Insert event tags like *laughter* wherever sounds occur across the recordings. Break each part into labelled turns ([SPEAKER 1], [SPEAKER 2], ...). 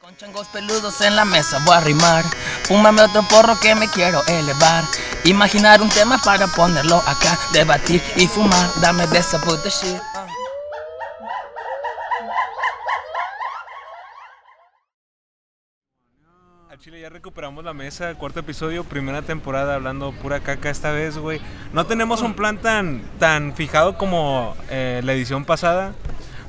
[SPEAKER 1] Con changos peludos en la mesa voy a rimar. Fúmame otro porro que me quiero elevar. Imaginar un tema para ponerlo acá. Debatir y fumar. Dame de esa puta shit.
[SPEAKER 2] Al Chile ya recuperamos la mesa, cuarto episodio, primera temporada hablando pura caca esta vez, güey. No tenemos un plan tan, tan fijado como eh, la edición pasada,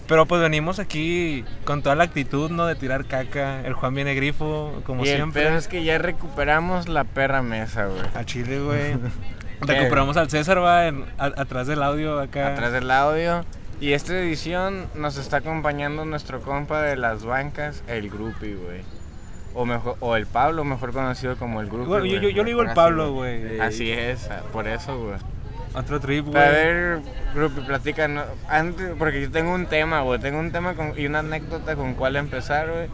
[SPEAKER 2] pero pues venimos aquí con toda la actitud, ¿no? De tirar caca. El Juan viene grifo, como
[SPEAKER 3] y el
[SPEAKER 2] siempre.
[SPEAKER 3] pedo es que ya recuperamos la perra mesa, güey.
[SPEAKER 2] A Chile,
[SPEAKER 3] *laughs*
[SPEAKER 2] güey. recuperamos al César, va, en- a- atrás del audio acá.
[SPEAKER 3] Atrás del audio. Y esta edición nos está acompañando nuestro compa de las bancas, el Grupi, güey. O, mejor, o el Pablo, mejor conocido como el Grupi.
[SPEAKER 2] Bueno, yo-
[SPEAKER 3] güey.
[SPEAKER 2] yo- yo le digo el
[SPEAKER 3] Así,
[SPEAKER 2] Pablo, güey.
[SPEAKER 3] Así es, a- por eso, güey.
[SPEAKER 2] Otro trip, güey.
[SPEAKER 3] A ver, Grupi, platícanos. Antes, porque yo tengo un tema, güey. Tengo un tema con- y una anécdota con cuál empezar, güey.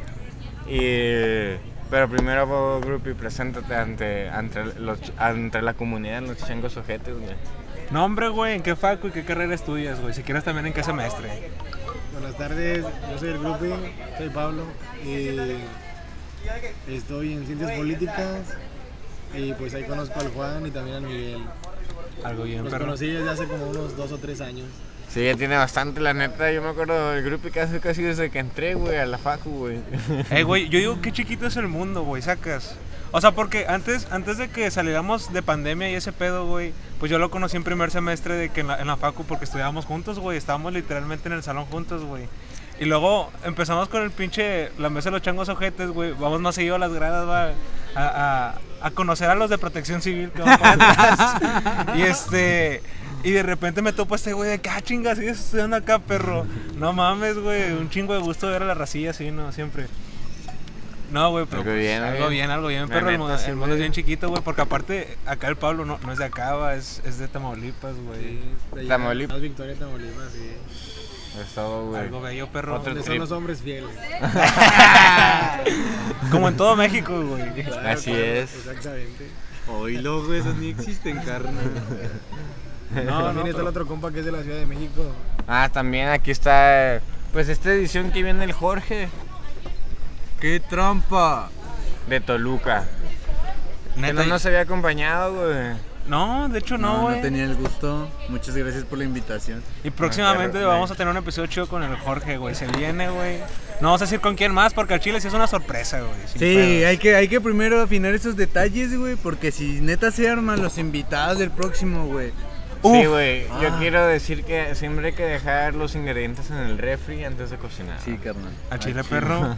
[SPEAKER 3] Y- Pero primero, Grupi, preséntate ante, ante, los, ante la comunidad, los changos ojetes, güey.
[SPEAKER 2] No, hombre, güey, ¿en qué facu y qué carrera estudias, güey? Si quieres también en qué semestre.
[SPEAKER 4] Buenas tardes, yo soy el grupi, soy Pablo y estoy en ciencias políticas y pues ahí conozco al Juan y también al Miguel.
[SPEAKER 2] Algo bien,
[SPEAKER 4] Los
[SPEAKER 2] perro.
[SPEAKER 4] conocí desde hace como unos dos o tres años.
[SPEAKER 3] Sí, ya tiene bastante, la neta. Yo me acuerdo del grupo casi, casi desde que entré, güey, a la facu, güey. *laughs*
[SPEAKER 2] Eh, güey, yo digo qué chiquito es el mundo, güey, sacas. O sea, porque antes, antes de que saliéramos de pandemia y ese pedo, güey, pues yo lo conocí en primer semestre de que en la, en la facu porque estudiábamos juntos, güey, estábamos literalmente en el salón juntos, güey. Y luego empezamos con el pinche, la mesa de los changos ojetes, güey, vamos más seguido a las gradas, va, a, a- a conocer a los de protección civil que van por atrás. y este, y de repente me topo a este güey de que, ah, chingas, sigues estudiando acá, perro. No mames, güey, un chingo de gusto ver a la racilla así, ¿no? Siempre. No, güey, pero
[SPEAKER 3] Algo
[SPEAKER 2] pues,
[SPEAKER 3] bien,
[SPEAKER 2] algo
[SPEAKER 3] güey.
[SPEAKER 2] bien, algo bien,
[SPEAKER 3] La
[SPEAKER 2] perro. el
[SPEAKER 3] neta,
[SPEAKER 2] mundo, el
[SPEAKER 3] sí,
[SPEAKER 2] mundo es
[SPEAKER 3] güey.
[SPEAKER 2] bien chiquito, güey, porque aparte acá el Pablo no, no es de acá, va, es, es de Tamaulipas, güey.
[SPEAKER 4] de allá,
[SPEAKER 3] Tamaulipas.
[SPEAKER 4] más Victoria Tamaulipas, sí.
[SPEAKER 3] Es todo, güey.
[SPEAKER 2] Algo bello, perro.
[SPEAKER 3] Otro
[SPEAKER 4] Donde son
[SPEAKER 3] trip.
[SPEAKER 4] los hombres fieles.
[SPEAKER 2] *laughs* Como en todo México, güey.
[SPEAKER 3] *laughs*
[SPEAKER 4] Claro,
[SPEAKER 3] Así
[SPEAKER 4] claro,
[SPEAKER 3] es.
[SPEAKER 4] Exactamente.
[SPEAKER 5] Oílo, güey, esas ni existen, carnal.
[SPEAKER 2] No, no,
[SPEAKER 4] también está
[SPEAKER 2] pero-
[SPEAKER 4] el otro compa que es de la Ciudad de México.
[SPEAKER 3] Ah, también aquí está, eh, pues, esta edición que viene el Jorge
[SPEAKER 5] ¡Qué trampa!
[SPEAKER 3] de Toluca. Que
[SPEAKER 2] Neta,
[SPEAKER 3] no nos había acompañado, güey.
[SPEAKER 2] No, de hecho no,
[SPEAKER 5] No,
[SPEAKER 2] güey.
[SPEAKER 5] no tenía el gusto. Muchas gracias por la invitación.
[SPEAKER 2] Y próximamente
[SPEAKER 3] perro,
[SPEAKER 2] vamos
[SPEAKER 3] güey.
[SPEAKER 2] a tener un episodio chido con el Jorge, güey. Se viene, güey. No vamos a decir con quién más, porque al Chile sí es una sorpresa, güey. sin
[SPEAKER 5] Sí,
[SPEAKER 2] pedos.
[SPEAKER 5] hay que, hay que primero afinar esos detalles, güey, porque si neta se arman los invitados del próximo, güey.
[SPEAKER 3] Sí,
[SPEAKER 2] Uf.
[SPEAKER 3] güey. Yo
[SPEAKER 5] Ah.
[SPEAKER 3] quiero decir que siempre hay que dejar los ingredientes en el refri antes de cocinar.
[SPEAKER 5] Sí, carnal.
[SPEAKER 2] Al Chile, perro.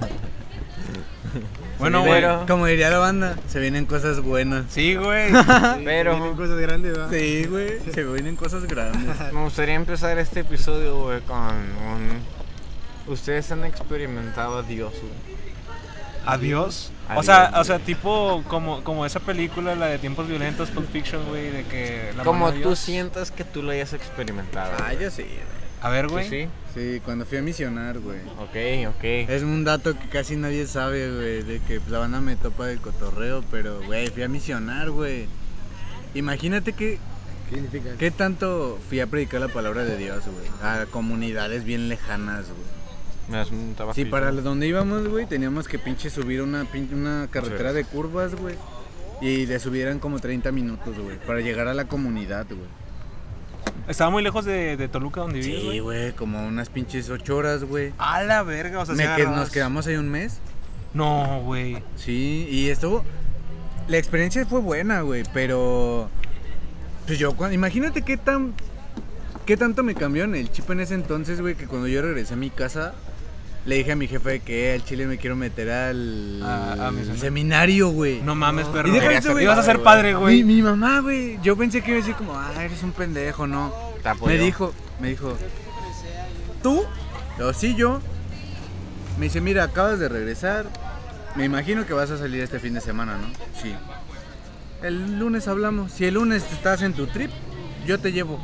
[SPEAKER 2] bueno, güey.
[SPEAKER 3] pero-
[SPEAKER 5] Como diría la banda, se vienen cosas buenas.
[SPEAKER 2] Sí, güey.
[SPEAKER 4] Tienen
[SPEAKER 3] Pero
[SPEAKER 4] cosas grandes, ¿verdad?
[SPEAKER 5] Sí, güey, se vienen cosas grandes.
[SPEAKER 3] me gustaría empezar este episodio, güey, con un... Ustedes han experimentado a Dios, güey.
[SPEAKER 2] Adiós. O
[SPEAKER 3] Adiós,
[SPEAKER 2] sea, o
[SPEAKER 3] güey.
[SPEAKER 2] sea, tipo como, como esa película, la de tiempos violentos, Pulp Fiction, güey, de que la
[SPEAKER 3] Como
[SPEAKER 2] mano de
[SPEAKER 3] tú
[SPEAKER 2] Dios.
[SPEAKER 3] sientas que tú lo hayas experimentado.
[SPEAKER 5] *laughs* Ah,
[SPEAKER 3] güey.
[SPEAKER 5] yo sí, güey.
[SPEAKER 2] A ver,
[SPEAKER 3] ¿Tú
[SPEAKER 2] güey.
[SPEAKER 3] sí?
[SPEAKER 5] Sí, cuando fui a misionar, güey.
[SPEAKER 3] Ok, ok.
[SPEAKER 5] Es un dato que casi nadie sabe, güey, de que pues, la banda me topa del cotorreo, pero, güey, fui a misionar, güey. Imagínate que,
[SPEAKER 4] ¿Qué significa?
[SPEAKER 5] qué tanto fui a predicar la palabra de Dios, güey, a comunidades bien lejanas, güey.
[SPEAKER 3] Me das un tabacito.
[SPEAKER 5] Sí, para donde íbamos, güey, teníamos que pinche subir una, pin- una carretera
[SPEAKER 3] Sí.
[SPEAKER 5] de curvas, güey, y le subieran como 30 minutos, güey, para llegar a la comunidad, güey.
[SPEAKER 2] Estaba muy lejos de, de Toluca, donde vives,
[SPEAKER 5] Sí,
[SPEAKER 2] güey.
[SPEAKER 5] güey, como unas pinches 8 horas, güey.
[SPEAKER 2] A la verga, o sea, sí
[SPEAKER 5] Me que-
[SPEAKER 2] agarrabas-
[SPEAKER 5] nos quedamos ahí un mes.
[SPEAKER 2] No, güey.
[SPEAKER 5] Sí, y estuvo. La experiencia fue buena, güey, pero. Pues yo, cuan- imagínate qué tan. ¿Qué tanto me cambió en el chip en ese entonces, güey? Que cuando yo regresé a mi casa, le dije a mi jefe de que al chile me quiero meter al.
[SPEAKER 2] A- a mi seminario.
[SPEAKER 5] seminario, güey.
[SPEAKER 2] No mames, perro.
[SPEAKER 5] Y deja
[SPEAKER 3] quería
[SPEAKER 5] eso,
[SPEAKER 3] ser
[SPEAKER 5] güey.
[SPEAKER 2] Ibas a ser padre,
[SPEAKER 5] Mi,
[SPEAKER 2] güey.
[SPEAKER 5] mi mamá, güey. Yo pensé que iba a decir como, ah, eres un pendejo, ¿no?
[SPEAKER 3] Te apoyó.
[SPEAKER 5] Me dijo, me dijo, ¿tú? Yo, sí, yo. Me dice, mira, acabas de regresar. Me imagino que vas a salir este fin de semana, ¿no? Sí. El lunes hablamos. Si el lunes estás en tu trip, yo te llevo.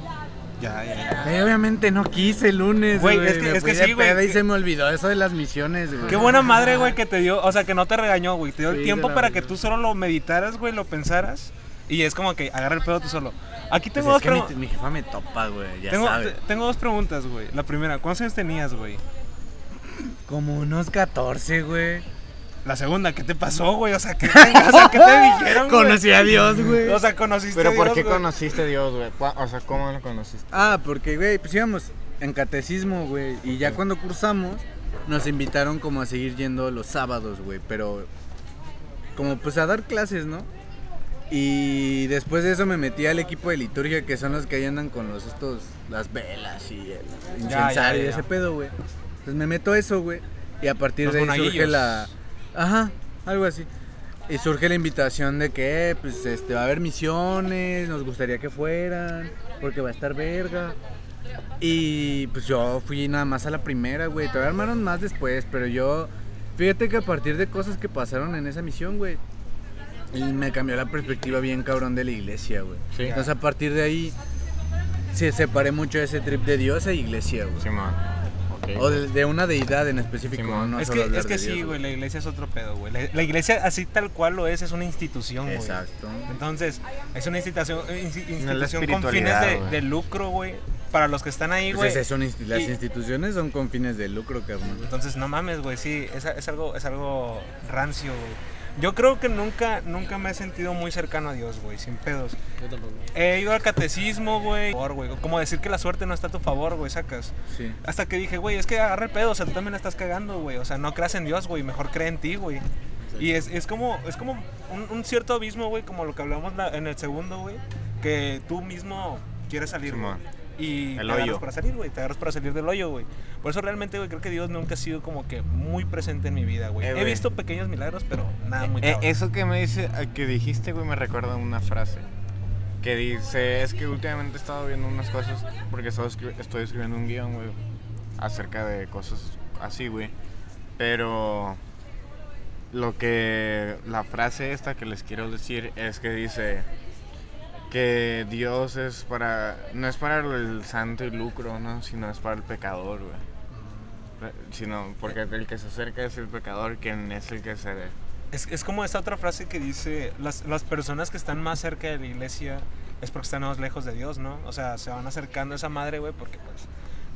[SPEAKER 2] Ya, ya,
[SPEAKER 5] Güey, obviamente no quise el lunes,
[SPEAKER 2] Güey,
[SPEAKER 5] güey.
[SPEAKER 2] es que-
[SPEAKER 5] Me
[SPEAKER 2] es que
[SPEAKER 5] fui de
[SPEAKER 2] sí, güey,
[SPEAKER 5] peda Y
[SPEAKER 2] que-
[SPEAKER 5] se me olvidó eso de las misiones, güey. Pues
[SPEAKER 2] Qué buena madre, güey, que te dio, o sea, que no te regañó, güey. Te dio el
[SPEAKER 4] Sí,
[SPEAKER 2] tiempo
[SPEAKER 4] de la
[SPEAKER 2] para que
[SPEAKER 4] verga.
[SPEAKER 2] tú solo lo meditaras, güey, lo pensaras. Y es como que agarra el pedo tú solo. Aquí
[SPEAKER 5] Pues
[SPEAKER 2] tengo
[SPEAKER 5] es
[SPEAKER 2] dos
[SPEAKER 5] que mi,
[SPEAKER 2] preguntas.
[SPEAKER 5] mi jefa me topa, güey. Ya
[SPEAKER 2] Tengo,
[SPEAKER 5] sabes.
[SPEAKER 2] te- tengo dos preguntas, güey. La primera, ¿cuántos años tenías, güey?
[SPEAKER 5] Como unos 14, güey.
[SPEAKER 2] La segunda, ¿qué te pasó, güey? O sea, ¿qué, o sea, ¿qué
[SPEAKER 5] *laughs*
[SPEAKER 2] te dijeron, güey?
[SPEAKER 5] Conocí a Dios, güey.
[SPEAKER 2] O sea, conociste
[SPEAKER 3] Pero
[SPEAKER 2] a
[SPEAKER 3] ¿por
[SPEAKER 2] Dios,
[SPEAKER 3] qué
[SPEAKER 2] güey?
[SPEAKER 3] conociste a Dios, güey? ¿Cuá- O sea, ¿cómo lo conociste?
[SPEAKER 5] Ah, porque, güey, pues íbamos en catecismo, güey. Y ya cuando cursamos, nos invitaron como a seguir yendo los sábados, güey. Pero como pues a dar clases, ¿no? Y después de eso me metí al equipo de liturgia, que son los que ahí andan con los estos, las velas y el
[SPEAKER 2] Ya,
[SPEAKER 5] incensario
[SPEAKER 2] ya, ya,
[SPEAKER 5] y
[SPEAKER 2] ya.
[SPEAKER 5] ese pedo, güey. Entonces me meto a eso, güey. Y a partir
[SPEAKER 2] Los
[SPEAKER 5] de ahí surge
[SPEAKER 2] monaguillos.
[SPEAKER 5] la... Ajá, algo así. Y surge la invitación de que, eh, pues, este, va a haber misiones, nos gustaría que fueran, porque va a estar verga. Y pues yo fui nada más a la primera, güey. Todavía armaron más después, pero yo. Fíjate que a partir de cosas que pasaron en esa misión, güey. Y me cambió la perspectiva bien cabrón de la iglesia, güey.
[SPEAKER 3] Sí.
[SPEAKER 5] Entonces a partir de ahí. Se separé mucho de ese trip de Dios e iglesia, güey.
[SPEAKER 3] Simón. Ok.
[SPEAKER 5] O de, de una deidad en específico.
[SPEAKER 3] Simón.
[SPEAKER 5] no
[SPEAKER 2] es
[SPEAKER 5] solo
[SPEAKER 2] que,
[SPEAKER 5] hablar
[SPEAKER 2] es que
[SPEAKER 5] de
[SPEAKER 2] sí,
[SPEAKER 5] Dios,
[SPEAKER 2] güey, la iglesia es otro pedo, güey. La, la iglesia, así tal cual lo es, es una institución, güey.
[SPEAKER 5] Exacto.
[SPEAKER 2] Entonces, es una institución, eh, insti-
[SPEAKER 3] es la
[SPEAKER 2] institución con fines
[SPEAKER 3] espiritualidad,
[SPEAKER 2] de,
[SPEAKER 3] güey. Pues
[SPEAKER 2] de lucro, güey. Para los que están ahí, güey.
[SPEAKER 5] Entonces, son insti- las
[SPEAKER 2] Y-
[SPEAKER 5] instituciones son con fines de lucro, cabrón.
[SPEAKER 2] Entonces, no mames, güey, sí, es, es algo, es algo rancio, güey. Yo creo que nunca, nunca me he sentido muy cercano a Dios, güey, sin pedos.
[SPEAKER 4] Yo tampoco.
[SPEAKER 2] He ido al catecismo, güey. favor, güey, Como decir que la suerte no está a tu favor, güey, sacas.
[SPEAKER 5] Sí.
[SPEAKER 2] Hasta que dije, güey, es que agarra el pedo, o sea, tú también la estás cagando, güey. O sea, no creas en Dios, güey, mejor cree en ti, güey. Y es, es como, es como un, un cierto abismo, güey, como lo que hablamos la- en el segundo, güey, que tú mismo quieres salir, güey.
[SPEAKER 3] Simón.
[SPEAKER 2] Y
[SPEAKER 3] El
[SPEAKER 2] te agarras
[SPEAKER 3] hoyo.
[SPEAKER 2] para salir, güey, te agarras para salir del hoyo, güey. Por eso realmente, güey, creo que Dios nunca ha sido como que muy presente en mi vida, güey.
[SPEAKER 3] Eh,
[SPEAKER 2] He
[SPEAKER 3] güey.
[SPEAKER 2] visto pequeños milagros, pero nada muy
[SPEAKER 3] Eh,
[SPEAKER 2] cabrón.
[SPEAKER 3] eso que me dice, ah, que dijiste, güey, me recuerda a una frase. Que dice, es que últimamente he estado viendo unas cosas, porque estaba escri- estoy escribiendo un guión, güey, acerca de cosas así, güey. Pero lo que, la frase esta que les quiero decir es que dice que Dios es para, no es para el santo y lucro, ¿no? Sino es para el pecador, güey. Sino porque el que se acerca es el pecador, quien es el que se...
[SPEAKER 2] Es, es como esta otra frase que dice, las, las personas que están más cerca de la iglesia es porque están más lejos de Dios, ¿no? O sea, se van acercando a esa madre, güey, porque pues...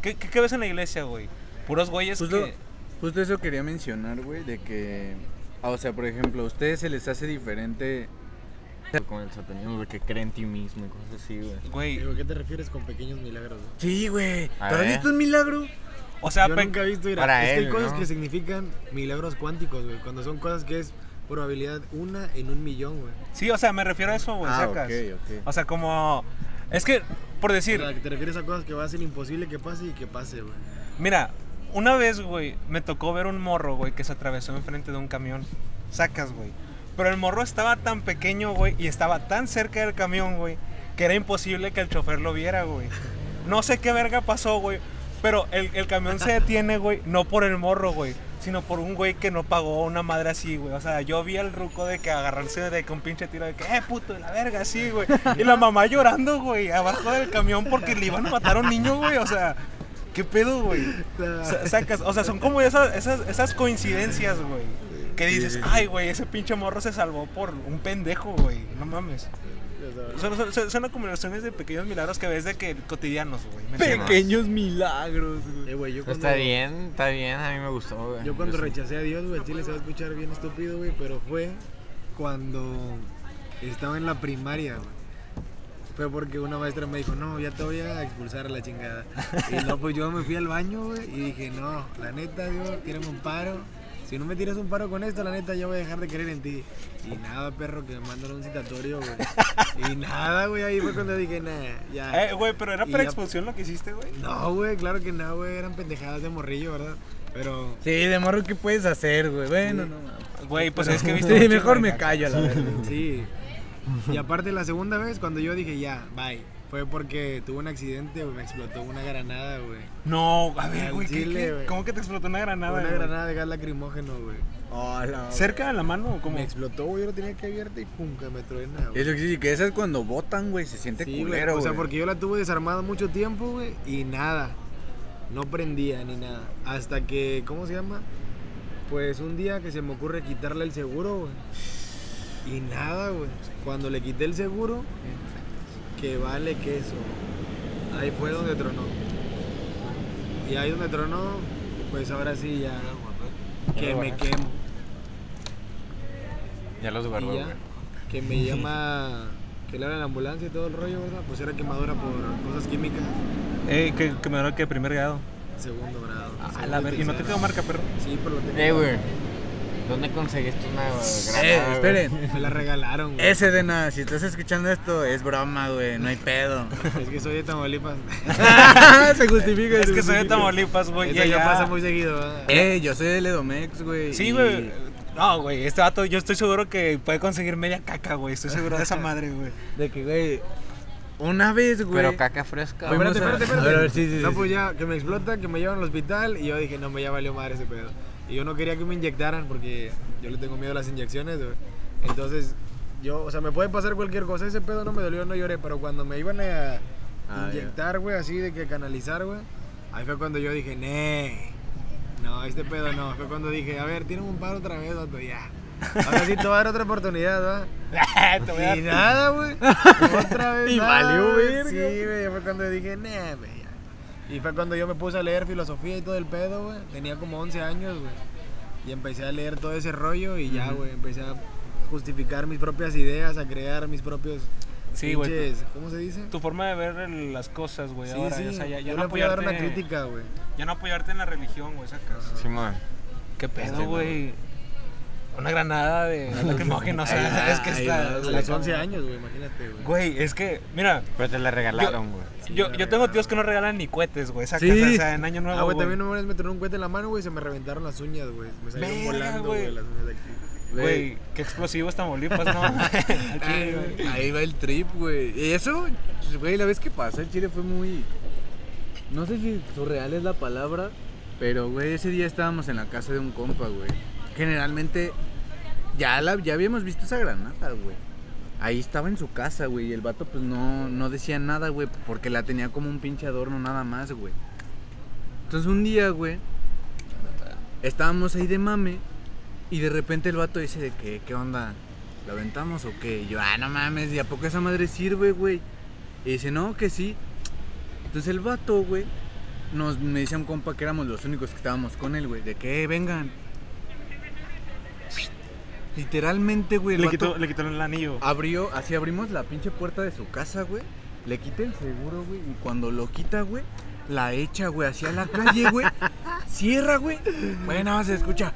[SPEAKER 2] ¿Qué, qué, qué ves en la iglesia, güey? Puros güeyes
[SPEAKER 5] Justo,
[SPEAKER 2] que...
[SPEAKER 5] justo eso quería mencionar, güey, de que, ah, o sea, por ejemplo, a ustedes se les hace diferente.
[SPEAKER 3] con el satanismo, de que cree en ti mismo y cosas así, güey.
[SPEAKER 2] Güey,
[SPEAKER 4] Digo, ¿qué te refieres con pequeños milagros? güey?
[SPEAKER 5] Sí, güey.
[SPEAKER 3] A
[SPEAKER 5] ¿Te has
[SPEAKER 3] ver.
[SPEAKER 5] visto un milagro?
[SPEAKER 2] o sea,
[SPEAKER 4] Yo
[SPEAKER 2] pe-
[SPEAKER 4] nunca he visto, mira,
[SPEAKER 3] para
[SPEAKER 4] es que
[SPEAKER 3] él,
[SPEAKER 4] hay cosas
[SPEAKER 3] ¿no?
[SPEAKER 4] que significan milagros cuánticos, güey. Cuando son cosas que es probabilidad una en un millón, güey.
[SPEAKER 2] sí, o sea, me refiero a eso, güey,
[SPEAKER 5] Ah,
[SPEAKER 2] sacas.
[SPEAKER 5] ok, ok.
[SPEAKER 2] O sea, como... Es que, por decir,
[SPEAKER 4] O sea, que te refieres a cosas que va a ser imposible que pase y que pase, güey.
[SPEAKER 2] Mira, una vez, güey, me tocó ver un morro, güey, que se atravesó enfrente de un camión. Sacas, güey. Pero el morro estaba tan pequeño, güey, y estaba tan cerca del camión, güey, que era imposible que el chofer lo viera, güey. No sé qué verga pasó, güey. Pero el, el camión se detiene, güey, no por el morro, güey, sino por un güey que no pagó una madre así, güey. O sea, yo vi al ruco de que agarrarse de que un pinche tiro de que, eh, puto, de la verga, así, güey. Y la mamá llorando, güey, abajo del camión porque le iban a matar a un niño, güey. O sea, ¿qué pedo,
[SPEAKER 4] *laughs*
[SPEAKER 2] güey? Sa- sacas, o sea, son como esas, esas, esas coincidencias, güey. Que dices, ay, güey, ese pinche morro se salvó por un pendejo, güey. No mames. Son, son- son, son acumulaciones de pequeños milagros que ves de que cotidianos, güey. ¿me entiendes?
[SPEAKER 5] Pequeños milagros, güey.
[SPEAKER 4] Eh, güey, yo cuando,
[SPEAKER 3] Pues Está bien, está bien, a mí me gustó, güey.
[SPEAKER 4] Yo cuando
[SPEAKER 3] sí.
[SPEAKER 4] rechacé a Dios, güey, al chile se va a escuchar bien estúpido, güey, pero fue cuando estaba en la primaria, güey. Fue porque una maestra me dijo, no, ya te voy a expulsar a la chingada. Y no, pues yo me fui al baño, güey, y dije, no, la neta, Dios, tírame un paro. Si no me tiras un paro con esto, la neta, yo voy a dejar de creer en ti. Y nada, perro, que me mandan un citatorio, güey. Y nada, güey, ahí fue cuando dije, nah, ya.
[SPEAKER 2] Eh, güey, pero era
[SPEAKER 4] Y
[SPEAKER 2] para
[SPEAKER 4] ya-
[SPEAKER 2] expulsión lo que hiciste, güey.
[SPEAKER 4] No, güey, claro que no, güey, eran pendejadas de morrillo, ¿verdad? Pero
[SPEAKER 5] Sí, de morro, ¿qué puedes hacer, güey? Bueno, no. mames.
[SPEAKER 2] Güey, pues es que viste.
[SPEAKER 5] Sí,
[SPEAKER 2] mucho,
[SPEAKER 5] mejor
[SPEAKER 2] güey,
[SPEAKER 5] me
[SPEAKER 2] acá.
[SPEAKER 5] callo a la verga.
[SPEAKER 4] sí. Y aparte la segunda vez cuando yo dije ya, bye, fue porque tuve un accidente, güey, me explotó una granada, güey.
[SPEAKER 2] No, a ver,
[SPEAKER 4] Al
[SPEAKER 2] güey, ¿qué-
[SPEAKER 4] chile,
[SPEAKER 2] qué-
[SPEAKER 4] güey.
[SPEAKER 2] ¿cómo que te explotó una granada?
[SPEAKER 4] Una
[SPEAKER 2] güey?
[SPEAKER 4] granada de gas lacrimógeno, güey.
[SPEAKER 5] Hola.
[SPEAKER 2] ¿Cerca de la mano o cómo?
[SPEAKER 4] Me explotó, güey, yo lo tenía que abierta y pum, que me truena,
[SPEAKER 5] Es
[SPEAKER 4] güey.
[SPEAKER 5] lo que sí, que esa es cuando botan, güey, se siente
[SPEAKER 4] Sí, güey.
[SPEAKER 5] Este culero,
[SPEAKER 4] O sea,
[SPEAKER 5] güey.
[SPEAKER 4] porque yo la tuve desarmada mucho tiempo, güey, y nada. No prendía ni nada. Hasta que, ¿cómo se llama? Pues un día que se me ocurre quitarle el seguro, güey. Y nada, güey. Cuando le quité el seguro, que vale queso. Ahí fue donde tronó. Y ahí donde tronó, pues ahora sí ya. Que me quemo.
[SPEAKER 3] Ya los guardó,
[SPEAKER 4] y ya,
[SPEAKER 3] güey.
[SPEAKER 4] que me llama, que le habla la ambulancia y todo el rollo, ¿verdad? Pues era quemadura por cosas químicas,
[SPEAKER 2] Eh, que, que me duró que primer grado.
[SPEAKER 4] segundo grado.
[SPEAKER 2] A
[SPEAKER 4] segundo
[SPEAKER 2] la verga. Y no te
[SPEAKER 4] tercero.
[SPEAKER 2] quedó marca, perro.
[SPEAKER 4] Sí, pero lo tengo.
[SPEAKER 3] Eh, güey. ¿Dónde conseguiste una
[SPEAKER 2] Ah,
[SPEAKER 5] Eh,
[SPEAKER 3] granada, güey?
[SPEAKER 5] esperen.
[SPEAKER 4] *laughs* Me la regalaron, güey.
[SPEAKER 5] Ese de nada, si estás escuchando esto, es broma, güey, no hay pedo.
[SPEAKER 2] *laughs*
[SPEAKER 4] Es que soy de Tamaulipas.
[SPEAKER 5] Se justifica.
[SPEAKER 2] Es
[SPEAKER 5] se
[SPEAKER 2] que soy de
[SPEAKER 5] justifica.
[SPEAKER 2] Tamaulipas, güey. Y
[SPEAKER 4] Eso ya
[SPEAKER 2] allá-
[SPEAKER 4] pasa muy seguido, ¿verdad?
[SPEAKER 5] Eh, yo soy del Edomex, güey.
[SPEAKER 2] Sí,
[SPEAKER 5] y-
[SPEAKER 2] güey. No, güey, este vato, yo estoy seguro que puede conseguir media caca, güey. Estoy *laughs* seguro de esa madre, güey.
[SPEAKER 5] De que, güey, una vez, güey.
[SPEAKER 3] Pero caca fresca.
[SPEAKER 5] Fuimos
[SPEAKER 4] Espérate,
[SPEAKER 5] a-
[SPEAKER 4] espérate,
[SPEAKER 5] a ver,
[SPEAKER 4] espérate.
[SPEAKER 5] a ver, sí, sí,
[SPEAKER 4] no,
[SPEAKER 5] sí,
[SPEAKER 4] pues
[SPEAKER 5] sí.
[SPEAKER 4] ya, que me explota, que me llevan al hospital. Y yo dije, no, me ya valió madre ese pedo. Y yo no quería que me inyectaran porque yo le tengo miedo a las inyecciones, güey. Entonces, yo, o sea, me puede pasar cualquier cosa. Ese pedo no me dolió, no lloré. Pero cuando me iban a
[SPEAKER 5] Ah, ya.
[SPEAKER 4] inyectar, güey, así de que canalizar, güey, ahí fue cuando yo dije, nee, no, este pedo no. Fue cuando dije, a ver, tienen un par otra vez, vato,
[SPEAKER 5] *laughs*
[SPEAKER 4] ya. Ahora sí te voy a dar otra oportunidad, ¿va?
[SPEAKER 2] Ah, Te voy a-
[SPEAKER 4] Y
[SPEAKER 2] *laughs*
[SPEAKER 4] nada, güey. Otra vez.
[SPEAKER 5] Y
[SPEAKER 4] nada,
[SPEAKER 5] valió
[SPEAKER 4] güey.
[SPEAKER 5] verga.
[SPEAKER 4] Sí, güey. Fue cuando dije, nah, güey. ya". Y fue cuando yo me puse a leer filosofía y todo el pedo, güey. Tenía como 11 años, güey. Y empecé a leer todo ese rollo y ya, güey. Empecé a justificar mis propias ideas, a crear mis propios.
[SPEAKER 2] Sí, güey.
[SPEAKER 4] pinches- ¿Cómo se dice?
[SPEAKER 2] Tu forma de ver el- las cosas, güey.
[SPEAKER 4] sí,
[SPEAKER 2] ahora,
[SPEAKER 4] sí.
[SPEAKER 2] o sea, ya, ya
[SPEAKER 4] yo
[SPEAKER 2] no
[SPEAKER 4] le voy a dar
[SPEAKER 2] apoyarte.
[SPEAKER 4] una crítica, güey.
[SPEAKER 2] Ya no apoyarte en la religión, güey, sacas.
[SPEAKER 3] Simón.
[SPEAKER 2] ¿Qué
[SPEAKER 3] Este,
[SPEAKER 2] pedo,
[SPEAKER 3] no.
[SPEAKER 2] güey? Una granada *laughs* de lacrimógeno, o sea,
[SPEAKER 4] *laughs*
[SPEAKER 2] sabes que
[SPEAKER 5] Ay,
[SPEAKER 2] está.
[SPEAKER 5] no,
[SPEAKER 4] A los 11 años, güey, imagínate, güey.
[SPEAKER 2] Güey, es que, mira,
[SPEAKER 3] Pero te la regalaron, güey.
[SPEAKER 4] Sí,
[SPEAKER 2] yo, yo
[SPEAKER 4] la
[SPEAKER 2] tengo
[SPEAKER 4] regalaron.
[SPEAKER 2] tíos que no regalan ni cohetes, güey, sacas.
[SPEAKER 5] Sí.
[SPEAKER 2] O sea, en Año Nuevo.
[SPEAKER 4] Ah, güey,
[SPEAKER 2] güey.
[SPEAKER 4] también una vez me tronó un cuete en la mano, güey, y se me reventaron las uñas, güey. Me
[SPEAKER 2] Verga,
[SPEAKER 4] salieron volando,
[SPEAKER 2] güey.
[SPEAKER 4] güey, las uñas de aquí.
[SPEAKER 2] Güey, qué explosivo está Molipas,
[SPEAKER 4] *laughs*
[SPEAKER 2] ¿no? *laughs* Al chile, güey.
[SPEAKER 5] Ay, Ahí va el trip, güey. Y eso, güey, la vez que pasó el Chile fue muy... No sé si surreal es la palabra, pero, güey, ese día estábamos en la casa de un compa, güey. Generalmente, ya, la, ya habíamos visto esa granada, güey. Ahí estaba en su casa, güey, y el vato pues no, no decía nada, güey, porque la tenía como un pinche adorno nada más, güey. Entonces un día, güey, estábamos ahí de mame y de repente el vato dice de que, ¿qué onda? ¿La aventamos o qué? Y yo, ah, no mames, ¿y a poco esa madre sirve, güey? Y dice, no, que sí. Entonces el vato, güey, nos, me decía un compa que éramos los únicos que estábamos con él, güey, de que "Eh, vengan. Literalmente, güey, el
[SPEAKER 2] Le
[SPEAKER 5] vato
[SPEAKER 2] quitó, le quitó el anillo.
[SPEAKER 5] abrió, así abrimos la pinche puerta de su casa, güey. Le quita el seguro, güey. Y cuando lo quita, güey, la echa, güey, hacia la calle, güey. Cierra, güey. Bueno, nada más se escucha.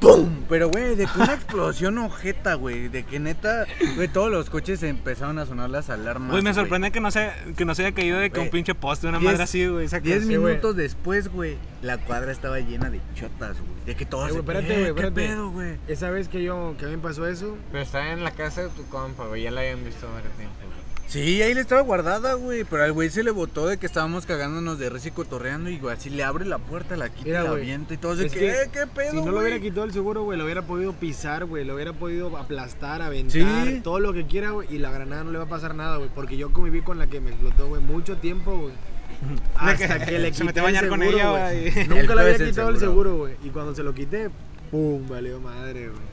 [SPEAKER 5] ¡Pum! Pero, güey, de que una explosión ojeta, güey. De que neta, güey, todos los coches empezaron a sonar las alarmas.
[SPEAKER 2] Güey, me sorprende que no, se, que no se haya caído de que
[SPEAKER 5] Güey.
[SPEAKER 2] un pinche poste, una
[SPEAKER 5] Diez-
[SPEAKER 2] madre así, güey, sacas.
[SPEAKER 5] Diez
[SPEAKER 2] Sí, güey.
[SPEAKER 5] minutos después, güey, la cuadra estaba llena de chotas, güey. De que todos.
[SPEAKER 4] Eh, güey,
[SPEAKER 5] se-
[SPEAKER 4] espérate, güey,
[SPEAKER 5] "Eh, ¿Qué
[SPEAKER 4] espérate.
[SPEAKER 5] pedo, güey?
[SPEAKER 4] Esa vez que yo, que a mí me pasó eso,
[SPEAKER 3] Pero estaba en la casa de tu compa, güey. Ya la habían visto varios tiempo. güey.
[SPEAKER 5] Sí, ahí le estaba guardada, güey. Pero al güey se le botó de que estábamos cagándonos de risa y cotorreando. Y güey, así le abre la puerta, la quita,
[SPEAKER 4] Mira,
[SPEAKER 5] la
[SPEAKER 4] güey,
[SPEAKER 5] avienta y todo. De
[SPEAKER 4] es
[SPEAKER 5] que,
[SPEAKER 4] que
[SPEAKER 5] "Eh, ¿Qué pedo?
[SPEAKER 4] si no lo
[SPEAKER 5] güey?"
[SPEAKER 4] hubiera quitado el seguro, güey, lo hubiera podido pisar, güey, lo hubiera podido aplastar, aventar,
[SPEAKER 5] Sí.
[SPEAKER 4] todo lo que quiera, güey, y la granada no le va a pasar nada, güey, porque yo conviví con la que me explotó, güey, mucho tiempo, güey. Hasta que le
[SPEAKER 2] Se metió
[SPEAKER 4] quité
[SPEAKER 2] a bañar
[SPEAKER 4] el
[SPEAKER 2] con
[SPEAKER 4] seguro,
[SPEAKER 2] ella,
[SPEAKER 4] güey.
[SPEAKER 2] güey.
[SPEAKER 5] El
[SPEAKER 4] Nunca le había
[SPEAKER 5] juez, el
[SPEAKER 4] quitado el
[SPEAKER 5] seguro.
[SPEAKER 4] seguro, güey, y cuando se lo quité, pum, valió madre, güey.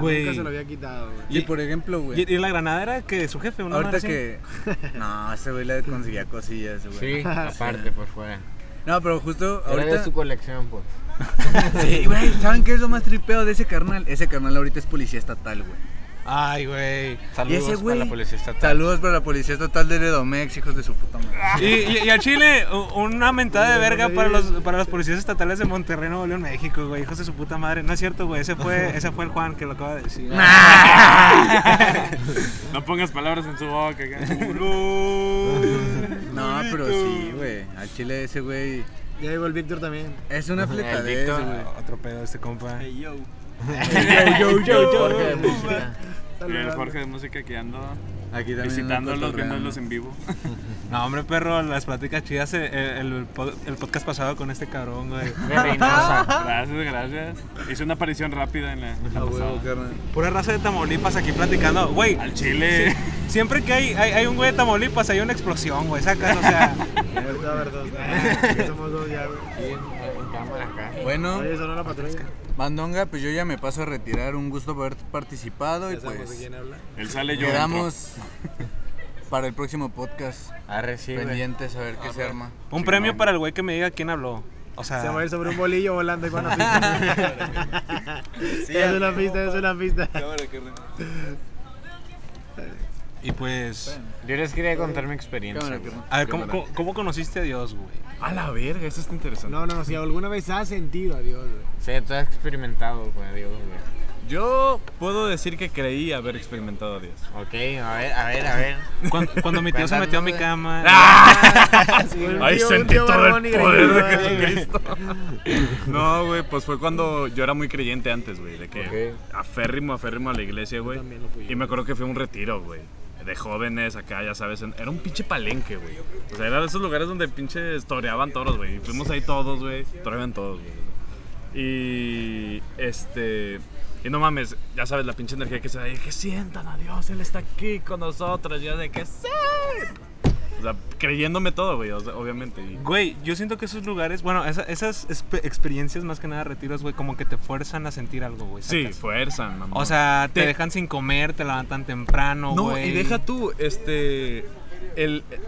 [SPEAKER 2] Güey.
[SPEAKER 4] Nunca se lo había quitado, güey.
[SPEAKER 5] Y por ejemplo, güey.
[SPEAKER 2] Y, y la granada era que de su jefe, una
[SPEAKER 5] Ahorita
[SPEAKER 2] madre así.
[SPEAKER 5] que. No, ese güey le conseguía cosillas, güey. *laughs*
[SPEAKER 3] Sí, aparte, por fuera.
[SPEAKER 5] No, pero justo
[SPEAKER 3] Ahora
[SPEAKER 5] ahorita.
[SPEAKER 3] es tu colección, pues.
[SPEAKER 5] *laughs* Sí, güey. ¿Saben qué es lo más tripeo de ese carnal? Ese carnal ahorita es policía estatal, güey.
[SPEAKER 2] Ay, güey.
[SPEAKER 5] Y ese
[SPEAKER 3] Saludos
[SPEAKER 5] güey.
[SPEAKER 3] para la policía estatal.
[SPEAKER 5] Saludos para la policía estatal de Edomex, hijos de su puta madre.
[SPEAKER 2] Y, y, y a Chile, u- una mentada de
[SPEAKER 4] ¿Dónde
[SPEAKER 2] verga para los,
[SPEAKER 4] vives?
[SPEAKER 2] para los policías estatales de Monterrey, Nuevo León, México, güey. Hijos de su puta madre. No es cierto, güey. Ese fue, ese fue el Juan que lo acaba de decir. Ah,
[SPEAKER 6] No pongas palabras en su boca.
[SPEAKER 7] *laughs*
[SPEAKER 6] que-
[SPEAKER 5] No, pero sí, güey. Al chile ese güey.
[SPEAKER 4] Ya llegó el Víctor también.
[SPEAKER 5] Es una fletadez,
[SPEAKER 3] Eh, Víctor.
[SPEAKER 5] güey.
[SPEAKER 2] Otro pedo este compa.
[SPEAKER 5] Yo, yo,
[SPEAKER 3] Jorge de música.
[SPEAKER 6] El Jorge de música que ando
[SPEAKER 5] Aquí también.
[SPEAKER 6] visitándolos,
[SPEAKER 5] cotorreando.
[SPEAKER 6] viéndolos en
[SPEAKER 7] *laughs*
[SPEAKER 6] vivo.
[SPEAKER 2] No, hombre, perro, las pláticas chidas, eh, eh, el, po- el podcast pasado con este cabrón, güey.
[SPEAKER 3] De Reynosa.
[SPEAKER 6] Gracias, gracias. Hice una aparición rápida en la. en la
[SPEAKER 5] A
[SPEAKER 6] pasada.
[SPEAKER 5] huevo, carnal.
[SPEAKER 2] Pura raza de Tamaulipas aquí platicando. Güey, eh,
[SPEAKER 6] Al chile.
[SPEAKER 2] siempre que hay, hay, hay un güey de Tamaulipas hay una explosión, güey. Sacas, o sea.
[SPEAKER 4] A ver, a ver, dos. Ah, ya somos dos ya, güey.
[SPEAKER 3] Sí, en cámara acá.
[SPEAKER 5] Bueno,
[SPEAKER 4] Oye, sonó la patrulla.
[SPEAKER 5] Bandonga, pues yo ya me paso a retirar. Un gusto por haber participado y
[SPEAKER 4] Ya sabemos de
[SPEAKER 5] pues
[SPEAKER 4] quién habla.
[SPEAKER 6] Él sale yo.
[SPEAKER 5] quedamos para el próximo podcast
[SPEAKER 3] Arre, sí, güey. Ah,
[SPEAKER 5] pendientes a ver qué se arma.
[SPEAKER 2] Un premio para el güey que me diga quién habló. O sea,
[SPEAKER 4] Se va a ir sobre un bolillo volando y con una pista. es una pista, es una pista.
[SPEAKER 2] y pues.
[SPEAKER 3] Yo les quería contar mi experiencia.
[SPEAKER 5] Cámara,
[SPEAKER 3] güey.
[SPEAKER 5] carnal.
[SPEAKER 2] A ver, ¿cómo, cómo, cómo conociste a Dios, güey?
[SPEAKER 5] A la verga, eso está interesante.
[SPEAKER 4] No, no, no, si alguna vez has sentido a Dios, güey.
[SPEAKER 3] Sí, tú has experimentado con Dios, güey.
[SPEAKER 7] Yo puedo decir que creí haber experimentado a Dios.
[SPEAKER 3] Ok, a ver, a ver, a ver.
[SPEAKER 7] *laughs*
[SPEAKER 2] Cuando, cuando mi tío se metió a mi cama.
[SPEAKER 7] Ah. Ahí
[SPEAKER 4] Un tío- un
[SPEAKER 7] sentí
[SPEAKER 4] tío
[SPEAKER 7] todo el
[SPEAKER 4] barbón y
[SPEAKER 7] poder
[SPEAKER 4] greñudo,
[SPEAKER 7] de
[SPEAKER 4] güey.
[SPEAKER 7] Jesucristo. No, güey, pues fue cuando yo era muy creyente antes, güey, de que aférrimo, aférrimo a la iglesia, güey.
[SPEAKER 4] también lo fui,
[SPEAKER 7] Y me acuerdo que fue un retiro, güey. De jóvenes acá, ya sabes, en- era un pinche palenque, güey. O sea, era de esos lugares donde pinches toreaban toros, güey. Y Fuimos ahí todos, güey. Toreaban todos, güey. Y este. Y no mames, ya sabes la pinche energía que se da. ahí, Que sientan a Dios, Él está aquí con nosotros. Yo de que sí. O sea, creyéndome todo, güey, o sea, obviamente. Y
[SPEAKER 2] Güey, yo siento que esos lugares, bueno, esa- esas espe- experiencias más que nada retiros, güey, como que te fuerzan a sentir algo, güey.
[SPEAKER 7] Sí,
[SPEAKER 2] sacas.
[SPEAKER 7] fuerzan, mamá.
[SPEAKER 2] O sea, te
[SPEAKER 7] Te-
[SPEAKER 2] dejan sin comer, te levantan temprano,
[SPEAKER 7] no,
[SPEAKER 2] güey.
[SPEAKER 7] y deja tú, este. El, eh,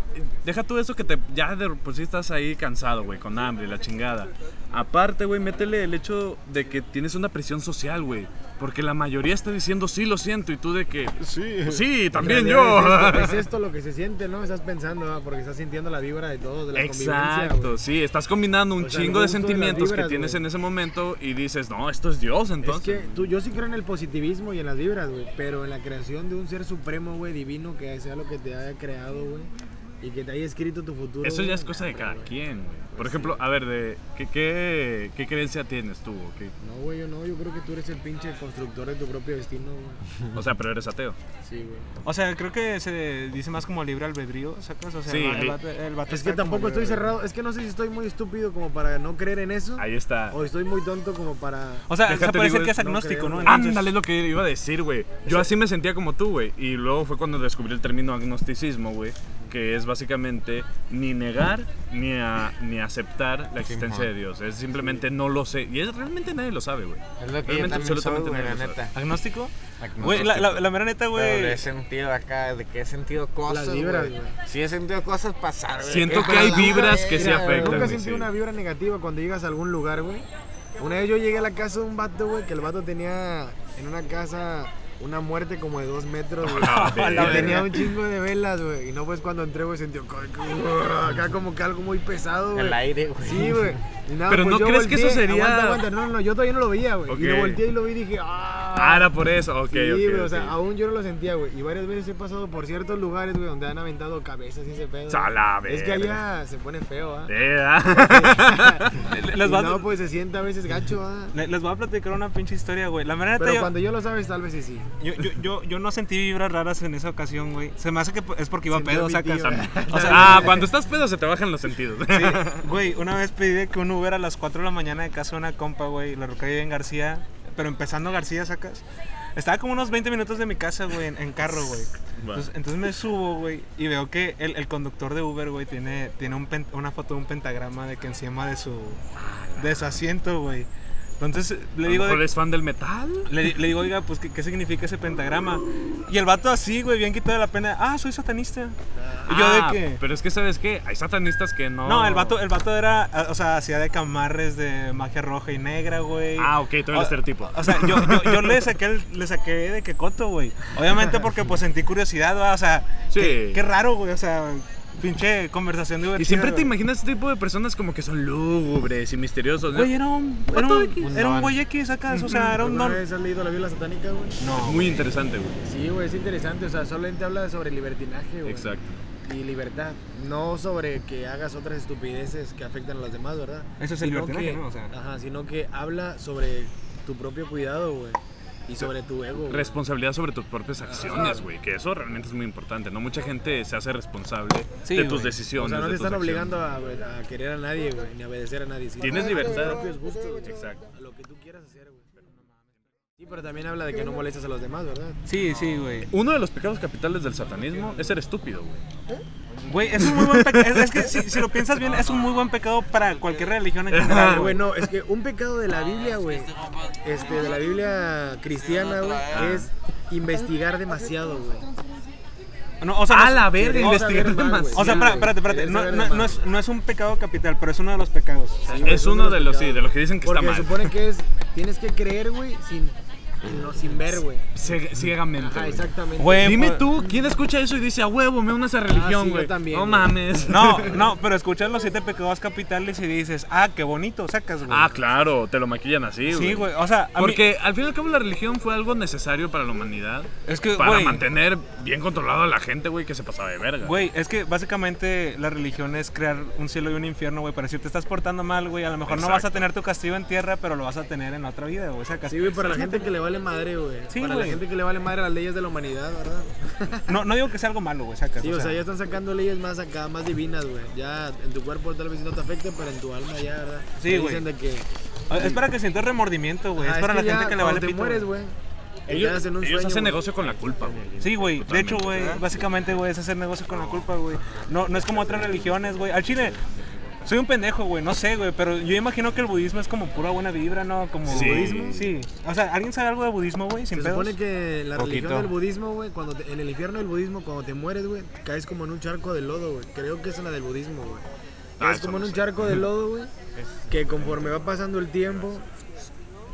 [SPEAKER 7] deja tú eso que te, ya de por sí estás ahí cansado, güey, con hambre, y la chingada. Aparte, güey, métele el hecho de que tienes una presión social, güey. Porque la mayoría está diciendo, sí, lo siento, y tú de que. Sí, sí, también
[SPEAKER 4] En
[SPEAKER 7] yo.
[SPEAKER 4] realidad Es esto,
[SPEAKER 7] *laughs*
[SPEAKER 4] es esto lo que se siente, ¿no? Estás pensando, ah, porque estás sintiendo la vibra de todos, de la convivencia.
[SPEAKER 7] Exacto,
[SPEAKER 4] güey.
[SPEAKER 7] sí, estás combinando un
[SPEAKER 4] O sea, el
[SPEAKER 7] chingo de
[SPEAKER 4] gusto de las
[SPEAKER 7] sentimientos
[SPEAKER 4] vibras,
[SPEAKER 7] que tienes
[SPEAKER 4] güey.
[SPEAKER 7] en ese momento y dices, no, esto es Dios,
[SPEAKER 4] Es
[SPEAKER 7] entonces.
[SPEAKER 4] que tú, yo sí creo en el positivismo y en las vibras, güey, pero en la creación de un ser supremo, güey, divino, que sea lo que te haya creado, güey, y que te haya escrito tu futuro.
[SPEAKER 7] Eso
[SPEAKER 4] güey,
[SPEAKER 7] ya es cosa de
[SPEAKER 4] nah,
[SPEAKER 7] cada
[SPEAKER 4] güey.
[SPEAKER 7] quien, güey. Por ejemplo, a ver, de ¿qué, qué, qué creencia tienes tú? o qué?
[SPEAKER 4] No, güey, yo no, yo creo que tú eres el pinche constructor de tu propio destino, güey.
[SPEAKER 7] O sea, pero eres ateo.
[SPEAKER 4] Sí, güey.
[SPEAKER 2] O sea, creo que se dice más como libre albedrío, ¿sacas? O sea,
[SPEAKER 7] Sí.
[SPEAKER 2] el, va- el vato- el vato
[SPEAKER 4] Es que
[SPEAKER 2] está como
[SPEAKER 4] tampoco estoy
[SPEAKER 2] libre.
[SPEAKER 4] cerrado, es que no sé si estoy muy estúpido como para no creer en eso,
[SPEAKER 7] Ahí está.
[SPEAKER 4] o estoy muy tonto como para...
[SPEAKER 2] O sea,
[SPEAKER 7] Déjate
[SPEAKER 2] se puede
[SPEAKER 7] digo,
[SPEAKER 2] ser que es
[SPEAKER 4] no
[SPEAKER 2] agnóstico,
[SPEAKER 4] creo,
[SPEAKER 2] ¿no?
[SPEAKER 4] güey.
[SPEAKER 2] Entonces-
[SPEAKER 7] Ándale lo que iba a decir, güey. Yo así me sentía como tú, güey. Y luego fue cuando descubrí el término agnosticismo, güey. Que es básicamente ni negar ni, a- ni aceptar la existencia de Dios. Es simplemente no lo sé. Y es, realmente nadie lo sabe, güey.
[SPEAKER 3] Es lo que yo
[SPEAKER 7] Realmente,
[SPEAKER 3] también soy,
[SPEAKER 7] absolutamente
[SPEAKER 3] güey, la
[SPEAKER 7] nadie lo
[SPEAKER 3] neta.
[SPEAKER 2] ¿Agnóstico? Güey, la, la, la mera neta,
[SPEAKER 3] Pero
[SPEAKER 2] güey.
[SPEAKER 3] he sentido acá, de que he sentido cosas.
[SPEAKER 4] Las vibras,
[SPEAKER 3] güey.
[SPEAKER 4] güey.
[SPEAKER 3] Sí, he sentido cosas pasar. güey.
[SPEAKER 7] Siento
[SPEAKER 3] Qué
[SPEAKER 7] que hay
[SPEAKER 3] mala
[SPEAKER 7] vibras que sí
[SPEAKER 3] verga, güey.
[SPEAKER 7] afectan.
[SPEAKER 4] Nunca
[SPEAKER 7] güey,
[SPEAKER 4] sentí
[SPEAKER 7] sí.
[SPEAKER 4] una vibra negativa cuando llegas a algún lugar, güey. Una vez yo llegué a la casa de un vato, güey, que el vato tenía en una casa una muerte como de dos metros, güey.
[SPEAKER 7] *laughs* A la
[SPEAKER 4] Y tenía un chingo de velas, güey. Y no, pues cuando entré, güey, sentí co- co- acá como que algo muy pesado, güey.
[SPEAKER 3] El aire, güey.
[SPEAKER 4] Sí, güey. Y nada,
[SPEAKER 7] Pero
[SPEAKER 4] pues
[SPEAKER 7] ¿no
[SPEAKER 4] yo
[SPEAKER 7] crees que eso
[SPEAKER 4] volteé.
[SPEAKER 7] sería-
[SPEAKER 4] Aguanta, aguanta. No, no, no, yo todavía no lo veía, güey. Y
[SPEAKER 7] Ok.
[SPEAKER 4] lo volteé y lo vi y dije, ¡ah!
[SPEAKER 7] Ah, era por eso. Ok,
[SPEAKER 4] Sí,
[SPEAKER 7] ok,
[SPEAKER 4] güey, o
[SPEAKER 7] ok.
[SPEAKER 4] sea,
[SPEAKER 2] ah,
[SPEAKER 4] aún yo no lo sentía, güey. Y varias veces he pasado por ciertos lugares, güey, donde han aventado cabezas y ese pedo.
[SPEAKER 7] A la
[SPEAKER 4] güey. Es que
[SPEAKER 7] verga.
[SPEAKER 4] allá se pone feo,
[SPEAKER 2] *laughs*
[SPEAKER 4] ¿ah?
[SPEAKER 7] Eh, *laughs* ah.
[SPEAKER 2] Le-
[SPEAKER 4] Y
[SPEAKER 2] Les va,
[SPEAKER 4] No, pues se sienta a veces gacho, ¿ah?
[SPEAKER 2] le- les voy a platicar una pinche historia, güey. La mera neta,
[SPEAKER 4] Pero
[SPEAKER 2] yo-
[SPEAKER 4] cuando yo lo sabes, tal vez sí, sí.
[SPEAKER 2] Yo, yo, yo, yo no sentí vibras raras en esa ocasión, güey. Se me hace que es porque iba
[SPEAKER 4] Sentí a
[SPEAKER 2] pedo,
[SPEAKER 4] mi
[SPEAKER 2] sacas.
[SPEAKER 4] tío. *laughs*
[SPEAKER 2] O sea,
[SPEAKER 7] Ah, cuando estás pedo se te bajan los sentidos.
[SPEAKER 2] sí, güey, una vez pedí de que un Uber a las 4 de la mañana de casa de una compa, güey. La roca vive en García, pero empezando García, sacas. Estaba como unos 20 minutos de mi casa, güey, en, en carro, güey.
[SPEAKER 7] Va.
[SPEAKER 2] Entonces, entonces me subo, güey, y veo que el, el conductor de Uber, güey, tiene, tiene un pen- una foto de un pentagrama de que encima de su, de su asiento, güey. Entonces le
[SPEAKER 7] Le
[SPEAKER 2] digo... de-
[SPEAKER 7] ¿Eres fan del metal?
[SPEAKER 2] le, le digo, oiga, pues, ¿qué, qué significa ese pentagrama? Y el vato así, güey, bien quitado de la pena. Ah, soy satanista. Y yo
[SPEAKER 7] Ah,
[SPEAKER 2] de que...
[SPEAKER 7] Pero es que, ¿sabes qué? Hay satanistas que no.
[SPEAKER 2] No, el vato, el vato era, ah, o sea, hacía de camarres de magia roja y negra, güey.
[SPEAKER 7] Ah, ok, todo el
[SPEAKER 2] O-
[SPEAKER 7] estereotipo.
[SPEAKER 2] O sea, yo, yo, yo le saqué el- le saqué de que coto, güey. Obviamente porque pues sentí curiosidad, ¿va? o sea,
[SPEAKER 7] Sí.
[SPEAKER 2] qué, qué raro, güey, o sea, pinche conversación divertida.
[SPEAKER 7] Y siempre te
[SPEAKER 2] güey.
[SPEAKER 7] imaginas este tipo de personas como que son lúgubres y misteriosos. ¿no?
[SPEAKER 2] Güey, era un, era
[SPEAKER 7] Vato
[SPEAKER 2] un,
[SPEAKER 7] X.
[SPEAKER 2] era un güey X, ¿sacas? O sea, era un
[SPEAKER 4] *laughs* ¿Alguna
[SPEAKER 2] don.
[SPEAKER 4] vez has leído la Biblia satánica, güey?
[SPEAKER 7] Es muy interesante, güey.
[SPEAKER 4] Sí, güey, es interesante. O sea, solamente habla sobre libertinaje, güey.
[SPEAKER 7] Exacto.
[SPEAKER 4] Y libertad. No sobre que hagas otras estupideces que afectan a los demás, ¿verdad?
[SPEAKER 2] Eso es el
[SPEAKER 4] Sino
[SPEAKER 2] libertinaje,
[SPEAKER 4] que-
[SPEAKER 2] ¿no? O sea.
[SPEAKER 4] Ajá, sino que habla sobre tu propio cuidado, güey. Y sobre tu ego. güey.
[SPEAKER 7] Responsabilidad sobre tus propias acciones, güey. Que eso realmente es muy importante, ¿no? Mucha gente se hace responsable
[SPEAKER 2] Sí,
[SPEAKER 7] de tus
[SPEAKER 2] güey.
[SPEAKER 7] decisiones.
[SPEAKER 4] O sea, no
[SPEAKER 7] de
[SPEAKER 4] te
[SPEAKER 7] tus
[SPEAKER 4] están obligando
[SPEAKER 7] acciones.
[SPEAKER 4] a, a querer a nadie, güey, ni a obedecer a nadie. sino
[SPEAKER 7] Tienes
[SPEAKER 4] a
[SPEAKER 7] libertad.
[SPEAKER 4] tus propios gustos, güey.
[SPEAKER 7] Exacto.
[SPEAKER 4] A lo que tú quieras hacer, güey. Sí, pero también habla de que no molestas a los demás, ¿verdad?
[SPEAKER 2] Sí, sí, güey.
[SPEAKER 7] Uno de los pecados capitales del satanismo es ser estúpido, güey.
[SPEAKER 2] Güey, es un muy buen pecado. Es, es que si, si lo piensas bien, es un muy buen pecado para cualquier religión en
[SPEAKER 4] Ah,
[SPEAKER 2] general,
[SPEAKER 4] güey,
[SPEAKER 2] güey.
[SPEAKER 4] no, es que un pecado de la Biblia, güey, Ah, este, de ah. la Biblia cristiana, güey, es investigar demasiado, güey.
[SPEAKER 2] No, o sea,
[SPEAKER 5] a
[SPEAKER 2] no-
[SPEAKER 5] la verga,
[SPEAKER 4] queremos saber
[SPEAKER 5] investigar de
[SPEAKER 4] más, güey.
[SPEAKER 5] más.
[SPEAKER 2] O sea,
[SPEAKER 4] güey.
[SPEAKER 2] espera- espérate, espérate.
[SPEAKER 4] Quieres
[SPEAKER 2] No,
[SPEAKER 4] saber
[SPEAKER 2] no-
[SPEAKER 4] de
[SPEAKER 2] no
[SPEAKER 4] más.
[SPEAKER 2] es, no es un pecado capital, pero es uno de los pecados.
[SPEAKER 7] Es uno de los, sí, de los que dicen que
[SPEAKER 4] Porque
[SPEAKER 7] está mal.
[SPEAKER 4] supone que es, tienes que creer, güey, sin, no, sin ver, güey.
[SPEAKER 7] Cieg- Ciegamente.
[SPEAKER 4] Ajá,
[SPEAKER 7] güey.
[SPEAKER 4] exactamente.
[SPEAKER 2] Güey,
[SPEAKER 7] Dime
[SPEAKER 2] pues-
[SPEAKER 7] tú, ¿quién escucha eso y dice, a huevo, me uno a esa
[SPEAKER 4] Ah, sí,
[SPEAKER 7] religión,
[SPEAKER 4] yo
[SPEAKER 7] güey?
[SPEAKER 4] también,
[SPEAKER 7] no
[SPEAKER 4] güey.
[SPEAKER 7] mames.
[SPEAKER 2] No, no, pero escuchas los siete pecados capitales y dices, ah, qué bonito, sacas, güey.
[SPEAKER 7] *laughs* Ah, claro, te lo maquillan así, güey.
[SPEAKER 2] Sí, güey. O sea, a mí-
[SPEAKER 7] Porque al fin y al cabo la religión fue algo necesario para la humanidad.
[SPEAKER 2] es que,
[SPEAKER 7] Para
[SPEAKER 2] güey,
[SPEAKER 7] mantener bien controlado a la gente, güey, que se pasaba de verga.
[SPEAKER 2] Güey, es que básicamente la religión es crear un cielo y un infierno, güey, para decir, te estás portando mal, güey, a lo mejor no vas a
[SPEAKER 7] Exacto.
[SPEAKER 2] tener tu castigo en tierra, pero lo vas a tener en la otra vida, güey, sacas.
[SPEAKER 4] Sí, güey, para la gente que le vale madre, güey.
[SPEAKER 2] Sí,
[SPEAKER 4] para
[SPEAKER 2] güey.
[SPEAKER 4] la gente que le vale madre las leyes de la humanidad, ¿verdad?
[SPEAKER 2] No, no digo que sea algo malo, güey, sacas.
[SPEAKER 4] Sí,
[SPEAKER 2] o sea,
[SPEAKER 4] ya están sacando leyes más acá, más divinas, güey. Ya en tu cuerpo tal vez no te afecte, pero en tu alma ya, ¿verdad?
[SPEAKER 2] Sí,
[SPEAKER 4] Te
[SPEAKER 2] güey.
[SPEAKER 4] Dicen de que.
[SPEAKER 2] ah, es para que sientas remordimiento, güey,
[SPEAKER 4] ah,
[SPEAKER 2] es para la
[SPEAKER 4] ya
[SPEAKER 2] gente que le
[SPEAKER 4] cuando
[SPEAKER 2] vale
[SPEAKER 4] te
[SPEAKER 2] pito,
[SPEAKER 4] mueres,
[SPEAKER 2] güey.
[SPEAKER 4] güey. te
[SPEAKER 7] ellos,
[SPEAKER 4] quedas en un
[SPEAKER 7] ellos
[SPEAKER 4] sueño,
[SPEAKER 7] hacen
[SPEAKER 4] güey.
[SPEAKER 7] negocio con la culpa, güey.
[SPEAKER 2] Sí, güey. De hecho,
[SPEAKER 7] Totalmente.
[SPEAKER 2] güey, básicamente, güey, es hacer negocio con la culpa, güey. No, no es como otras religiones, güey. Al Chile, soy un pendejo, güey, no sé, güey, pero yo imagino que el budismo es como pura buena vibra, ¿no? Como
[SPEAKER 7] Sí.
[SPEAKER 2] budismo. Sí. O sea, ¿alguien sabe algo de budismo, güey? Sin
[SPEAKER 4] Se
[SPEAKER 2] pedos.
[SPEAKER 4] supone que la religión
[SPEAKER 3] Poquito.
[SPEAKER 4] del budismo, güey, cuando te- en el infierno del budismo, cuando te mueres, güey, caes como en un charco de lodo, güey. Creo que es en la del budismo, güey.
[SPEAKER 7] Ah,
[SPEAKER 4] Caes
[SPEAKER 7] eso
[SPEAKER 4] como en
[SPEAKER 7] no
[SPEAKER 4] un
[SPEAKER 7] sé.
[SPEAKER 4] charco de lodo,
[SPEAKER 7] *laughs*
[SPEAKER 4] güey, que conforme va pasando el tiempo,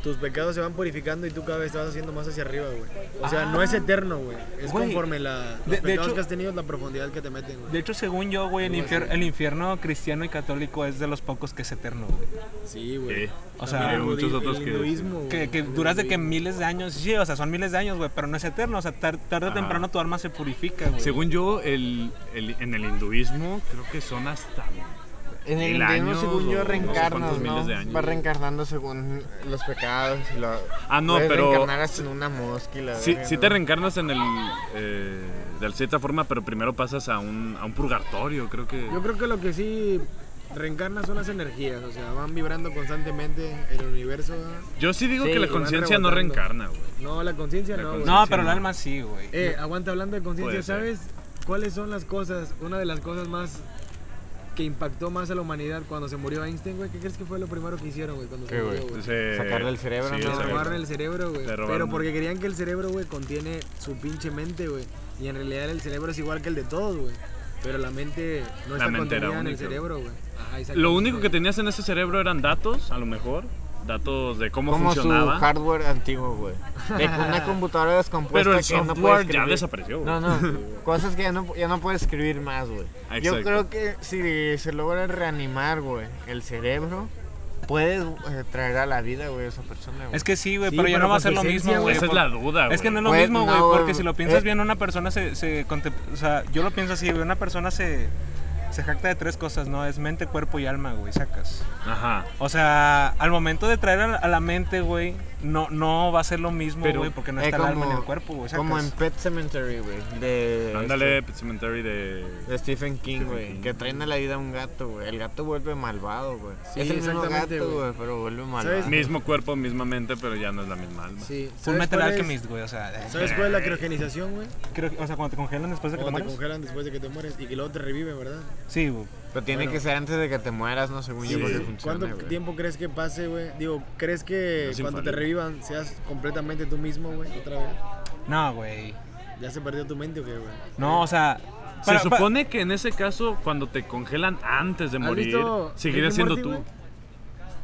[SPEAKER 4] tus pecados se van purificando y tú cada vez te vas haciendo más hacia arriba, güey. O sea, no es eterno, güey. Es
[SPEAKER 2] Ah. Güey.
[SPEAKER 4] conforme la, los
[SPEAKER 2] De- de
[SPEAKER 4] pecados
[SPEAKER 2] hecho-
[SPEAKER 4] que has tenido, la profundidad que te meten,
[SPEAKER 2] De
[SPEAKER 4] güey.
[SPEAKER 2] hecho, según yo, güey, el, infier- el infierno cristiano y católico es de los pocos que es eterno, güey.
[SPEAKER 4] Sí, güey.
[SPEAKER 7] Sí.
[SPEAKER 2] O
[SPEAKER 4] También
[SPEAKER 2] sea,
[SPEAKER 7] hay
[SPEAKER 4] el
[SPEAKER 7] muchos
[SPEAKER 4] budi-
[SPEAKER 7] otros
[SPEAKER 4] el
[SPEAKER 7] que-
[SPEAKER 4] hinduismo, güey.
[SPEAKER 2] que, que
[SPEAKER 4] El
[SPEAKER 2] duras de que
[SPEAKER 4] hinduismo.
[SPEAKER 2] miles de años, sí, o sea, son miles de años, güey, pero no es eterno, o sea, tar- tarde o
[SPEAKER 7] Ajá.
[SPEAKER 2] temprano tu alma se purifica, güey.
[SPEAKER 7] Según yo, el, el- en el hinduismo creo que son hasta...
[SPEAKER 3] En el
[SPEAKER 7] Mil
[SPEAKER 3] infierno,
[SPEAKER 7] años
[SPEAKER 3] según
[SPEAKER 7] o
[SPEAKER 3] yo,
[SPEAKER 7] no sé
[SPEAKER 3] reencarnas,
[SPEAKER 7] cuántos
[SPEAKER 3] ¿no?
[SPEAKER 7] miles de años.
[SPEAKER 3] Va reencarnando según los pecados. y lo-
[SPEAKER 7] Ah, no,
[SPEAKER 3] puedes
[SPEAKER 7] pero-
[SPEAKER 3] reencarnar hasta en una mosca y la
[SPEAKER 7] Sí,
[SPEAKER 3] verga,
[SPEAKER 7] sí
[SPEAKER 3] ¿no?
[SPEAKER 7] te reencarnas en el... eh, de cierta forma, pero primero pasas a un, a un purgatorio, creo que...
[SPEAKER 4] Yo creo que lo que sí reencarna son las energías, o sea, van vibrando constantemente el universo. ¿verdad?
[SPEAKER 7] Yo sí digo
[SPEAKER 4] Sí,
[SPEAKER 7] que la
[SPEAKER 4] y van
[SPEAKER 7] conciencia no
[SPEAKER 4] rebotando.
[SPEAKER 7] reencarna, güey.
[SPEAKER 4] No, la conciencia
[SPEAKER 7] La
[SPEAKER 4] no, güey.
[SPEAKER 7] conciencia.
[SPEAKER 2] no, pero el
[SPEAKER 7] no.
[SPEAKER 2] alma sí, güey.
[SPEAKER 4] Eh, aguanta hablando de conciencia,
[SPEAKER 7] Puede ser.
[SPEAKER 4] ¿sabes cuáles son las cosas? Una de las cosas más que impactó más a la humanidad cuando se murió Einstein, güey. ¿Qué crees que fue lo primero que hicieron, güey, cuando se
[SPEAKER 3] ¿Qué,
[SPEAKER 4] murió,
[SPEAKER 3] güey?
[SPEAKER 4] güey?
[SPEAKER 7] Entonces,
[SPEAKER 3] Sacarle el cerebro,
[SPEAKER 7] sí,
[SPEAKER 3] ¿no?
[SPEAKER 7] el
[SPEAKER 4] Le
[SPEAKER 3] Exacto.
[SPEAKER 4] robaron el cerebro, güey.
[SPEAKER 7] Le robaron-
[SPEAKER 4] Pero porque querían que el cerebro, güey, contiene su pinche mente, güey. Y en realidad el cerebro es igual que el de todos, güey. Pero la mente no
[SPEAKER 7] La
[SPEAKER 4] está
[SPEAKER 7] mente
[SPEAKER 4] contenida
[SPEAKER 7] era
[SPEAKER 4] en el
[SPEAKER 7] única, güey.
[SPEAKER 4] cerebro, güey. Ajá,
[SPEAKER 7] Lo
[SPEAKER 4] exactamente.
[SPEAKER 7] único que tenías en ese cerebro eran datos, a lo mejor. Datos de cómo
[SPEAKER 3] Como su
[SPEAKER 7] funcionaba.
[SPEAKER 3] hardware antiguo, güey. De que una computadora descompuesta
[SPEAKER 7] Pero el
[SPEAKER 3] que ya no puede
[SPEAKER 7] software ya
[SPEAKER 3] escribir.
[SPEAKER 7] desapareció, güey.
[SPEAKER 3] No, no. Cosas que ya no, ya no puede escribir más, güey. Yo
[SPEAKER 7] Exacto.
[SPEAKER 3] creo que si se logra reanimar, güey, el cerebro, puedes eh, traer a la vida, güey, a esa persona, güey.
[SPEAKER 2] Es que sí, güey,
[SPEAKER 4] Sí,
[SPEAKER 2] pero ya
[SPEAKER 4] pero
[SPEAKER 2] no va a
[SPEAKER 4] con
[SPEAKER 2] ser
[SPEAKER 4] su
[SPEAKER 2] lo
[SPEAKER 4] esencia,
[SPEAKER 2] mismo, güey.
[SPEAKER 7] Esa es
[SPEAKER 2] por-
[SPEAKER 7] la duda, güey.
[SPEAKER 2] Es que no es lo
[SPEAKER 3] Pues,
[SPEAKER 2] mismo, güey,
[SPEAKER 3] no,
[SPEAKER 2] porque si lo piensas
[SPEAKER 3] eh.
[SPEAKER 2] bien, una persona se, se contem- O sea, yo lo pienso así, güey, una persona se, se jacta de tres cosas, ¿no? Es mente, cuerpo y alma, güey, sacas.
[SPEAKER 7] Ajá.
[SPEAKER 2] O sea, al momento de traer a la, a la mente, güey, no, no va a ser lo mismo,
[SPEAKER 7] Pero,
[SPEAKER 2] güey, porque no
[SPEAKER 3] Eh,
[SPEAKER 2] está el alma en el cuerpo, güey, sacas.
[SPEAKER 3] como en Pet Cemetery, güey. De
[SPEAKER 7] Ándale,
[SPEAKER 3] este,
[SPEAKER 7] Pet Cemetery de.
[SPEAKER 3] de Stephen King, güey.
[SPEAKER 7] King.
[SPEAKER 3] Que traen a la vida a un gato, güey. El gato vuelve malvado, güey.
[SPEAKER 4] Sí,
[SPEAKER 3] es el mismo
[SPEAKER 4] exactamente,
[SPEAKER 3] gato,
[SPEAKER 4] güey.
[SPEAKER 3] güey, pero vuelve malvado.
[SPEAKER 7] Mismo cuerpo, misma mente, pero ya no es la misma alma.
[SPEAKER 4] Sí.
[SPEAKER 2] Full
[SPEAKER 4] ¿Sabes
[SPEAKER 2] Metal
[SPEAKER 4] cuál es-
[SPEAKER 2] Alchemist, güey, o sea. eh,
[SPEAKER 4] ¿Sabes cuál es la criogenización, güey?
[SPEAKER 2] Creo que, o sea, cuando te congelan después de que te
[SPEAKER 4] Cuando te
[SPEAKER 2] mueres.
[SPEAKER 4] congelan después de que te mueres y que luego te reviven, ¿verdad?
[SPEAKER 2] Sí, güey.
[SPEAKER 3] Pero tiene
[SPEAKER 4] Bueno.
[SPEAKER 3] que ser antes de que te mueras, no según yo, porque funciona,
[SPEAKER 4] ¿Cuánto
[SPEAKER 3] güey.
[SPEAKER 4] tiempo crees que pase, güey? Digo, ¿crees que
[SPEAKER 7] No es
[SPEAKER 4] cuando te
[SPEAKER 7] infalible.
[SPEAKER 4] revivan seas completamente tú mismo, güey? Otra vez.
[SPEAKER 2] No, güey.
[SPEAKER 4] ¿Ya se perdió tu mente o qué, güey?
[SPEAKER 2] No, o sea.
[SPEAKER 7] Se
[SPEAKER 2] para- para-
[SPEAKER 7] supone que en ese caso, cuando te congelan antes de
[SPEAKER 4] ¿Has
[SPEAKER 7] morir,
[SPEAKER 4] visto Rick
[SPEAKER 7] seguirías
[SPEAKER 4] y
[SPEAKER 7] siendo
[SPEAKER 4] Morty,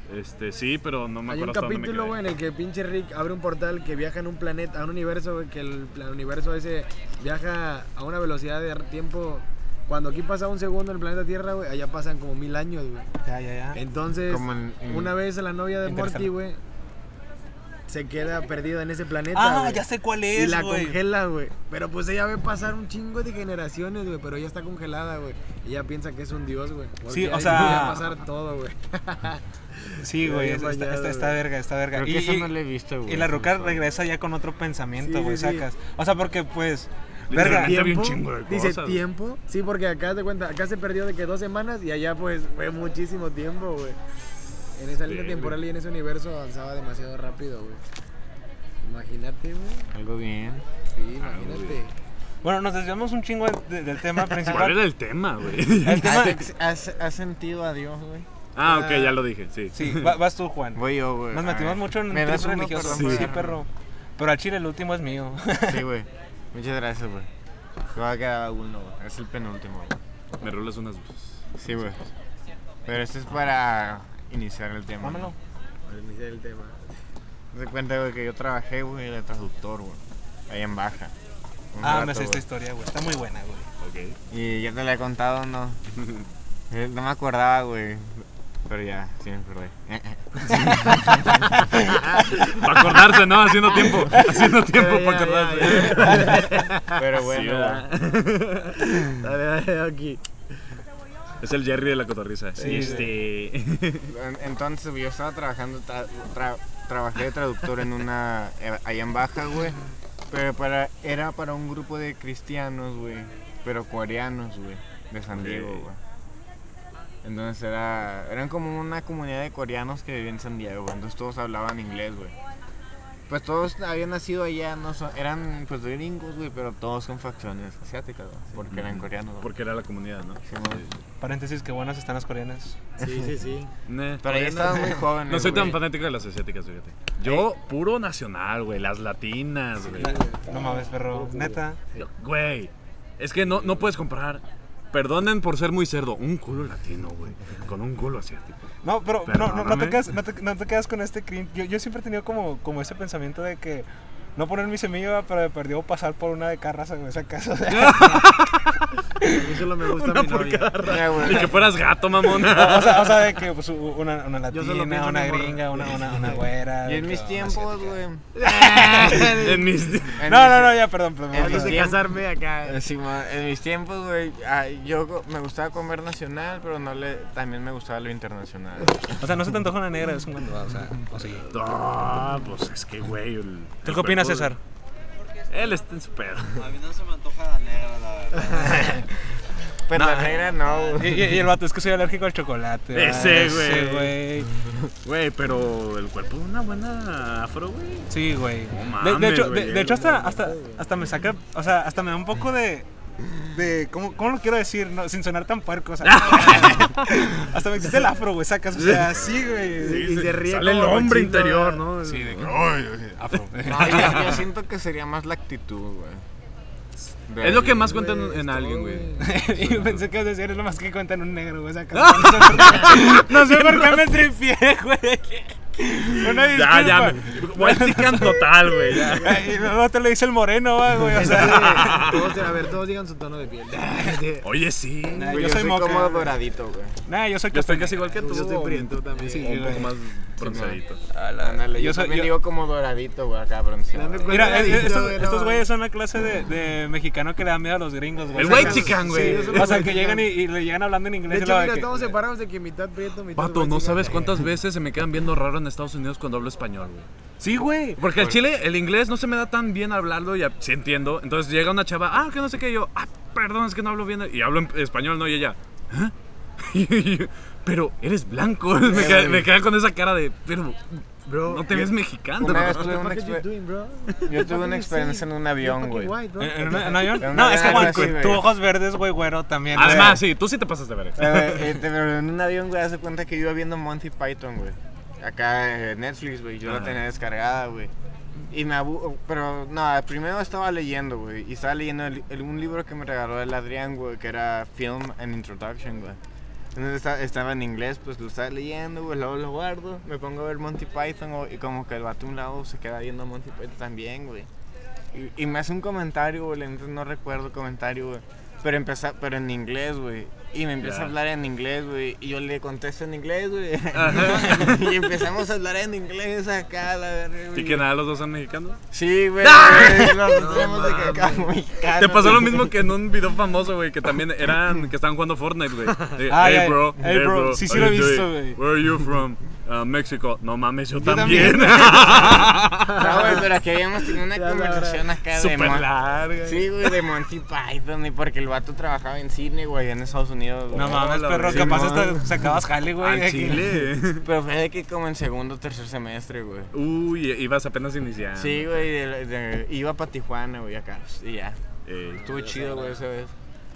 [SPEAKER 7] tú. Este, sí, pero no me
[SPEAKER 4] Hay un
[SPEAKER 7] acuerdo hasta dónde me
[SPEAKER 4] capítulo,
[SPEAKER 7] quedé.
[SPEAKER 4] güey, en el que pinche Rick abre un portal que viaja en un planeta, a un universo, güey, que el, pla- universo ese viaja a una velocidad de tiempo. Cuando aquí pasa un segundo en el planeta Tierra, güey, allá pasan como mil años, güey.
[SPEAKER 2] Ya, ya, ya.
[SPEAKER 4] Entonces,
[SPEAKER 3] Como en- en-
[SPEAKER 4] una vez la novia de
[SPEAKER 2] Interestelar.
[SPEAKER 4] Morty, güey, se queda perdida en ese planeta.
[SPEAKER 2] Ah,
[SPEAKER 4] güey.
[SPEAKER 2] ya sé cuál
[SPEAKER 4] Y
[SPEAKER 2] es,
[SPEAKER 4] la
[SPEAKER 2] güey.
[SPEAKER 4] congela, güey. Pero pues ella ve pasar un chingo de generaciones, güey. Pero ella está congelada, güey. Ella piensa que es un dios, güey. porque
[SPEAKER 2] Sí, o
[SPEAKER 4] ya-
[SPEAKER 2] sea-
[SPEAKER 4] ya Va a pasar todo,
[SPEAKER 7] *laughs*
[SPEAKER 4] güey.
[SPEAKER 2] Sí,
[SPEAKER 4] Ya
[SPEAKER 2] güey.
[SPEAKER 4] bien
[SPEAKER 2] Esta,
[SPEAKER 4] bañado,
[SPEAKER 2] esta- esta
[SPEAKER 4] güey.
[SPEAKER 2] verga, esta verga.
[SPEAKER 3] Creo
[SPEAKER 2] y,
[SPEAKER 3] que eso
[SPEAKER 2] y-
[SPEAKER 3] no lo he visto, güey.
[SPEAKER 2] y la roca
[SPEAKER 3] Sorry.
[SPEAKER 2] regresa ya con otro pensamiento,
[SPEAKER 4] Sí,
[SPEAKER 2] güey,
[SPEAKER 4] sí, sí.
[SPEAKER 2] sacas. O sea, porque pues. Verga.
[SPEAKER 7] Literalmente había un chingo de
[SPEAKER 4] Dice
[SPEAKER 7] cosas.
[SPEAKER 4] tiempo. Sí, porque acá te cuenta, acá se perdió de que dos semanas y allá pues fue muchísimo tiempo, güey. En esa línea
[SPEAKER 7] Sí,
[SPEAKER 4] temporal y en ese universo avanzaba demasiado rápido, güey. Imagínate, güey.
[SPEAKER 3] Algo bien.
[SPEAKER 4] Sí,
[SPEAKER 7] Ah,
[SPEAKER 4] imagínate. Eh,
[SPEAKER 2] Bueno, nos desviamos un chingo de- de- del
[SPEAKER 3] *laughs*
[SPEAKER 2] tema
[SPEAKER 7] ¿Cuál
[SPEAKER 2] principal.
[SPEAKER 7] era el tema,
[SPEAKER 4] *laughs*
[SPEAKER 7] güey?
[SPEAKER 2] El tema.
[SPEAKER 3] ¿Has, has- has sentido a Dios, güey?
[SPEAKER 7] ah, ok, ya lo dije, sí.
[SPEAKER 2] Sí, va- vas tú, Juan.
[SPEAKER 3] Voy yo, güey.
[SPEAKER 2] Nos
[SPEAKER 3] A
[SPEAKER 2] metimos
[SPEAKER 3] ver.
[SPEAKER 2] mucho en
[SPEAKER 3] ¿Me das
[SPEAKER 2] temas
[SPEAKER 3] uno,
[SPEAKER 2] religiosos.
[SPEAKER 3] perdón,
[SPEAKER 2] Sí,
[SPEAKER 3] para-
[SPEAKER 2] perro. Pero al chile el último es mío.
[SPEAKER 3] Sí, güey. Muchas gracias, güey. Todavía quedaba uno, güey. Es el penúltimo, güey.
[SPEAKER 7] Me rolas unas luces.
[SPEAKER 3] Sí, güey. Pero esto es para iniciar el tema. Mámalo.
[SPEAKER 4] Para iniciar el tema.
[SPEAKER 3] Me cuenta, güey, que yo trabajé, güey, de traductor, güey. Ahí en Baja.
[SPEAKER 2] *laughs*
[SPEAKER 3] Un
[SPEAKER 2] Ah, me
[SPEAKER 3] rato,
[SPEAKER 2] sé esta
[SPEAKER 3] güey.
[SPEAKER 2] historia, güey. Está muy buena, güey.
[SPEAKER 7] Ok. *laughs*
[SPEAKER 3] Y ya te la he contado, ¿no?
[SPEAKER 2] *laughs*
[SPEAKER 3] Eh, No me acordaba, güey. Pero ya, sí me acordé.
[SPEAKER 7] Para acordarse, ¿no?
[SPEAKER 4] *laughs*
[SPEAKER 7] Haciendo tiempo. Haciendo tiempo
[SPEAKER 4] Ya,
[SPEAKER 7] para
[SPEAKER 4] ya,
[SPEAKER 7] acordarse.
[SPEAKER 2] Ah,
[SPEAKER 3] Pero bueno,
[SPEAKER 7] ¿verdad?
[SPEAKER 4] Dale, dale, aquí.
[SPEAKER 7] Es el Jerry de la cotorriza. Sí, este. *laughs*
[SPEAKER 3] En- Entonces, güey, yo estaba trabajando, tra- tra- trabajé de traductor en una, eh, allá en Baja, güey. Pero para, era para un grupo de cristianos, güey. Pero coreanos, güey. De San Diego,
[SPEAKER 7] Ok.
[SPEAKER 3] güey. Entonces era, eran como una comunidad de coreanos que vivían en San Diego, güey. Entonces todos hablaban inglés, güey. Pues todos habían nacido allá, no son- eran pues gringos, güey, pero todos con facciones asiáticas, güey, porque eran
[SPEAKER 2] Mm. *laughs*
[SPEAKER 3] coreanos. güey.
[SPEAKER 7] Porque era la comunidad, ¿no?
[SPEAKER 3] Sí, güey.
[SPEAKER 2] Paréntesis, qué buenas están las coreanas.
[SPEAKER 4] Sí, sí, sí.
[SPEAKER 7] Nah,
[SPEAKER 3] Pero ahí
[SPEAKER 7] no-
[SPEAKER 3] estaban muy jóvenes.
[SPEAKER 7] No soy tan
[SPEAKER 3] güey.
[SPEAKER 7] fanático de las asiáticas, fíjate. Yo, puro nacional, güey. Las latinas, güey.
[SPEAKER 2] No mames, perro. Neta.
[SPEAKER 7] Yo, Güey, es que no, no puedes comparar. Perdonen por ser muy cerdo. Un culo latino, güey. Con un culo asiático.
[SPEAKER 2] No, pero no, no, no,
[SPEAKER 7] Perdóname.
[SPEAKER 2] te quedas, no, te, no te quedas con este cringe. Yo, yo siempre he tenido como, como ese pensamiento de que no poner mi semilla, pero de perdido pasar por una de cada raza, güey. Esa casa. *laughs*
[SPEAKER 4] A mí solo me
[SPEAKER 7] *laughs*
[SPEAKER 4] gusta mi novia.
[SPEAKER 3] Mira, güey.
[SPEAKER 7] Ni que fueras
[SPEAKER 3] *laughs*
[SPEAKER 7] gato, mamona.
[SPEAKER 2] O sea, o sea, de que pues, una, una
[SPEAKER 4] Yo solo
[SPEAKER 2] latina,
[SPEAKER 4] pienso en
[SPEAKER 2] una
[SPEAKER 4] mi morra.
[SPEAKER 2] gringa, una, una, una güera.
[SPEAKER 3] Y
[SPEAKER 2] de
[SPEAKER 3] en
[SPEAKER 2] que
[SPEAKER 3] mis
[SPEAKER 2] una
[SPEAKER 3] tiempos,
[SPEAKER 2] asiática.
[SPEAKER 3] güey.
[SPEAKER 7] en mis.
[SPEAKER 3] en
[SPEAKER 2] No,
[SPEAKER 3] mis-
[SPEAKER 2] no, no, ya, perdón, perdón.
[SPEAKER 3] En mis
[SPEAKER 4] Antes de
[SPEAKER 3] tiempos-
[SPEAKER 4] casarme acá.
[SPEAKER 3] eh, sí, ma, en mis tiempos, güey, ah, yo co- me gustaba comer nacional, pero no le, también me gustaba lo internacional.
[SPEAKER 2] O sea, no se te antoja una negra de vez en cuando, o sea, o sí.
[SPEAKER 7] No, pues es que, güey. el-
[SPEAKER 2] ¿Tú
[SPEAKER 7] el
[SPEAKER 2] qué opinas,
[SPEAKER 7] cuerpo-
[SPEAKER 2] César?
[SPEAKER 7] Él está en su pedo.
[SPEAKER 8] A mí no se me antoja la negra, la verdad.
[SPEAKER 3] Pero Pues la negra no,
[SPEAKER 2] Y,
[SPEAKER 3] güey.
[SPEAKER 2] y- y el vato, es que soy alérgico al chocolate. ¿verdad?
[SPEAKER 7] Ese, güey.
[SPEAKER 2] güey.
[SPEAKER 7] Güey, pero el cuerpo de una buena afro, güey.
[SPEAKER 2] Sí, güey.
[SPEAKER 7] No
[SPEAKER 2] de, de
[SPEAKER 7] mames,
[SPEAKER 2] hecho,
[SPEAKER 7] güey,
[SPEAKER 2] de, de
[SPEAKER 7] es
[SPEAKER 2] hecho hasta,
[SPEAKER 7] una
[SPEAKER 2] hasta, hasta me saca, o sea, hasta me da un poco de... de ¿cómo, cómo lo quiero decir? No, sin sonar tan puerco, o
[SPEAKER 7] *laughs*
[SPEAKER 2] sea, hasta me existe el afro, güey, sacas, o sea, sí, güey.
[SPEAKER 4] Y se ríe
[SPEAKER 7] Sale el
[SPEAKER 4] como
[SPEAKER 7] hombre
[SPEAKER 4] cochino,
[SPEAKER 7] interior,
[SPEAKER 4] ¿verdad?
[SPEAKER 7] ¿no?
[SPEAKER 6] Sí, de que.
[SPEAKER 7] afro.
[SPEAKER 3] No, yo, yo siento que sería más la actitud, güey. De-
[SPEAKER 7] Es lo que más cuentan en alguien, güey.
[SPEAKER 2] *laughs* Y yo pensé que ibas a decir, es lo más que cuentan un negro, güey,
[SPEAKER 7] *laughs*
[SPEAKER 2] sacas. No sé por qué- No sé por qué me tripié, güey. Una disculpa.
[SPEAKER 7] Ya, ya. me- White chican total, güey. ya.
[SPEAKER 2] Y luego te lo dice el moreno, va, güey, o sea... *laughs*
[SPEAKER 7] *laughs*
[SPEAKER 4] Sí, todos- a ver, todos digan su tono de piel. *laughs* Yo
[SPEAKER 7] Oye, sí.
[SPEAKER 2] Nah,
[SPEAKER 3] Güey,
[SPEAKER 2] yo soy moca,
[SPEAKER 3] como
[SPEAKER 2] güey.
[SPEAKER 3] doradito, güey.
[SPEAKER 2] Nah, pues yo soy
[SPEAKER 7] Yo estoy
[SPEAKER 2] castaña.
[SPEAKER 7] casi igual que tú.
[SPEAKER 4] estoy prieto también.
[SPEAKER 2] Sí,
[SPEAKER 7] Un poco
[SPEAKER 2] güey.
[SPEAKER 7] más bronceadito.
[SPEAKER 3] Ándale, yo,
[SPEAKER 2] yo soy-
[SPEAKER 3] también
[SPEAKER 2] yo-
[SPEAKER 3] digo como doradito, güey, acá bronceado.
[SPEAKER 4] Dame cuenta.
[SPEAKER 2] Mira, eh, eh,
[SPEAKER 4] Doradito,
[SPEAKER 2] estos,
[SPEAKER 4] güey, no
[SPEAKER 2] estos
[SPEAKER 4] mames.
[SPEAKER 2] güeyes son la clase de, de mexicano que le da miedo a los gringos, güey.
[SPEAKER 7] El
[SPEAKER 2] O sea,
[SPEAKER 7] white
[SPEAKER 2] que-
[SPEAKER 7] chican, güey.
[SPEAKER 4] yo soy-
[SPEAKER 2] O sea, que llegan y, y le llegan hablando en
[SPEAKER 4] De
[SPEAKER 2] inglés y
[SPEAKER 4] hecho,
[SPEAKER 2] lo de
[SPEAKER 4] mira,
[SPEAKER 2] que-
[SPEAKER 4] estamos separados de que mitad prieto, mitad.
[SPEAKER 7] Pato, no
[SPEAKER 4] guachica.
[SPEAKER 7] sabes cuántas veces se me quedan viendo raro en Estados Unidos cuando hablo español, güey.
[SPEAKER 2] Sí, güey.
[SPEAKER 7] Porque el chile, el inglés no se me da tan bien hablarlo y a- sí entiendo. Entonces llega una chava, ah, que no sé qué, y yo, ah, perdón, es que no hablo bien. Y hablo en español, no, y ella, ¿ah? *laughs* Y yo, Pero eres blanco. *laughs* me, queda, me queda con esa cara de, pero,
[SPEAKER 4] Bro,
[SPEAKER 7] no te ves mexicano.
[SPEAKER 3] Una vez
[SPEAKER 4] What
[SPEAKER 3] tuve
[SPEAKER 4] the
[SPEAKER 3] una,
[SPEAKER 4] fuck are you
[SPEAKER 3] exper-
[SPEAKER 4] doing, bro? *laughs*
[SPEAKER 3] yo tuve una experiencia en un avión, güey.
[SPEAKER 2] ¿En- en un- en un avión?
[SPEAKER 3] En un
[SPEAKER 2] Eh, No, es que
[SPEAKER 3] avión,
[SPEAKER 2] Juan,
[SPEAKER 3] sí,
[SPEAKER 2] con
[SPEAKER 3] güey.
[SPEAKER 2] tus ojos verdes, güey, güero, también. güey.
[SPEAKER 7] Además, sí, tú sí te pasas de ver.
[SPEAKER 3] Pero, eh, te- pero en un avión, güey, hace cuenta que yo iba viendo Monty Python, güey. Acá en Netflix, güey. Yo la
[SPEAKER 7] Ajá.
[SPEAKER 3] tenía descargada, güey. Y me abu Pero, no, primero estaba leyendo, güey. Y estaba leyendo el- el- un libro que me regaló el Adrián, güey, que era Film and Introduction, güey. Entonces esta- estaba, en inglés, pues lo estaba leyendo, güey, luego lo guardo, me pongo a ver Monty Python güey, y como que el vato a un lado se queda viendo Monty Python también, güey. Y, y me hace un comentario, güey, la neta no recuerdo el comentario, güey. Pero, empieza, pero en inglés, güey. Y me empieza
[SPEAKER 7] Ya.
[SPEAKER 3] a hablar en inglés, güey. Y yo le contesto en inglés, güey. *laughs* y empezamos a hablar en inglés acá, la verga, güey.
[SPEAKER 7] Y que nada, los dos son mexicanos.
[SPEAKER 3] Sí, güey. Nos tenemos de que acá
[SPEAKER 2] Ah,
[SPEAKER 3] mexicanos.
[SPEAKER 7] Te pasó lo
[SPEAKER 3] güey.
[SPEAKER 7] mismo que en un video famoso, güey, que también eran, que estaban jugando
[SPEAKER 2] *laughs*
[SPEAKER 7] Fortnite, güey. De,
[SPEAKER 2] Ay,
[SPEAKER 7] hey,
[SPEAKER 2] ay,
[SPEAKER 7] bro,
[SPEAKER 2] hey, bro". Sí, sí
[SPEAKER 7] how
[SPEAKER 2] lo he
[SPEAKER 7] you
[SPEAKER 2] visto, güey.
[SPEAKER 7] doing? Where are you from? "Uh, México. No mames, yo,
[SPEAKER 2] también.
[SPEAKER 7] también.
[SPEAKER 2] *laughs*
[SPEAKER 7] *laughs*
[SPEAKER 3] No, güey, pero aquí habíamos tenido una
[SPEAKER 4] Ya, la
[SPEAKER 3] conversación acá de
[SPEAKER 7] Súper
[SPEAKER 3] mon-
[SPEAKER 7] larga.
[SPEAKER 3] Sí, güey, de Monty Python. Y porque el vato trabajaba en cine, güey, en Estados Unidos. güey.
[SPEAKER 2] No mames,
[SPEAKER 7] Hola,
[SPEAKER 2] perro,
[SPEAKER 7] güey.
[SPEAKER 2] capaz
[SPEAKER 3] Sí,
[SPEAKER 2] hasta
[SPEAKER 3] no.
[SPEAKER 2] sacabas jale, güey. de
[SPEAKER 7] Al
[SPEAKER 2] que-
[SPEAKER 7] Chile. *laughs*
[SPEAKER 3] Pero fue de que como en segundo o tercer semestre, güey.
[SPEAKER 7] Uy, e, ibas apenas iniciando.
[SPEAKER 3] Sí, güey, de- de- iba para Tijuana, güey, acá. Y ya.
[SPEAKER 7] Eh,
[SPEAKER 3] Estuvo chido, güey, esa vez.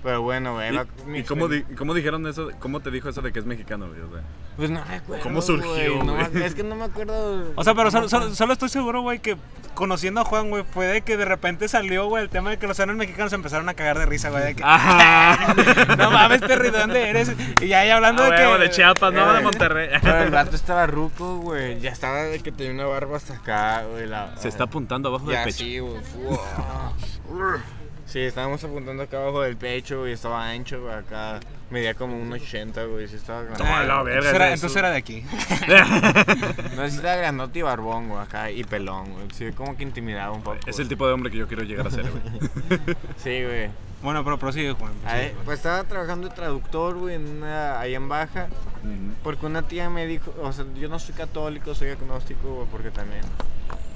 [SPEAKER 3] Pero bueno, güey. ahí va
[SPEAKER 7] ¿Y,
[SPEAKER 3] mi
[SPEAKER 7] y cómo,
[SPEAKER 3] experiencia.
[SPEAKER 7] di- cómo dijeron eso? ¿Cómo te dijo eso de que es mexicano, güey? O
[SPEAKER 2] *laughs*
[SPEAKER 7] sea,
[SPEAKER 3] Pues no recuerdo.
[SPEAKER 7] ¿Cómo surgió,
[SPEAKER 3] güey? No me
[SPEAKER 7] güey?
[SPEAKER 3] ac- es que no me acuerdo.
[SPEAKER 2] O sea, pero solo, solo- solo estoy seguro, güey, que conociendo a Juan, güey, fue de que de repente salió, güey, el tema de que los anos mexicanos se empezaron a cagar de risa, güey. de que,
[SPEAKER 7] Ah. *laughs*
[SPEAKER 2] no mames, Terry, ¿de dónde eres? Y ya ahí hablando
[SPEAKER 7] Ah,
[SPEAKER 2] de que.
[SPEAKER 7] huevo,
[SPEAKER 2] Eh,
[SPEAKER 7] de Chiapas, no, de Monterrey.
[SPEAKER 3] Pero el vato estaba ruco, güey. Ya estaba de que tenía una barba hasta acá, güey. la-
[SPEAKER 7] *laughs* Se está apuntando abajo del
[SPEAKER 3] Ya
[SPEAKER 7] pecho.
[SPEAKER 3] sí, güey. fu- ah.
[SPEAKER 7] *laughs*
[SPEAKER 3] Sí, estábamos apuntando acá abajo del pecho, güey. Estaba ancho, güey. Acá medía como un 80, güey. Sí, estaba grande.
[SPEAKER 7] Toma la verga,
[SPEAKER 2] Eh, Entonces era,
[SPEAKER 7] güey,
[SPEAKER 2] entonces
[SPEAKER 7] eso.
[SPEAKER 2] era de aquí.
[SPEAKER 3] No, sí estaba grandote y barbón, güey, acá, y pelón, güey. Sí, como que intimidaba un poco.
[SPEAKER 7] *laughs* Es el tipo de hombre que yo quiero llegar a ser, güey.
[SPEAKER 2] *laughs*
[SPEAKER 3] Sí, güey.
[SPEAKER 2] Bueno, pero prosigue, Juan. prosigue.
[SPEAKER 3] Ahí- Pues estaba trabajando de traductor, güey, en una, ahí en Baja.
[SPEAKER 7] Ujú.
[SPEAKER 3] Porque una tía me dijo, o sea, yo no soy católico, soy agnóstico, güey, porque también,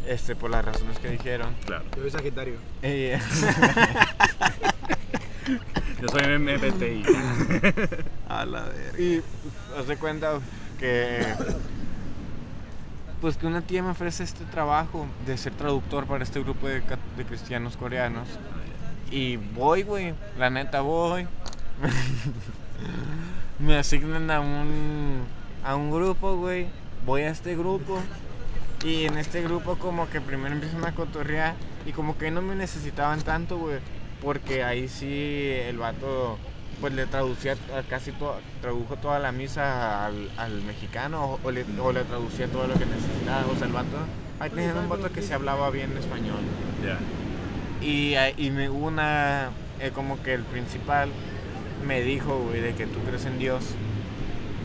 [SPEAKER 3] este, por las razones que dijeron.
[SPEAKER 7] Claro.
[SPEAKER 4] Yo soy Sagitario.
[SPEAKER 3] Y-
[SPEAKER 7] Yo soy MBTI.
[SPEAKER 3] A la verga. Y os de cuenta que. Pues que una tía me ofrece este trabajo de ser traductor para este grupo de, ca- de cristianos coreanos. Y voy, güey. La neta, voy. *laughs* me asignan a un, a un grupo, güey. Voy a este grupo. Y en este grupo como que primero empiezan a cotorrear y como que no me necesitaban tanto, güey. Porque ahí sí el vato pues le traducía a- casi todo, tradujo toda la misa al, al mexicano o, o le, o le traducía todo lo que necesitaba. O sea, el vato, ahí tenían un vato que se hablaba bien español.
[SPEAKER 7] Ya.
[SPEAKER 3] Y, a- y me hubo una, eh, como que el principal me dijo, güey, de que tú crees en Dios.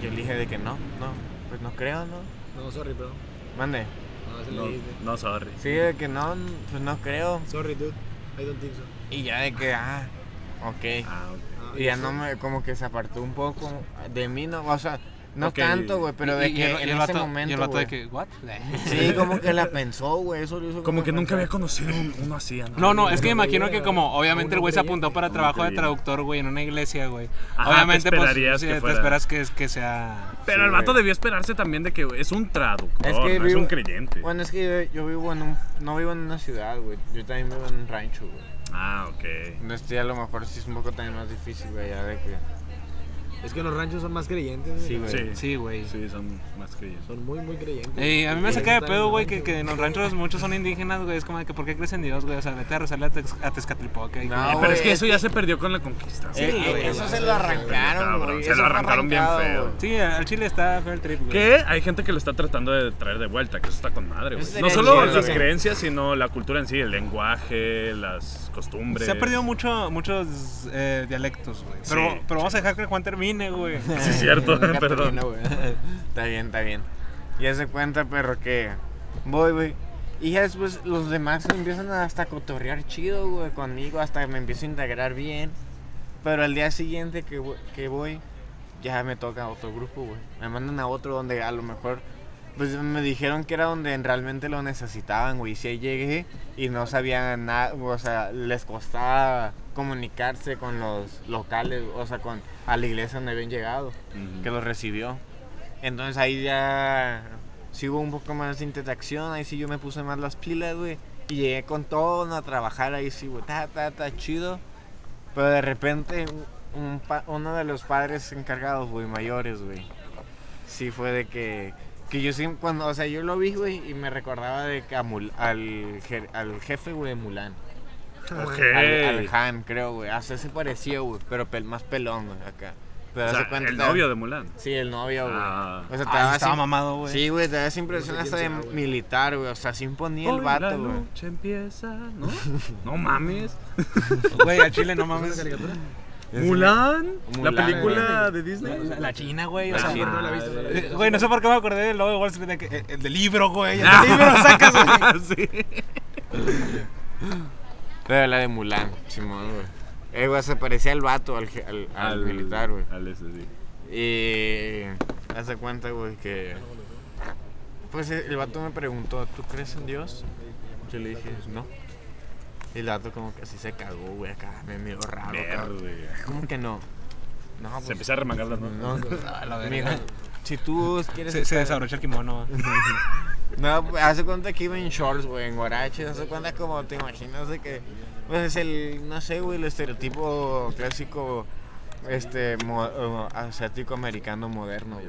[SPEAKER 3] Yo le dije de que no, no, pues no creo, ¿no?
[SPEAKER 4] No, sorry, bro.
[SPEAKER 3] Mande.
[SPEAKER 4] No, se
[SPEAKER 7] No,
[SPEAKER 4] le dijiste.
[SPEAKER 7] no, sorry.
[SPEAKER 3] Sí, de que no, pues no creo.
[SPEAKER 4] Sorry, dude. I don't think so.
[SPEAKER 3] Y ya de que, ah, ok.
[SPEAKER 7] Ah, ok.
[SPEAKER 4] Ah,
[SPEAKER 3] Y ya no me, como que se apartó un poco de mí, no, o sea, no
[SPEAKER 7] Ok.
[SPEAKER 3] tanto, güey, pero de
[SPEAKER 2] Y- y
[SPEAKER 3] que
[SPEAKER 2] el- y el
[SPEAKER 3] en ese
[SPEAKER 2] vato- Y el
[SPEAKER 3] momento,
[SPEAKER 2] vato de
[SPEAKER 3] güey.
[SPEAKER 2] que, ¿what?
[SPEAKER 3] Sí, como que la pensó, güey, eso lo hizo
[SPEAKER 7] Como que nunca había
[SPEAKER 3] pensar.
[SPEAKER 7] conocido un- uno así, ¿no?
[SPEAKER 2] *laughs* No, no, es que me imagino que como obviamente el güey se apuntó para trabajo de traductor, güey, en una iglesia, güey.
[SPEAKER 7] Ajá,
[SPEAKER 2] obviamente,
[SPEAKER 7] te
[SPEAKER 2] pues,
[SPEAKER 7] esperarías
[SPEAKER 2] sí,
[SPEAKER 7] que
[SPEAKER 2] te
[SPEAKER 7] fuera.
[SPEAKER 2] esperas que, que sea...
[SPEAKER 7] Pero
[SPEAKER 3] Sí,
[SPEAKER 7] el vato
[SPEAKER 3] güey.
[SPEAKER 7] debió esperarse también de que güey, es un traductor,
[SPEAKER 3] Es que
[SPEAKER 7] no es
[SPEAKER 3] vivo-
[SPEAKER 7] un creyente.
[SPEAKER 3] Bueno, es que yo, yo vivo en un, no vivo en una ciudad, güey, yo también vivo en un rancho, güey.
[SPEAKER 7] Ah, ok.
[SPEAKER 3] Entonces ya a lo mejor sí es un poco también más difícil, güey, ya de que,
[SPEAKER 4] Es que los ranchos son más creyentes.
[SPEAKER 3] sí, güey. Eh,
[SPEAKER 7] Sí, sí,
[SPEAKER 2] Sí, güey.
[SPEAKER 7] son más creyentes.
[SPEAKER 4] Son muy, muy creyentes.
[SPEAKER 2] Ey, a mí me
[SPEAKER 4] Sí,
[SPEAKER 2] saca de
[SPEAKER 4] están en
[SPEAKER 2] pedo,
[SPEAKER 4] los
[SPEAKER 2] güey, que,
[SPEAKER 4] ranchos,
[SPEAKER 2] que en los ranchos muchos son indígenas, güey. Es como de que, ¿por qué crees en Dios, güey? O sea, vete a rezarle a, Tex- a Tezcatlipoca. y-
[SPEAKER 3] No,
[SPEAKER 7] Eh, pero
[SPEAKER 3] güey,
[SPEAKER 7] es que
[SPEAKER 3] es
[SPEAKER 7] eso ya se perdió con la conquista.
[SPEAKER 3] Eh,
[SPEAKER 7] güey.
[SPEAKER 3] eh,
[SPEAKER 2] güey,
[SPEAKER 3] eso
[SPEAKER 2] güey.
[SPEAKER 3] se lo arrancaron,
[SPEAKER 7] Cabrón,
[SPEAKER 3] güey. eso
[SPEAKER 7] se lo
[SPEAKER 3] fue
[SPEAKER 7] arrancaron bien
[SPEAKER 3] arrancado,
[SPEAKER 7] feo.
[SPEAKER 3] güey.
[SPEAKER 2] Sí, al chile está feo el trip, güey.
[SPEAKER 7] Que hay gente que lo está tratando de traer de vuelta, que eso está con madre, güey.
[SPEAKER 3] Eso
[SPEAKER 7] No
[SPEAKER 3] sería
[SPEAKER 7] solo
[SPEAKER 3] chido,
[SPEAKER 7] las
[SPEAKER 3] güey.
[SPEAKER 7] creencias, sino la cultura en sí, el lenguaje, las costumbres.
[SPEAKER 2] Se ha perdido mucho, muchos eh, dialectos, güey.
[SPEAKER 7] Sí,
[SPEAKER 2] Pero,
[SPEAKER 7] sí.
[SPEAKER 2] pero vamos a dejar que Juan termine, güey.
[SPEAKER 7] Sí, es
[SPEAKER 3] *laughs*
[SPEAKER 7] cierto,
[SPEAKER 3] Nunca
[SPEAKER 7] *laughs* perdón.
[SPEAKER 3] termino, güey. está bien, está bien. Ya se cuenta, perro, que voy, güey. Y ya después los demás empiezan a hasta cotorrear chido, güey, conmigo, hasta que me empiezo a integrar bien. Pero al día siguiente que, vo- que voy, ya me toca otro grupo, güey. Me mandan a otro donde a lo mejor, pues me dijeron que era donde realmente lo necesitaban, güey. Y si ahí llegué y no sabían nada, o sea, les costaba comunicarse con los locales, o sea, con a la iglesia donde habían llegado que los recibió. Entonces ahí ya sí hubo un poco más de interacción, ahí sí yo me puse más las pilas, güey. Y llegué con todo ¿no? a trabajar ahí sí, güey, ta, ta, ta, chido. Pero de repente un- un pa- uno de los padres encargados, güey, mayores, güey. Sí fue de que, que yo sí, cuando, o sea, yo lo vi, güey, y me recordaba de que a Mul- al, jer- al jefe, güey, de Mulan.
[SPEAKER 7] Ok.
[SPEAKER 3] Al, al Han, creo, güey. O sea, se parecía, güey, pero pel- más pelón, güey, acá. Pero
[SPEAKER 7] O
[SPEAKER 3] haz
[SPEAKER 7] sea,
[SPEAKER 3] de cuenta-
[SPEAKER 7] el novio de Mulan.
[SPEAKER 3] Sí, el novio, güey.
[SPEAKER 7] Ah.
[SPEAKER 3] O sea, te
[SPEAKER 2] Ay,
[SPEAKER 3] daba
[SPEAKER 2] estaba
[SPEAKER 3] esa-
[SPEAKER 2] mamado, güey.
[SPEAKER 3] Sí, güey, te daba esa impresión
[SPEAKER 4] No sé
[SPEAKER 3] hasta de
[SPEAKER 4] quién sea, güey.
[SPEAKER 3] militar, güey. O sea, se imponía el
[SPEAKER 7] Hoy la
[SPEAKER 3] vato, güey.
[SPEAKER 7] noche empieza,
[SPEAKER 3] *laughs*
[SPEAKER 7] ¿no? No mames.
[SPEAKER 2] Güey, al chile no
[SPEAKER 4] ¿Es una
[SPEAKER 2] mames.
[SPEAKER 4] caricatura?
[SPEAKER 7] Mulan,
[SPEAKER 3] Mulan,
[SPEAKER 7] la película
[SPEAKER 4] güey.
[SPEAKER 7] de Disney.
[SPEAKER 2] La, la China, güey. O
[SPEAKER 7] La
[SPEAKER 2] sea,
[SPEAKER 4] Ah, no la he visto, no la he
[SPEAKER 2] Eh,
[SPEAKER 4] visto.
[SPEAKER 2] Güey, no sé por qué me acordé del logo de Wall Street, de que- eh, el del libro, güey. El
[SPEAKER 7] Ah,
[SPEAKER 2] del libro, sacas, güey.
[SPEAKER 3] *laughs*
[SPEAKER 7] sí.
[SPEAKER 3] Pero la de Mulan, Simón, güey. Eh, güey, se parecía al vato, al, je- al, al militar, güey.
[SPEAKER 7] Al ese, sí.
[SPEAKER 3] Y. Haz de cuenta, güey, que. Pues eh, el vato me preguntó, ¿tú crees en Dios? Yo le dije, no. Y el vato, como que así se cagó, güey, acá me miró raro. acá.
[SPEAKER 7] Verde.
[SPEAKER 3] ¿Cómo que no? No, pues.
[SPEAKER 7] Se empieza
[SPEAKER 2] *laughs*
[SPEAKER 7] a remangar las manos.
[SPEAKER 3] no.
[SPEAKER 2] A la
[SPEAKER 3] Me dijo,
[SPEAKER 2] verga.
[SPEAKER 3] si tú quieres.
[SPEAKER 2] Se, se *laughs*
[SPEAKER 3] estar-
[SPEAKER 2] desabrocha el kimono. güey.
[SPEAKER 3] No, pues, hace cuenta que iba en shorts, güey, en guaraches, hace cuenta como te imaginas de que, pues es el, no sé, güey, el estereotipo clásico, este, mo- o asiático-americano moderno, güey.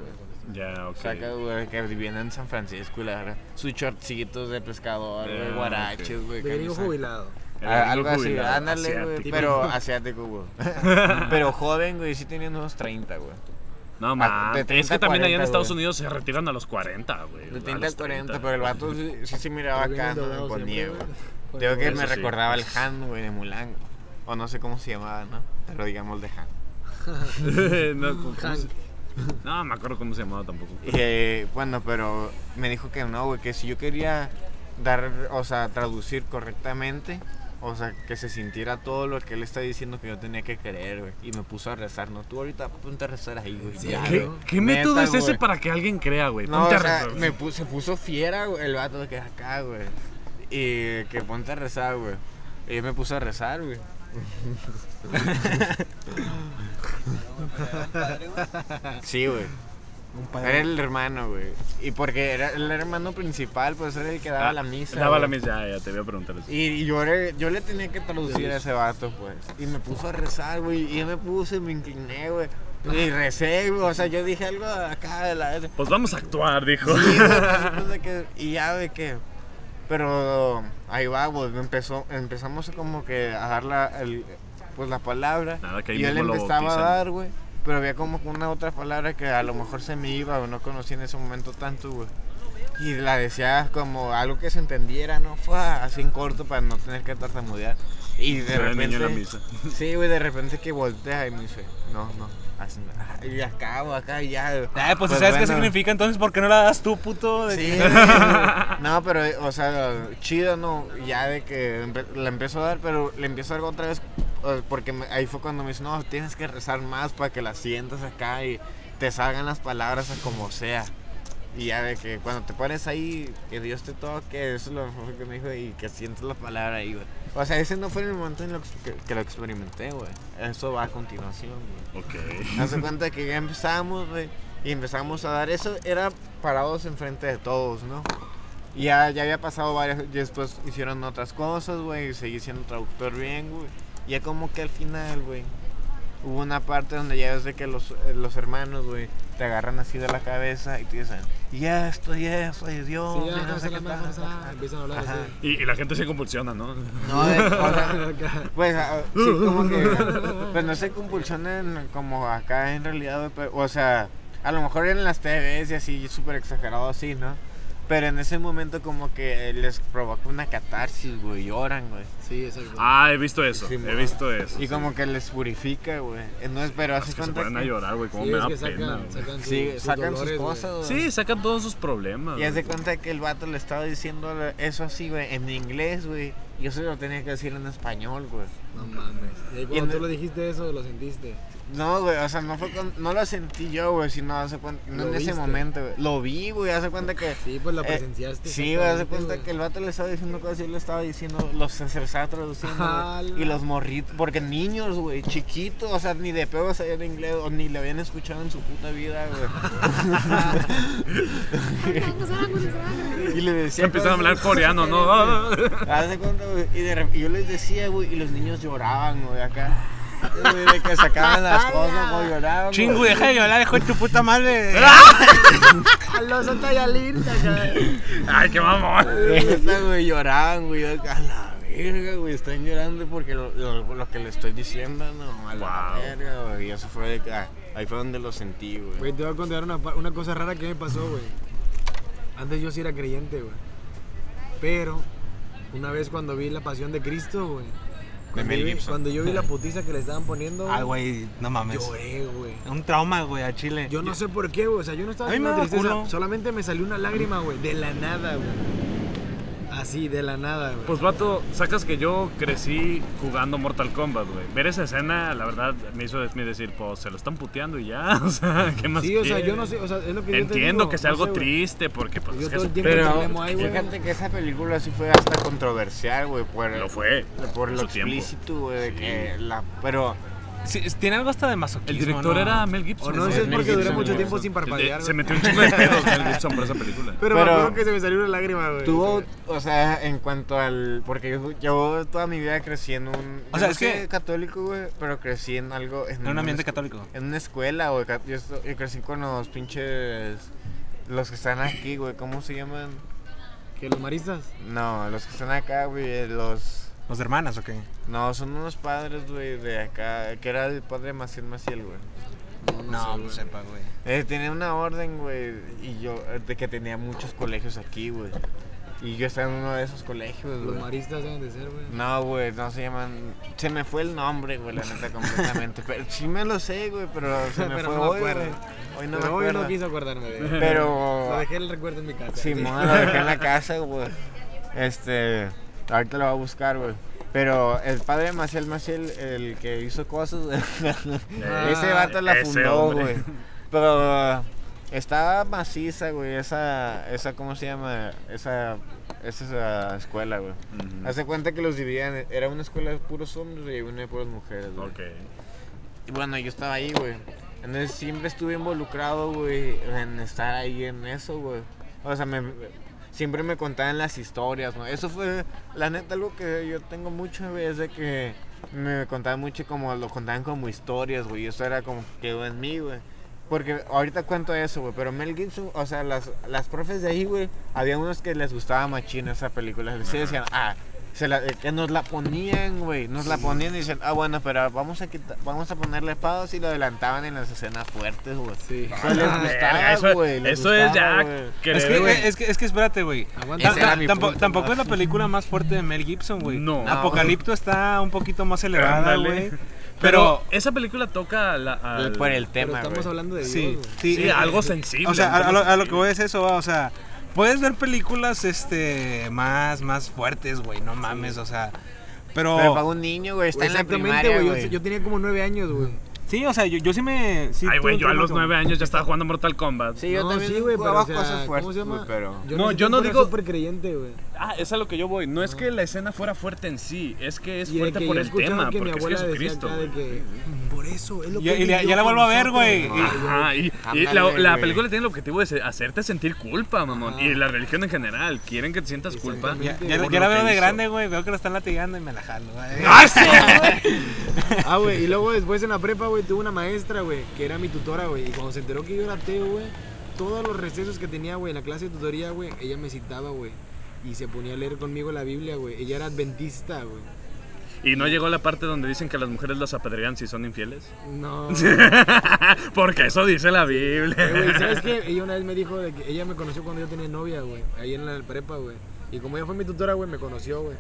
[SPEAKER 7] Ya, ok.
[SPEAKER 3] Saca, güey, que viviendo en San Francisco y la verdad, sus shortcitos de pescador, güey,
[SPEAKER 7] Ah, ok.
[SPEAKER 3] guaraches, güey.
[SPEAKER 4] De gringo
[SPEAKER 3] camisa.
[SPEAKER 4] jubilado.
[SPEAKER 7] El
[SPEAKER 3] Ah, Algo
[SPEAKER 7] gringo
[SPEAKER 3] así,
[SPEAKER 7] jubilado,
[SPEAKER 3] ándale, güey,
[SPEAKER 7] asiático.
[SPEAKER 3] pero asiático, güey. pero joven, güey, sí teniendo unos 30, güey.
[SPEAKER 7] *laughs* No,
[SPEAKER 3] Ah, de
[SPEAKER 7] mames.
[SPEAKER 3] 30
[SPEAKER 7] Es que también allá en
[SPEAKER 3] 40,
[SPEAKER 7] Estados
[SPEAKER 3] güey.
[SPEAKER 7] Unidos se retiran a los 40, güey.
[SPEAKER 3] De
[SPEAKER 7] a
[SPEAKER 3] 30
[SPEAKER 7] los
[SPEAKER 3] al 40, pero el vato sí, sí se miraba
[SPEAKER 4] Pero bien
[SPEAKER 3] acá, ¿no?
[SPEAKER 4] dorado
[SPEAKER 3] Con
[SPEAKER 4] siempre,
[SPEAKER 3] nieve.
[SPEAKER 4] güey.
[SPEAKER 3] Digo que
[SPEAKER 7] Eso
[SPEAKER 3] me
[SPEAKER 7] sí.
[SPEAKER 3] recordaba al Han, güey, de Mulan. güey. O no sé cómo se llamaba, ¿no? Pero digamos de Han. *laughs*
[SPEAKER 7] *laughs* no, ¿cómo se- no, me acuerdo cómo se llamaba tampoco.
[SPEAKER 3] Y, eh, bueno, pero me dijo que no, güey, que si yo quería dar, o sea, traducir correctamente, o sea, que se sintiera todo lo que él está diciendo que yo tenía que creer, güey. Y me puso a rezar, ¿no? Tú ahorita ponte a rezar ahí, güey. Ya,
[SPEAKER 7] ¿Qué,
[SPEAKER 3] güey.
[SPEAKER 7] qué método
[SPEAKER 3] Neta,
[SPEAKER 7] es ese
[SPEAKER 3] güey.
[SPEAKER 7] para que alguien crea, güey?
[SPEAKER 3] No,
[SPEAKER 7] Ponte
[SPEAKER 3] o
[SPEAKER 7] a
[SPEAKER 3] sea,
[SPEAKER 7] rezar.
[SPEAKER 3] me pu- se puso fiera, güey, el vato de que acá, güey. Y que ponte a rezar, güey. Y yo me puse a rezar, güey. Sí, güey. Era el hermano, güey. Y porque era el hermano principal, pues era el que daba
[SPEAKER 7] Ah,
[SPEAKER 3] la misa.
[SPEAKER 7] Daba
[SPEAKER 3] güey.
[SPEAKER 7] la misa, ya, ya te voy a preguntar eso.
[SPEAKER 3] Y, y yo, era- yo le tenía que traducir a ese vato, pues. Y me puso a rezar, güey. Y yo me puse, me incliné, güey. Y recé, güey. O sea, yo dije algo acá de la...
[SPEAKER 7] Pues vamos a actuar, dijo.
[SPEAKER 3] Sí, güey, pues, de que- y ya de que. Pero ahí va, güey. me Empezó, empezamos como que a dar la, el- pues, la palabra.
[SPEAKER 7] Nada, que ahí
[SPEAKER 3] y yo le
[SPEAKER 7] mismo lo
[SPEAKER 3] empezaba a
[SPEAKER 7] bautizan.
[SPEAKER 3] dar, güey. Pero había como que una otra palabra que a lo mejor se me iba o no conocía en ese momento tanto, güey. Y la decía como algo que se entendiera, ¿no? Fue así en corto para no tener que tartamudear. Y de
[SPEAKER 7] Era el
[SPEAKER 3] repente.
[SPEAKER 7] niño en la misa. *laughs*
[SPEAKER 3] Sí, güey, de repente que voltea y me dice, no, no. Así, no. y acabo acá y ya.
[SPEAKER 2] Ah, pues si sabes qué
[SPEAKER 3] bueno.
[SPEAKER 2] significa, entonces, ¿por qué no la das tú, puto? De
[SPEAKER 3] Sí,
[SPEAKER 2] que- *laughs*
[SPEAKER 3] güey. no, pero, o sea, chido, ¿no? Ya de que empe- la empiezo a dar, pero le empiezo a dar otra vez, o- porque me- ahí fue cuando me dice, no, tienes que rezar más para que la sientas acá y te salgan las palabras a como sea. Y ya de que cuando te pones ahí, que Dios te toque, eso es lo mejor que me dijo, y que sientas la palabra ahí, güey. O sea, ese no fue el momento en lo que, que lo experimenté, güey. Eso va a continuación, güey.
[SPEAKER 7] *laughs* Ok.
[SPEAKER 3] *laughs* Hace cuenta que ya empezamos, güey. Y empezamos a dar eso. Era parados enfrente de todos, ¿no? Y Ya, ya había pasado varias. y después hicieron otras cosas, güey. Y seguí siendo traductor bien, güey. Ya como que al final, güey. Hubo una parte donde ya ves de que los, eh, los hermanos, güey, te agarran así de la cabeza y te dicen, ya esto, ya soy Dios.
[SPEAKER 4] Sí,
[SPEAKER 3] y
[SPEAKER 4] ya,
[SPEAKER 3] no
[SPEAKER 4] vamos
[SPEAKER 3] sé
[SPEAKER 4] a la
[SPEAKER 3] qué
[SPEAKER 4] mano, vamos a la mano.
[SPEAKER 3] tal".
[SPEAKER 4] Empiezan a hablar
[SPEAKER 3] Ajá.
[SPEAKER 4] así.
[SPEAKER 7] Y, y la gente se convulsiona, ¿no?
[SPEAKER 3] No,
[SPEAKER 4] *laughs*
[SPEAKER 3] eh, o sea, pues ah, sí, como que. Pues no se compulsionan como acá en realidad, güey, pero, o sea, a lo mejor en las TVs y así, súper exagerado así, ¿no? Pero en ese momento como que les provoca una catarsis, güey, lloran, güey.
[SPEAKER 4] Sí, exacto.
[SPEAKER 7] Ah, he visto eso.
[SPEAKER 3] Sí,
[SPEAKER 7] He
[SPEAKER 3] mo-
[SPEAKER 7] visto eso.
[SPEAKER 3] Y como que les purifica, güey. Entonces, pero hace
[SPEAKER 7] Es que se
[SPEAKER 3] cuenta
[SPEAKER 7] ponen a
[SPEAKER 3] que-
[SPEAKER 7] llorar, güey. Cómo
[SPEAKER 4] Sí,
[SPEAKER 7] me
[SPEAKER 4] es
[SPEAKER 7] da
[SPEAKER 4] que
[SPEAKER 7] pena.
[SPEAKER 4] sacan,
[SPEAKER 7] güey.
[SPEAKER 4] sacan, sus-
[SPEAKER 3] Sí,
[SPEAKER 4] sus
[SPEAKER 3] sacan sus
[SPEAKER 4] dolores, güey.
[SPEAKER 3] cosas, güey.
[SPEAKER 7] Sí, sacan todos sus problemas.
[SPEAKER 3] Y haz de
[SPEAKER 7] güey.
[SPEAKER 3] cuenta que el vato le estaba diciendo eso así, güey, en inglés, güey. Y eso lo tenía que decir en español, güey.
[SPEAKER 4] No mames. Y ahí
[SPEAKER 3] Y en-
[SPEAKER 4] cuando tú lo dijiste eso, lo sentiste.
[SPEAKER 3] No, güey, o sea, no, fue con- no lo sentí yo, güey, sino hace cuenta, no
[SPEAKER 4] Lo
[SPEAKER 3] en ese
[SPEAKER 4] viste.
[SPEAKER 3] momento, güey. Lo vi, güey, hace cuenta que...
[SPEAKER 4] Sí, pues la
[SPEAKER 3] eh,
[SPEAKER 4] presenciaste.
[SPEAKER 3] sí, güey, hace cuenta
[SPEAKER 4] exactamente,
[SPEAKER 3] que el vato le estaba diciendo cosas y él le estaba diciendo, los se se estaba traduciendo, güey,
[SPEAKER 4] Ala.
[SPEAKER 3] Y los morritos, porque niños, güey, chiquitos, o sea, ni de pedo sabían inglés, o ni le habían escuchado en su puta vida, *laughs* güey. y le
[SPEAKER 7] Se
[SPEAKER 3] decía...
[SPEAKER 7] empiezan a
[SPEAKER 3] cosas-
[SPEAKER 7] hablar
[SPEAKER 4] *laughs*
[SPEAKER 7] coreano, ¿no?
[SPEAKER 3] Hace cuenta, güey, y, de rep- y yo les decía, güey, y los niños lloraban, güey, acá. Güey, de que sacaban las cosas, güey, lloraban.
[SPEAKER 2] Chingo,
[SPEAKER 3] güey.
[SPEAKER 2] deja de hablar, hijo de tu puta madre.
[SPEAKER 7] *laughs* Ay, qué mamón.
[SPEAKER 3] Güey, neta, güey, lloraban, güey. yo, A la verga, güey. Están llorando porque lo, lo- lo que le estoy diciendo, no, a la
[SPEAKER 7] Wow.
[SPEAKER 3] verga, güey. Y eso fue de acá. Ahí fue donde lo sentí, güey.
[SPEAKER 4] Güey, te voy a contar una, pa- una cosa rara que me pasó, güey. Antes yo sí era creyente, güey. Pero una vez cuando vi la pasión de Cristo, güey. Cuando,
[SPEAKER 3] Mel
[SPEAKER 4] yo vi-
[SPEAKER 3] Gibson. Ah,
[SPEAKER 4] cuando yo vi la putiza que le estaban
[SPEAKER 3] *laughs*
[SPEAKER 4] poniendo,
[SPEAKER 2] Ay, güey, no mames.
[SPEAKER 4] lloré, güey.
[SPEAKER 2] Un trauma, güey, a Chile.
[SPEAKER 4] Yo no sé por qué, güey. O sea, yo no estaba
[SPEAKER 2] A mí me
[SPEAKER 4] haciendo
[SPEAKER 2] daba culo.
[SPEAKER 4] Solamente me salió una lágrima, güey. De la nada, güey. Así, de la nada, güey.
[SPEAKER 7] Pues, vato, sacas que yo crecí jugando Mortal Kombat, güey. Ver esa escena, la verdad, me hizo me decir, pues, se lo están puteando y ya. *laughs* O sea, ¿qué más
[SPEAKER 4] sí, o sea, yo
[SPEAKER 7] quieren?
[SPEAKER 4] no sé. O sea, es lo que yo te
[SPEAKER 7] Entiendo
[SPEAKER 4] digo,
[SPEAKER 7] que sea
[SPEAKER 4] no
[SPEAKER 7] algo
[SPEAKER 4] sé, güey.
[SPEAKER 7] triste porque, pues,
[SPEAKER 4] Yo
[SPEAKER 7] es que
[SPEAKER 4] todo
[SPEAKER 7] es-
[SPEAKER 4] el tiempo
[SPEAKER 3] Pero
[SPEAKER 4] tenemos ahí, güey.
[SPEAKER 3] fíjate que esa película sí fue hasta controversial, güey. Por,
[SPEAKER 7] Lo fue,
[SPEAKER 3] Por
[SPEAKER 7] en
[SPEAKER 3] lo
[SPEAKER 7] su tiempo.
[SPEAKER 3] explícito, güey. de
[SPEAKER 7] Sí.
[SPEAKER 3] que la- Pero
[SPEAKER 2] Sí, es- tiene algo hasta de masoquismo.
[SPEAKER 7] El director
[SPEAKER 2] ¿no?
[SPEAKER 7] era Mel Gibson.
[SPEAKER 4] O no,
[SPEAKER 7] güey.
[SPEAKER 4] ese es
[SPEAKER 7] Mel
[SPEAKER 4] porque duró
[SPEAKER 7] Gibson,
[SPEAKER 4] mucho
[SPEAKER 7] güey.
[SPEAKER 4] tiempo sin parpadear,
[SPEAKER 7] Se
[SPEAKER 4] güey.
[SPEAKER 7] metió un chingo de
[SPEAKER 4] *laughs*
[SPEAKER 7] pedos Mel Gibson por esa película.
[SPEAKER 4] Pero, me
[SPEAKER 3] Pero-
[SPEAKER 4] acuerdo que se me salió una lágrima, güey.
[SPEAKER 3] Tuvo, o sea, en cuanto al. Porque yo, yo toda mi vida crecí en un.
[SPEAKER 2] O
[SPEAKER 3] yo
[SPEAKER 2] sea,
[SPEAKER 3] no
[SPEAKER 2] es
[SPEAKER 3] soy
[SPEAKER 2] que-
[SPEAKER 3] Católico, güey, pero crecí en algo. En,
[SPEAKER 2] En un ambiente
[SPEAKER 3] escu-
[SPEAKER 2] católico.
[SPEAKER 3] En una escuela, güey. ca- Yo, estu- yo crecí con los pinches. Los que están aquí, güey. ¿Cómo se llaman?
[SPEAKER 4] ¿Que los maristas?
[SPEAKER 3] No, los que están acá, güey. eh, Los.
[SPEAKER 2] ¿Los de hermanas o qué?
[SPEAKER 3] No, son unos padres, güey, de acá. Que era el padre Maciel Maciel, güey.
[SPEAKER 2] No, no sepa, güey.
[SPEAKER 3] Eh, tenía una orden, güey, y yo, eh, de que tenía muchos colegios aquí, güey. Y yo estaba en uno de esos colegios,
[SPEAKER 4] Los
[SPEAKER 3] güey.
[SPEAKER 4] maristas deben de ser, güey.
[SPEAKER 3] No, güey, no se llaman. Se me fue el nombre, güey, la neta, completamente. Pero sí me lo sé, güey, pero se me
[SPEAKER 4] Pero
[SPEAKER 3] fue
[SPEAKER 4] no me
[SPEAKER 3] hoy,
[SPEAKER 4] acuerdo.
[SPEAKER 3] güey. Hoy no
[SPEAKER 4] Pero
[SPEAKER 3] me
[SPEAKER 4] hoy
[SPEAKER 3] acuerdo.
[SPEAKER 4] no quise acordarme de él. Lo
[SPEAKER 3] Pero.
[SPEAKER 4] dejé el recuerdo en mi casa.
[SPEAKER 3] Simón, lo dejé en la casa, güey. Este. Ahorita lo voy a buscar, güey. Pero el padre Maciel Maciel, el que hizo cosas, güey, ese vato la
[SPEAKER 7] Ah, ese
[SPEAKER 3] fundó,
[SPEAKER 7] hombre.
[SPEAKER 3] güey. Pero estaba maciza, güey, esa, esa, ¿cómo se llama? Esa, esa, esa escuela, güey.
[SPEAKER 7] Mm,
[SPEAKER 3] Hace cuenta que los dividían, era una escuela de puros hombres güey, y una de puras mujeres, güey.
[SPEAKER 7] Ok.
[SPEAKER 3] Y bueno, yo estaba ahí, güey. Entonces siempre estuve involucrado, güey, en estar ahí en eso, güey. O sea, me, siempre me contaban las historias, ¿no? Eso fue, la neta, algo que yo tengo mucho, güey, es de que me contaban mucho como lo contaban como historias, güey. y Eso era como que quedó en mí, güey. Porque ahorita cuento eso, güey, pero Mel Gibson, o sea, las, las profes de ahí, güey, había unos que les gustaba machín esa película. Les decían, ah, se la- que nos la ponían, güey, nos la ponían y dicen, ah, bueno, pero vamos a, quita- vamos a ponerle pados y lo adelantaban en las escenas fuertes, güey.
[SPEAKER 4] Sí.
[SPEAKER 3] Eso les
[SPEAKER 7] Ah, Verga,
[SPEAKER 3] gustaba,
[SPEAKER 7] eso
[SPEAKER 3] güey. les
[SPEAKER 7] eso es
[SPEAKER 3] gustaba,
[SPEAKER 7] ya
[SPEAKER 3] güey.
[SPEAKER 7] querer,
[SPEAKER 2] Es que,
[SPEAKER 7] güey.
[SPEAKER 2] eh, es que, es que espérate, güey.
[SPEAKER 4] Aguanta.
[SPEAKER 2] Ta-
[SPEAKER 3] Ese era
[SPEAKER 2] ta-
[SPEAKER 3] mi
[SPEAKER 2] tampo-
[SPEAKER 3] punto,
[SPEAKER 2] tampoco
[SPEAKER 3] ¿no?
[SPEAKER 2] es la película más fuerte de Mel Gibson, güey.
[SPEAKER 7] No.
[SPEAKER 2] Apocalipto está un poquito más elevada,
[SPEAKER 7] Ándale.
[SPEAKER 2] güey.
[SPEAKER 7] Pero
[SPEAKER 2] Pero,
[SPEAKER 7] esa película toca a la- al-
[SPEAKER 3] Por el
[SPEAKER 4] Pero
[SPEAKER 3] tema,
[SPEAKER 4] estamos
[SPEAKER 3] güey.
[SPEAKER 4] hablando de Dios,
[SPEAKER 2] sí,
[SPEAKER 4] güey.
[SPEAKER 2] sí, eh,
[SPEAKER 7] Sí, algo sensible.
[SPEAKER 2] O sea, a, a lo, a lo que
[SPEAKER 7] voy
[SPEAKER 2] voy es eso, va, o sea, puedes ver películas este más más fuertes, güey, no mames, o sea, pero,
[SPEAKER 3] Pero para un niño, güey, está en la
[SPEAKER 4] Exactamente,
[SPEAKER 3] primaria,
[SPEAKER 4] güey. Yo-
[SPEAKER 3] güey.
[SPEAKER 4] Yo, tenía como nueve años, güey.
[SPEAKER 2] sí, o sea, yo, yo sí me sí
[SPEAKER 7] Ay, güey,
[SPEAKER 2] tuve
[SPEAKER 7] yo a
[SPEAKER 2] un
[SPEAKER 7] los
[SPEAKER 2] trauma con-
[SPEAKER 7] nueve años ya estaba jugando Mortal Kombat.
[SPEAKER 3] Sí, yo
[SPEAKER 4] no,
[SPEAKER 3] también
[SPEAKER 4] sí, güey, pero,
[SPEAKER 3] jugaba
[SPEAKER 4] o sea,
[SPEAKER 3] cosas fuertes,
[SPEAKER 4] ¿cómo se llama?
[SPEAKER 3] güey, pero...
[SPEAKER 7] No,
[SPEAKER 4] en ese
[SPEAKER 7] yo
[SPEAKER 4] tiempo
[SPEAKER 7] no digo-
[SPEAKER 4] Era súper creyente, güey.
[SPEAKER 7] Ah, es a lo que yo voy. No es que la escena fuera fuerte en sí, es que es
[SPEAKER 4] Y de
[SPEAKER 7] fuerte
[SPEAKER 4] que
[SPEAKER 7] por
[SPEAKER 4] yo
[SPEAKER 7] el
[SPEAKER 4] escuchaba
[SPEAKER 7] tema,
[SPEAKER 4] que mi
[SPEAKER 7] porque
[SPEAKER 4] abuela
[SPEAKER 7] es
[SPEAKER 4] decía
[SPEAKER 7] Jesucristo.
[SPEAKER 4] acá de
[SPEAKER 7] güey.
[SPEAKER 4] que, Por eso, es lo
[SPEAKER 2] Ya-
[SPEAKER 4] que.
[SPEAKER 2] y la-
[SPEAKER 4] vivió
[SPEAKER 2] ya la
[SPEAKER 4] con
[SPEAKER 2] vuelvo a ver,
[SPEAKER 4] nosotros".
[SPEAKER 2] güey.
[SPEAKER 4] Ah,
[SPEAKER 7] Ajá, y, y
[SPEAKER 3] Ándale,
[SPEAKER 7] la, la
[SPEAKER 3] güey.
[SPEAKER 7] película tiene el objetivo de se- hacerte sentir culpa, mamón. Y la religión en general, quieren que te sientas culpa.
[SPEAKER 2] Ya, ya-
[SPEAKER 7] por lo
[SPEAKER 2] ya la
[SPEAKER 7] que
[SPEAKER 2] veo de
[SPEAKER 7] hizo.
[SPEAKER 2] grande, güey, veo que lo están latigando y me la jalo.
[SPEAKER 7] *laughs*
[SPEAKER 2] güey.
[SPEAKER 7] ¡Ah, sí, güey!
[SPEAKER 4] Ah, güey, y luego después en la prepa, güey, tuve una maestra, güey, que era mi tutora, güey. Y cuando se enteró que yo era ateo, güey, todos los recesos que tenía, güey, en la clase de tutoría, güey, ella me citaba, güey. Y se ponía a leer conmigo la Biblia, güey. Ella era adventista, güey.
[SPEAKER 7] Y no llegó la parte donde dicen que las mujeres las apedrean si son infieles. Ah,
[SPEAKER 4] No.
[SPEAKER 7] Porque eso dice la
[SPEAKER 4] Eh, güey,
[SPEAKER 7] Biblia.
[SPEAKER 4] ¿sabes qué? Ella una vez me dijo de que ella me conoció cuando yo tenía novia, güey. Ahí en la prepa, güey. Y como ella fue mi tutora, güey, me conoció, güey.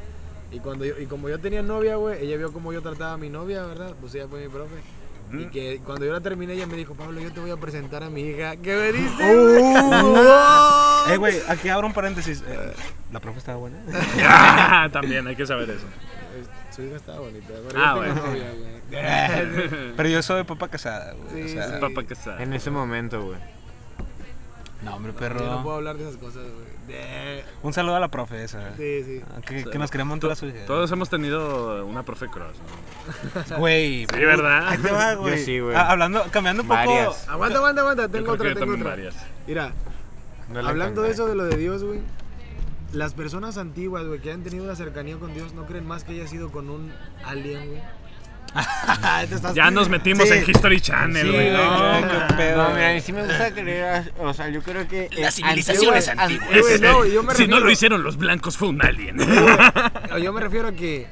[SPEAKER 4] Y, cuando yo, y como yo tenía novia, güey, ella vio cómo yo trataba a mi novia, ¿verdad? Pues ella fue mi profe. Y que cuando yo la terminé, ella me dijo, Pablo, yo te voy a presentar a mi hija. ¿Qué me dices?
[SPEAKER 2] Eh, güey, aquí abro un paréntesis. eh, la profe estaba buena.
[SPEAKER 7] *laughs* Ah, También hay que saber eso.
[SPEAKER 4] Su hija estaba bonita. Pero
[SPEAKER 7] Ah,
[SPEAKER 4] yo tengo
[SPEAKER 7] bueno.
[SPEAKER 4] novia, güey.
[SPEAKER 2] *laughs* Pero yo soy papá casada, güey. o
[SPEAKER 4] Sí,
[SPEAKER 2] sea,
[SPEAKER 4] sí.
[SPEAKER 7] Papá que está.
[SPEAKER 3] *laughs* En ese momento, güey.
[SPEAKER 2] No, hombre,
[SPEAKER 4] Yo no
[SPEAKER 2] perro.
[SPEAKER 4] puedo hablar de esas cosas, güey. De-
[SPEAKER 2] Un saludo a la profe esa.
[SPEAKER 4] Sí, sí.
[SPEAKER 2] Que, que nos queremos montar a su hija.
[SPEAKER 7] Todos hemos tenido una profe cross. ¿no?
[SPEAKER 2] Güey,
[SPEAKER 7] Sí, ¿verdad?
[SPEAKER 2] ahí te va,
[SPEAKER 3] Yo
[SPEAKER 2] güey.
[SPEAKER 3] sí, güey.
[SPEAKER 2] Ah, Hablando, cambiando un poco.
[SPEAKER 3] Varias.
[SPEAKER 4] Aguanta, aguanta, aguanta.
[SPEAKER 7] Yo
[SPEAKER 4] Tengo
[SPEAKER 7] creo que
[SPEAKER 4] otra,
[SPEAKER 7] yo
[SPEAKER 4] tengo
[SPEAKER 7] también
[SPEAKER 4] otra.
[SPEAKER 7] varias.
[SPEAKER 4] Mira,
[SPEAKER 3] No la
[SPEAKER 4] Hablando de
[SPEAKER 3] contaré.
[SPEAKER 4] eso de lo de Dios, güey. Las personas antiguas, güey, que han tenido una cercanía con Dios, ¿no creen más que haya sido con un alien, güey?
[SPEAKER 7] Ya nos metimos en History Channel,
[SPEAKER 2] Sí,
[SPEAKER 7] güey.
[SPEAKER 2] güey,
[SPEAKER 7] no,
[SPEAKER 2] qué pedo.
[SPEAKER 3] No,
[SPEAKER 2] güey.
[SPEAKER 3] mira, a mí sí me *laughs* gusta creer, o sea, yo creo que...
[SPEAKER 1] Las
[SPEAKER 3] eh,
[SPEAKER 1] civilizaciones antiguas.
[SPEAKER 4] Eh, güey, no, yo me
[SPEAKER 7] Este, si no
[SPEAKER 4] refiero-
[SPEAKER 7] lo hicieron los blancos fue un alien.
[SPEAKER 4] O Yo me refiero a que eh,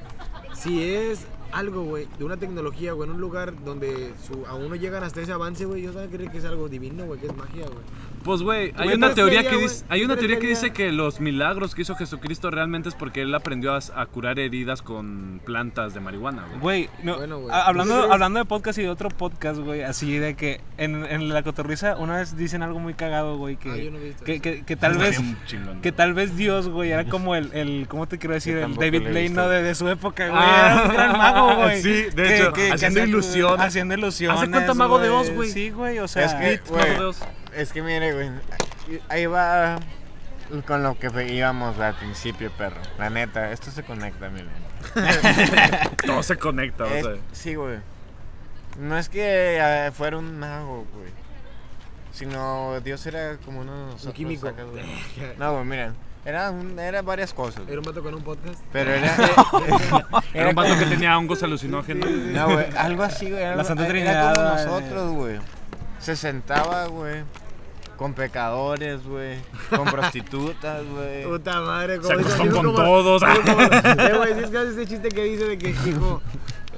[SPEAKER 4] si es algo, güey, de una tecnología, güey, en un lugar donde su- aún no llegan hasta ese avance, güey, yo van a creer que es algo divino, güey, que es magia, güey.
[SPEAKER 7] Pues güey, hay
[SPEAKER 4] Güey,
[SPEAKER 7] una
[SPEAKER 4] ¿tú
[SPEAKER 7] teoría
[SPEAKER 4] crees
[SPEAKER 7] que
[SPEAKER 4] que
[SPEAKER 7] dice,
[SPEAKER 4] ya, güey?
[SPEAKER 7] hay
[SPEAKER 4] ¿Tú
[SPEAKER 7] una
[SPEAKER 4] crees
[SPEAKER 7] teoría
[SPEAKER 4] que
[SPEAKER 7] que
[SPEAKER 4] ya?
[SPEAKER 7] dice que los milagros que hizo Jesucristo realmente es porque él aprendió a, a curar heridas con plantas de marihuana, güey.
[SPEAKER 2] Güey, no,
[SPEAKER 4] Bueno, güey.
[SPEAKER 2] a- hablando,
[SPEAKER 4] ¿Tú crees?
[SPEAKER 2] hablando de podcast y de otro podcast, güey, así de que en, en la cotorriza una vez dicen algo muy cagado, güey, que,
[SPEAKER 4] Ah, yo no he visto
[SPEAKER 2] que,
[SPEAKER 4] eso.
[SPEAKER 2] que- que tal
[SPEAKER 7] Está
[SPEAKER 2] vez...
[SPEAKER 7] bien chingón.
[SPEAKER 2] Que tal vez Dios, güey, era como el, el ¿cómo te quiero decir?
[SPEAKER 3] Yo
[SPEAKER 2] El
[SPEAKER 3] tampoco
[SPEAKER 2] David
[SPEAKER 3] lo he
[SPEAKER 2] Blaine
[SPEAKER 3] visto.
[SPEAKER 2] ¿no? de, de su época, güey.
[SPEAKER 7] Ah.
[SPEAKER 2] era un gran
[SPEAKER 7] *laughs*
[SPEAKER 2] mago, güey.
[SPEAKER 7] Sí, de hecho, haciendo
[SPEAKER 2] hacía-
[SPEAKER 7] ilusión.
[SPEAKER 2] Haciendo ilusiones.
[SPEAKER 7] Haz de cuenta mago de Oz, güey.
[SPEAKER 2] Sí, güey, o sea.
[SPEAKER 3] Es que-
[SPEAKER 7] Bits, mago
[SPEAKER 3] Ah, eh, güey.
[SPEAKER 7] de Oz.
[SPEAKER 3] Es que mire, güey, ahí va con lo que íbamos al principio, perro. La neta, esto se conecta, miren.
[SPEAKER 7] Todo se conecta, o
[SPEAKER 3] Es-
[SPEAKER 7] sea.
[SPEAKER 3] sí, güey. No es que eh, fuera un mago, güey. Sino Dios era como uno de nosotros.
[SPEAKER 4] químico.
[SPEAKER 3] sacas,
[SPEAKER 4] *laughs*
[SPEAKER 3] güey. No, güey, mira. Era, un- era varias cosas.
[SPEAKER 4] Era
[SPEAKER 3] güey.
[SPEAKER 4] un vato con un podcast.
[SPEAKER 7] *laughs*
[SPEAKER 4] *laughs*
[SPEAKER 3] Pero era.
[SPEAKER 7] Era un vato que *laughs* tenía hongos alucinógenos.
[SPEAKER 3] No, güey, algo así, güey. Era,
[SPEAKER 2] La Santa
[SPEAKER 3] era
[SPEAKER 2] Trinidad,
[SPEAKER 3] como
[SPEAKER 2] eh.
[SPEAKER 3] nosotros, güey. Se sentaba, güey. Con pecadores, güey. Con prostitutas, güey.
[SPEAKER 4] Puta madre,
[SPEAKER 7] Se
[SPEAKER 4] dice-
[SPEAKER 7] acostó
[SPEAKER 4] digo
[SPEAKER 7] con
[SPEAKER 4] como-
[SPEAKER 7] todos.
[SPEAKER 4] digo
[SPEAKER 7] *laughs*
[SPEAKER 4] como- Eh, güey, ¿sí es casi ese chiste que dice de que, hijo,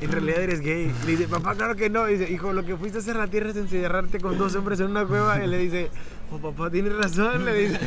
[SPEAKER 4] en realidad eres gay. Le dice, papá, claro que no. dice, hijo, lo que fuiste a hacer a la tierra es encerrarte con dos hombres en una cueva. Y le dice, oh, papá, tienes razón. Le dice,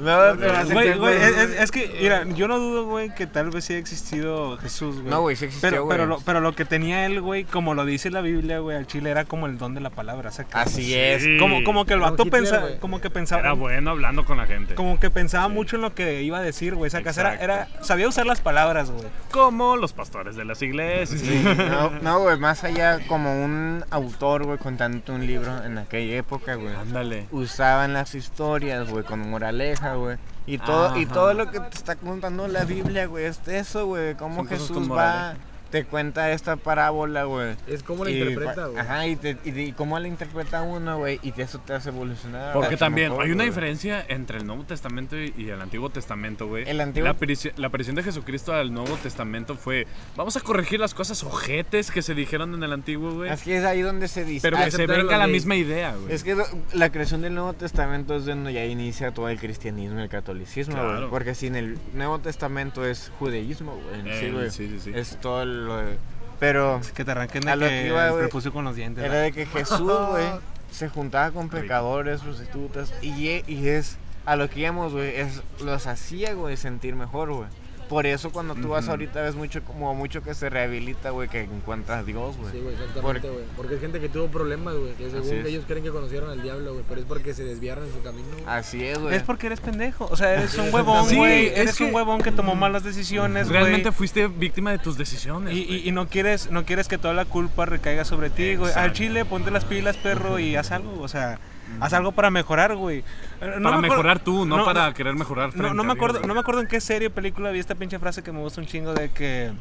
[SPEAKER 3] No, pero hace
[SPEAKER 2] Güey, Pues,
[SPEAKER 3] tiempo-
[SPEAKER 2] güey, es, es- es que, mira, yo no dudo, güey, que tal vez sí haya existido Jesús, güey.
[SPEAKER 3] No, güey, sí existió,
[SPEAKER 2] pero,
[SPEAKER 3] güey.
[SPEAKER 2] Pero lo, pero lo que tenía él, güey, como lo dice la Biblia, güey, al chile era como el don de la palabra, sacas.
[SPEAKER 3] Así es.
[SPEAKER 7] Sí.
[SPEAKER 2] pues, Como, como que el
[SPEAKER 4] Como
[SPEAKER 2] vato
[SPEAKER 4] Hitler,
[SPEAKER 2] pensaba,
[SPEAKER 4] güey.
[SPEAKER 2] como que pensaba,
[SPEAKER 7] Era bueno hablando con la gente.
[SPEAKER 2] como que pensaba mucho en lo que iba a decir, güey, sacas. Era, era, sabía usar las palabras, güey.
[SPEAKER 7] Como los pastores de las iglesias.
[SPEAKER 3] No, no, güey, más allá como un autor, güey, contando un libro en aquella época, güey.
[SPEAKER 7] *laughs* Ándale.
[SPEAKER 3] Usaban las historias, güey, con moraleja, güey. Y todo, y todo lo que te está contando la Biblia, güey, es eso, güey. Cómo
[SPEAKER 5] Son cosas con
[SPEAKER 3] Jesús va,
[SPEAKER 5] moraleja.
[SPEAKER 3] te cuenta esta parábola, güey.
[SPEAKER 4] es como la
[SPEAKER 3] Y,
[SPEAKER 4] interpreta, güey.
[SPEAKER 3] Ajá, y, te- y, y cómo la interpreta uno, güey, y de eso te hace evolucionar.
[SPEAKER 7] Porque
[SPEAKER 3] güey,
[SPEAKER 7] también
[SPEAKER 3] mejor,
[SPEAKER 7] hay una
[SPEAKER 3] güey.
[SPEAKER 7] diferencia entre el Nuevo Testamento y y el Antiguo Testamento, güey.
[SPEAKER 3] El Antiguo-
[SPEAKER 7] La, aparici- la aparición de Jesucristo al Nuevo Testamento fue, vamos a corregir las cosas ojetes que se dijeron en el Antiguo, güey.
[SPEAKER 3] Es que es ahí donde se dice.
[SPEAKER 7] Pero
[SPEAKER 3] ah,
[SPEAKER 7] que se
[SPEAKER 4] aceptaron
[SPEAKER 7] venga
[SPEAKER 4] los
[SPEAKER 7] la
[SPEAKER 4] gays.
[SPEAKER 7] misma idea, güey.
[SPEAKER 3] Es que lo- la creación del Nuevo Testamento es donde ya inicia todo el cristianismo y el catolicismo, güey.
[SPEAKER 7] Claro.
[SPEAKER 3] Porque sin el Nuevo Testamento es judaísmo, güey. en sí,
[SPEAKER 7] Eh,
[SPEAKER 3] güey.
[SPEAKER 7] sí, sí, sí.
[SPEAKER 3] Es todo lo... de- Pero
[SPEAKER 2] Es que te arranquen
[SPEAKER 3] A
[SPEAKER 2] de
[SPEAKER 3] lo
[SPEAKER 2] que,
[SPEAKER 3] que iba,
[SPEAKER 2] el
[SPEAKER 3] güey,
[SPEAKER 2] prepucio con los dientes.
[SPEAKER 3] era
[SPEAKER 2] ¿verdad?
[SPEAKER 3] de que Jesús,
[SPEAKER 2] *laughs*
[SPEAKER 3] güey, se juntaba con pecadores, prostitutas. Y, e- y es a lo que íbamos, güey. Es, los hacía, güey, sentir mejor, güey. Por eso cuando tú vas ahorita ves mucho como mucho que se rehabilita, güey, que encuentra a Dios, güey.
[SPEAKER 4] Sí, güey, exactamente,
[SPEAKER 3] Por-
[SPEAKER 4] güey. Porque es gente que tuvo problemas, güey. Que según
[SPEAKER 3] es.
[SPEAKER 4] ellos creen que conocieron al diablo, güey. Pero es porque se desviaron en su camino, güey.
[SPEAKER 3] Así es, güey.
[SPEAKER 2] Es porque eres pendejo, o sea, eres un huevón,
[SPEAKER 7] Sí,
[SPEAKER 2] güey.
[SPEAKER 7] es
[SPEAKER 2] eres
[SPEAKER 7] que-
[SPEAKER 2] un huevón que tomó malas decisiones, güey.
[SPEAKER 7] Realmente fuiste víctima de tus decisiones.
[SPEAKER 2] Y,
[SPEAKER 7] Pues, güey.
[SPEAKER 2] y- y no quieres no quieres que toda la culpa recaiga sobre ti, güey. Al
[SPEAKER 7] Exacto.
[SPEAKER 2] chile, ponte las pilas, perro, y haz algo, o sea, haz algo para mejorar, güey. Eh, no
[SPEAKER 7] para
[SPEAKER 2] me acuerdo-
[SPEAKER 7] mejorar tú, no,
[SPEAKER 2] no,
[SPEAKER 7] para
[SPEAKER 2] no,
[SPEAKER 7] querer mejorar.
[SPEAKER 2] No,
[SPEAKER 7] frente
[SPEAKER 2] no
[SPEAKER 7] a
[SPEAKER 2] me
[SPEAKER 7] Dios,
[SPEAKER 2] acuerdo,
[SPEAKER 7] güey.
[SPEAKER 2] no me acuerdo en qué serie o película vi esta pinche frase que me gusta un chingo de que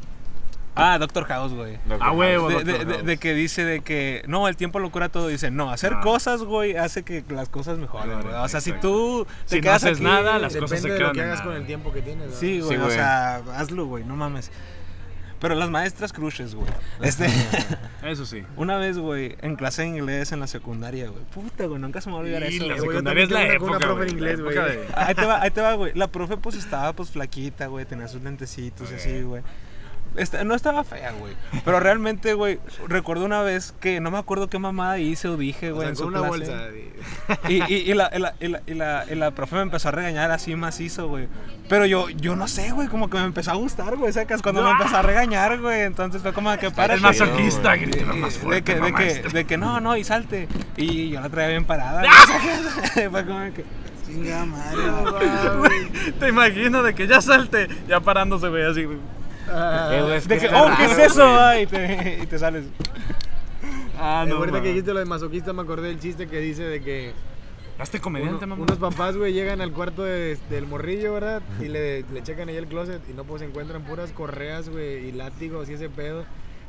[SPEAKER 2] Ah, Doctor House, güey.
[SPEAKER 7] A Ah, huevo,
[SPEAKER 2] De,
[SPEAKER 7] Doctor
[SPEAKER 2] de- de-
[SPEAKER 7] House.
[SPEAKER 2] de que dice de que no, el tiempo lo cura todo. Dice, no, hacer
[SPEAKER 7] Ah.
[SPEAKER 2] cosas, güey, hace que las cosas mejoren, güey. O sea, si
[SPEAKER 7] Exacto.
[SPEAKER 2] tú te
[SPEAKER 7] Si no
[SPEAKER 2] quedas
[SPEAKER 7] haces
[SPEAKER 2] aquí-
[SPEAKER 7] nada, las
[SPEAKER 4] Depende
[SPEAKER 7] cosas se
[SPEAKER 4] de
[SPEAKER 7] quedan
[SPEAKER 4] lo que
[SPEAKER 7] en
[SPEAKER 4] hagas
[SPEAKER 7] nada.
[SPEAKER 4] con el tiempo que tienes, ¿verdad?
[SPEAKER 2] Sí, güey, o
[SPEAKER 3] güey.
[SPEAKER 2] sea, hazlo, güey, no mames. Pero las maestras cruces, güey. Este,
[SPEAKER 7] Eso sí.
[SPEAKER 2] una vez, güey, en clase de inglés en la secundaria, güey. Puta, güey, nunca se me va a olvidar
[SPEAKER 7] Y
[SPEAKER 2] eso.
[SPEAKER 7] la
[SPEAKER 2] güey.
[SPEAKER 4] yo
[SPEAKER 7] secundaria es la
[SPEAKER 4] también tengo una
[SPEAKER 7] época,
[SPEAKER 4] profe
[SPEAKER 7] güey,
[SPEAKER 4] en
[SPEAKER 7] la
[SPEAKER 4] inglés,
[SPEAKER 7] época
[SPEAKER 4] güey.
[SPEAKER 7] de-
[SPEAKER 2] Ahí te va, ahí te va, güey. La profe
[SPEAKER 7] *laughs*
[SPEAKER 2] pues estaba pues flaquita, güey, tenía sus lentecitos y así, güey. Esta- no estaba fea, güey. Pero realmente, güey, recuerdo una vez que no me acuerdo qué mamada hice o dije,
[SPEAKER 4] O
[SPEAKER 2] güey,
[SPEAKER 4] sea,
[SPEAKER 2] en
[SPEAKER 4] con
[SPEAKER 2] su
[SPEAKER 4] una
[SPEAKER 2] clase.
[SPEAKER 4] bolsa. de-
[SPEAKER 2] Y, y, y la, y la- y la- y la- y la profe me empezó a regañar así macizo, güey. Pero yo, yo no sé, güey, como que me empezó a gustar, güey, sacas cuando me empezó a regañar, güey. Entonces fue como de que para.
[SPEAKER 7] El masoquista, grítame más
[SPEAKER 2] De
[SPEAKER 7] fuerte,
[SPEAKER 2] que, de,
[SPEAKER 7] mamá,
[SPEAKER 2] que,
[SPEAKER 7] este.
[SPEAKER 2] de que no, no, y salte. Y yo la traía bien parada. güey. Fue como de que. Chinga madre, güey.
[SPEAKER 7] Güey, Te imagino de que ya salte, ya parándose, güey, así, güey.
[SPEAKER 3] Eh, güey, es
[SPEAKER 2] De
[SPEAKER 3] que
[SPEAKER 2] que,
[SPEAKER 3] está
[SPEAKER 2] oh, ¿qué es
[SPEAKER 3] raro,
[SPEAKER 2] eso? Ay, y, te, y te sales.
[SPEAKER 7] Ah,
[SPEAKER 4] Eh, *laughs*
[SPEAKER 7] no.
[SPEAKER 4] ahorita
[SPEAKER 7] mamá.
[SPEAKER 4] que dijiste lo de masoquista, me acordé del chiste que dice de que
[SPEAKER 7] Hazte
[SPEAKER 4] uno-
[SPEAKER 7] comediante, mamá.
[SPEAKER 4] unos papás, güey, llegan al cuarto de- del morrillo, ¿verdad? Y le, le checan ahí el closet y no, pues encuentran puras correas, güey, y látigos y ese pedo.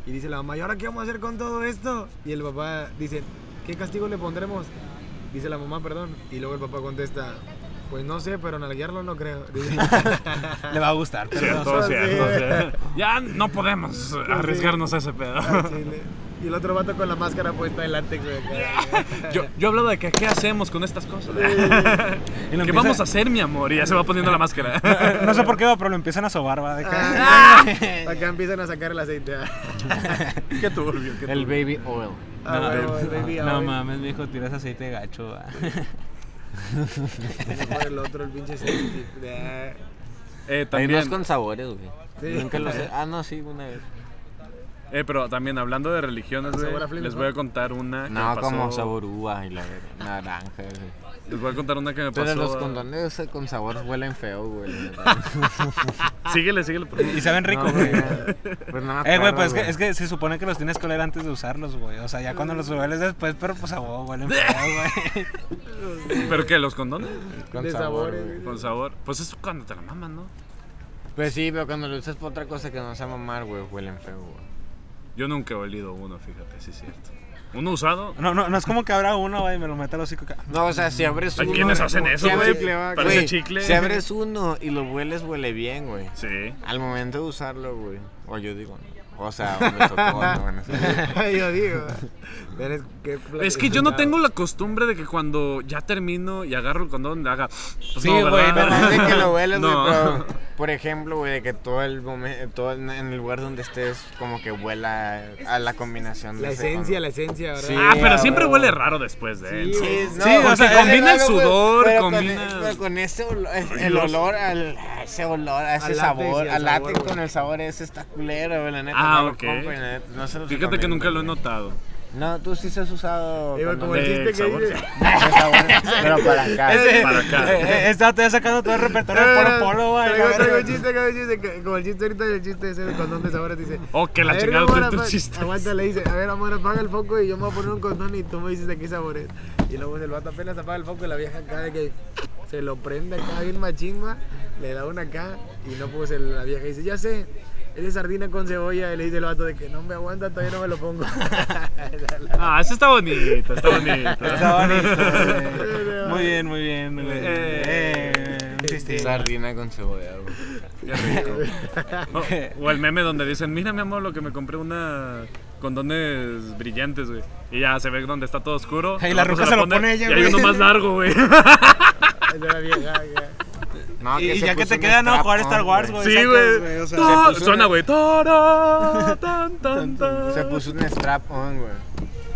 [SPEAKER 4] Y dice la mamá, ¿y ahora qué vamos a hacer con todo esto? Y el papá dice, ¿qué castigo le pondremos? Dice la mamá, perdón. Y luego el papá contesta, pues no sé, pero nalguearlo no creo. *laughs* Dice,
[SPEAKER 2] Le va a gustar. Pero no
[SPEAKER 7] Cierto,
[SPEAKER 4] sí,
[SPEAKER 7] cierto,
[SPEAKER 4] güey.
[SPEAKER 7] cierto. Ya no podemos arriesgarnos a ese pedo.
[SPEAKER 4] Sí, le- y el otro vato con la máscara puesta de látex, güey. acá.
[SPEAKER 7] Yo, yo hablaba de que qué hacemos con estas cosas.
[SPEAKER 2] Y lo
[SPEAKER 7] *laughs* ¿Qué
[SPEAKER 2] empieza-
[SPEAKER 7] vamos a hacer, mi amor? Y ya se va poniendo la máscara.
[SPEAKER 2] *laughs*
[SPEAKER 7] *laughs*
[SPEAKER 2] No sé por qué, pero lo empiezan a sobar, va. De que-
[SPEAKER 4] Acá empiezan a sacar el aceite.
[SPEAKER 7] qué turbio, qué
[SPEAKER 3] El baby oil.
[SPEAKER 4] Ah, huevo, el baby
[SPEAKER 2] no
[SPEAKER 4] oil.
[SPEAKER 2] mames, mijo, tiras aceite de gacho, va.
[SPEAKER 4] Y se pone el otro, el pinche *laughs* sensitive. Eh,
[SPEAKER 7] Eh,
[SPEAKER 3] Hay
[SPEAKER 7] también,
[SPEAKER 3] unos con sabores, güey.
[SPEAKER 4] Sí.
[SPEAKER 3] Nunca lo
[SPEAKER 4] *laughs*
[SPEAKER 3] sé. Ah, no, sí, una vez.
[SPEAKER 7] eh, pero también hablando de religiones, güey,
[SPEAKER 4] Sabor a Flint,
[SPEAKER 7] les
[SPEAKER 4] ¿no?
[SPEAKER 7] voy a contar una que
[SPEAKER 3] No,
[SPEAKER 7] me pasó.
[SPEAKER 3] como sabor uva y la verga, naranja, güey.
[SPEAKER 7] Les voy a contar una que me pasó.
[SPEAKER 3] Pero los
[SPEAKER 7] a-
[SPEAKER 3] condones eh, con sabor huelen feo, güey.
[SPEAKER 2] *laughs*
[SPEAKER 3] la neta.
[SPEAKER 7] Síguele, síguele. por favor. *laughs*
[SPEAKER 2] Y saben rico,
[SPEAKER 3] No,
[SPEAKER 2] güey.
[SPEAKER 3] güey. Pues no me
[SPEAKER 2] Eh, güey,
[SPEAKER 3] acuerdo,
[SPEAKER 2] pues es que, es que se supone que los tienes que oler antes de usarlos, güey. O sea, ya cuando los hueles después, pero pues a vos huelen feo, güey.
[SPEAKER 7] ¿Pero qué? ¿Los condones?
[SPEAKER 3] Con
[SPEAKER 4] de
[SPEAKER 3] sabor,
[SPEAKER 4] sabores,
[SPEAKER 3] güey.
[SPEAKER 4] güey.
[SPEAKER 7] Con sabor. Pues es cuando te la maman, ¿no?
[SPEAKER 3] Pues sí, pero cuando lo usas por otra cosa que no sea mamar, güey, huelen feo, güey.
[SPEAKER 7] Yo nunca he olido uno, fíjate, sí es cierto. ¿Uno usado?
[SPEAKER 2] No, no, no es como que abra uno, güey, y me lo meta al hocico. acá.
[SPEAKER 3] No, o sea, si abres
[SPEAKER 7] ¿A
[SPEAKER 3] uno.
[SPEAKER 7] quiénes hacen eso,
[SPEAKER 3] si abres-
[SPEAKER 7] güey?
[SPEAKER 3] chicle, va,
[SPEAKER 7] Parece
[SPEAKER 3] güey,
[SPEAKER 7] chicle.
[SPEAKER 3] Si abres uno y lo hueles, huele bien, güey.
[SPEAKER 7] Sí.
[SPEAKER 3] Al momento de usarlo, güey. O yo digo, no. O sea, o me
[SPEAKER 7] *laughs*
[SPEAKER 3] tocó, no, bueno, sí.
[SPEAKER 4] yo digo. Eres- qué
[SPEAKER 7] Es que yo no
[SPEAKER 4] platicado.
[SPEAKER 7] tengo la costumbre de que cuando ya termino y agarro el condón, haga. *sniffs* Pues
[SPEAKER 1] Sí,
[SPEAKER 7] no,
[SPEAKER 1] güey,
[SPEAKER 7] ¿verdad?
[SPEAKER 1] no
[SPEAKER 3] Parece que lo
[SPEAKER 7] *laughs*
[SPEAKER 3] hueles, güey,
[SPEAKER 7] No.
[SPEAKER 3] pero, por ejemplo, güey, de que todo el momen- todo el- en el lugar donde estés, como que huela a la combinación de
[SPEAKER 4] La
[SPEAKER 3] ese
[SPEAKER 4] esencia,
[SPEAKER 3] con-
[SPEAKER 4] la esencia, ¿verdad?
[SPEAKER 3] Sí.
[SPEAKER 7] Ah, pero
[SPEAKER 3] a
[SPEAKER 7] siempre
[SPEAKER 3] huevo.
[SPEAKER 7] huele raro después de él.
[SPEAKER 3] Sí, no,
[SPEAKER 7] Sí, o
[SPEAKER 3] porque
[SPEAKER 7] sea,
[SPEAKER 3] es
[SPEAKER 7] combina el
[SPEAKER 3] algo, güey,
[SPEAKER 7] sudor,
[SPEAKER 3] pero
[SPEAKER 7] combina-
[SPEAKER 3] Con, pero con ese olor, el, el
[SPEAKER 7] Dios.
[SPEAKER 3] olor al, a ese olor, a ese
[SPEAKER 4] Al látex
[SPEAKER 3] sabor,
[SPEAKER 4] y al
[SPEAKER 3] al látex
[SPEAKER 4] sabor,
[SPEAKER 3] con
[SPEAKER 4] güey.
[SPEAKER 3] el sabor ese está culero, güey, la neta.
[SPEAKER 7] Ah,
[SPEAKER 3] no lo
[SPEAKER 7] ok.
[SPEAKER 3] compren, la neta, no se los
[SPEAKER 7] Fíjate que
[SPEAKER 3] recomiendo,
[SPEAKER 7] nunca lo he
[SPEAKER 3] güey.
[SPEAKER 7] notado.
[SPEAKER 3] No, tú sí se has usado.
[SPEAKER 4] Eh, güey,
[SPEAKER 3] cuando-
[SPEAKER 4] como
[SPEAKER 7] De
[SPEAKER 4] el chiste que
[SPEAKER 7] sabor.
[SPEAKER 4] dice.
[SPEAKER 3] Ese sabor, pero para acá.
[SPEAKER 7] Para acá.
[SPEAKER 2] Eh, eh, Estaba todavía sacando todo el repertorio de polo polo, güey.
[SPEAKER 4] Traigo,
[SPEAKER 2] la
[SPEAKER 4] traigo un
[SPEAKER 2] verga.
[SPEAKER 4] chiste, traigo un chiste, que- como el chiste ahorita del chiste ese de condón de sabores, dice...
[SPEAKER 7] Oh, que la
[SPEAKER 4] "A ver,
[SPEAKER 7] chingada,
[SPEAKER 4] amor,
[SPEAKER 7] tú- tú
[SPEAKER 4] apa-
[SPEAKER 7] chistes".
[SPEAKER 4] Aguanta, le dice, a ver, amor, apaga el foco y yo me voy a poner un condón y tú me dices de qué sabor es. Y luego el vato apenas apaga el foco y la vieja acá de que se lo prende acá bien machisma, le da una acá y no pues el- la vieja dice, ya sé, es de sardina con cebolla. Y le dice el vato de que no me aguanta, todavía no me lo pongo.
[SPEAKER 7] Ah, eso está bonito, está bonito.
[SPEAKER 2] Está bonito. güey. Muy bien, muy bien. güey. Eh, un chiste.
[SPEAKER 3] Sardina con cebolla, güey.
[SPEAKER 7] Qué *laughs* rico. O, o el meme donde dicen, mira mi amor, lo que me compré una condones brillantes, güey. Y ya se ve donde está todo oscuro.
[SPEAKER 2] Y
[SPEAKER 7] el
[SPEAKER 2] la
[SPEAKER 7] vato
[SPEAKER 2] ruca se lo pone ella,
[SPEAKER 7] Y hay
[SPEAKER 2] güey.
[SPEAKER 7] uno más largo, güey. *laughs*
[SPEAKER 4] Es de la vieja. acá.
[SPEAKER 3] No,
[SPEAKER 2] Y, y
[SPEAKER 3] se
[SPEAKER 2] ya que
[SPEAKER 3] puso
[SPEAKER 2] te
[SPEAKER 3] un
[SPEAKER 2] queda, no,
[SPEAKER 3] strap-on,
[SPEAKER 2] jugar Star Wars, güey.
[SPEAKER 7] Sí,
[SPEAKER 2] sacas,
[SPEAKER 7] güey.
[SPEAKER 2] o sea,
[SPEAKER 7] To-
[SPEAKER 3] se puso
[SPEAKER 7] Suena,
[SPEAKER 3] una-
[SPEAKER 7] güey. Toro, tan, tan, tan.
[SPEAKER 3] Se puso un strap on, güey.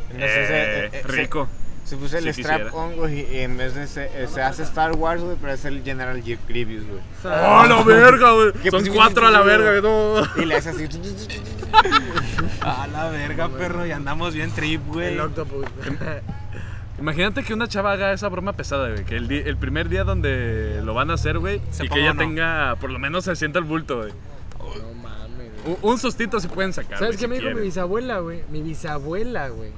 [SPEAKER 3] Entonces,
[SPEAKER 7] Eh,
[SPEAKER 3] eh, eh,
[SPEAKER 7] rico.
[SPEAKER 3] Se, se puso el
[SPEAKER 7] Sí quisiera.
[SPEAKER 3] strap on, güey, y en vez de se, eh, se hace Star Wars, güey, pero es el General Ge- Grievous, güey.
[SPEAKER 7] ¡Oh, la verga, güey!
[SPEAKER 3] Que
[SPEAKER 7] Son
[SPEAKER 3] pues,
[SPEAKER 7] cuatro a la verga, güey. no.
[SPEAKER 3] Y le hace así. *laughs*
[SPEAKER 2] A la verga, perro, y andamos bien trip, güey.
[SPEAKER 4] El octopus.
[SPEAKER 7] Em, Imagínate que una chava haga esa broma pesada, güey. Que el, di- el primer día donde lo van a hacer, güey,
[SPEAKER 2] Se
[SPEAKER 7] y que
[SPEAKER 2] ponga
[SPEAKER 7] ella
[SPEAKER 2] uno.
[SPEAKER 7] tenga, por lo menos se sienta el bulto, güey.
[SPEAKER 4] No mames.
[SPEAKER 7] Un, un sustito se pueden sacar.
[SPEAKER 4] *laughs* ¿Sabes
[SPEAKER 7] güey,
[SPEAKER 4] qué
[SPEAKER 7] si
[SPEAKER 4] me dijo mi
[SPEAKER 7] quieren.
[SPEAKER 4] bisabuela, güey? Mi bisabuela, güey.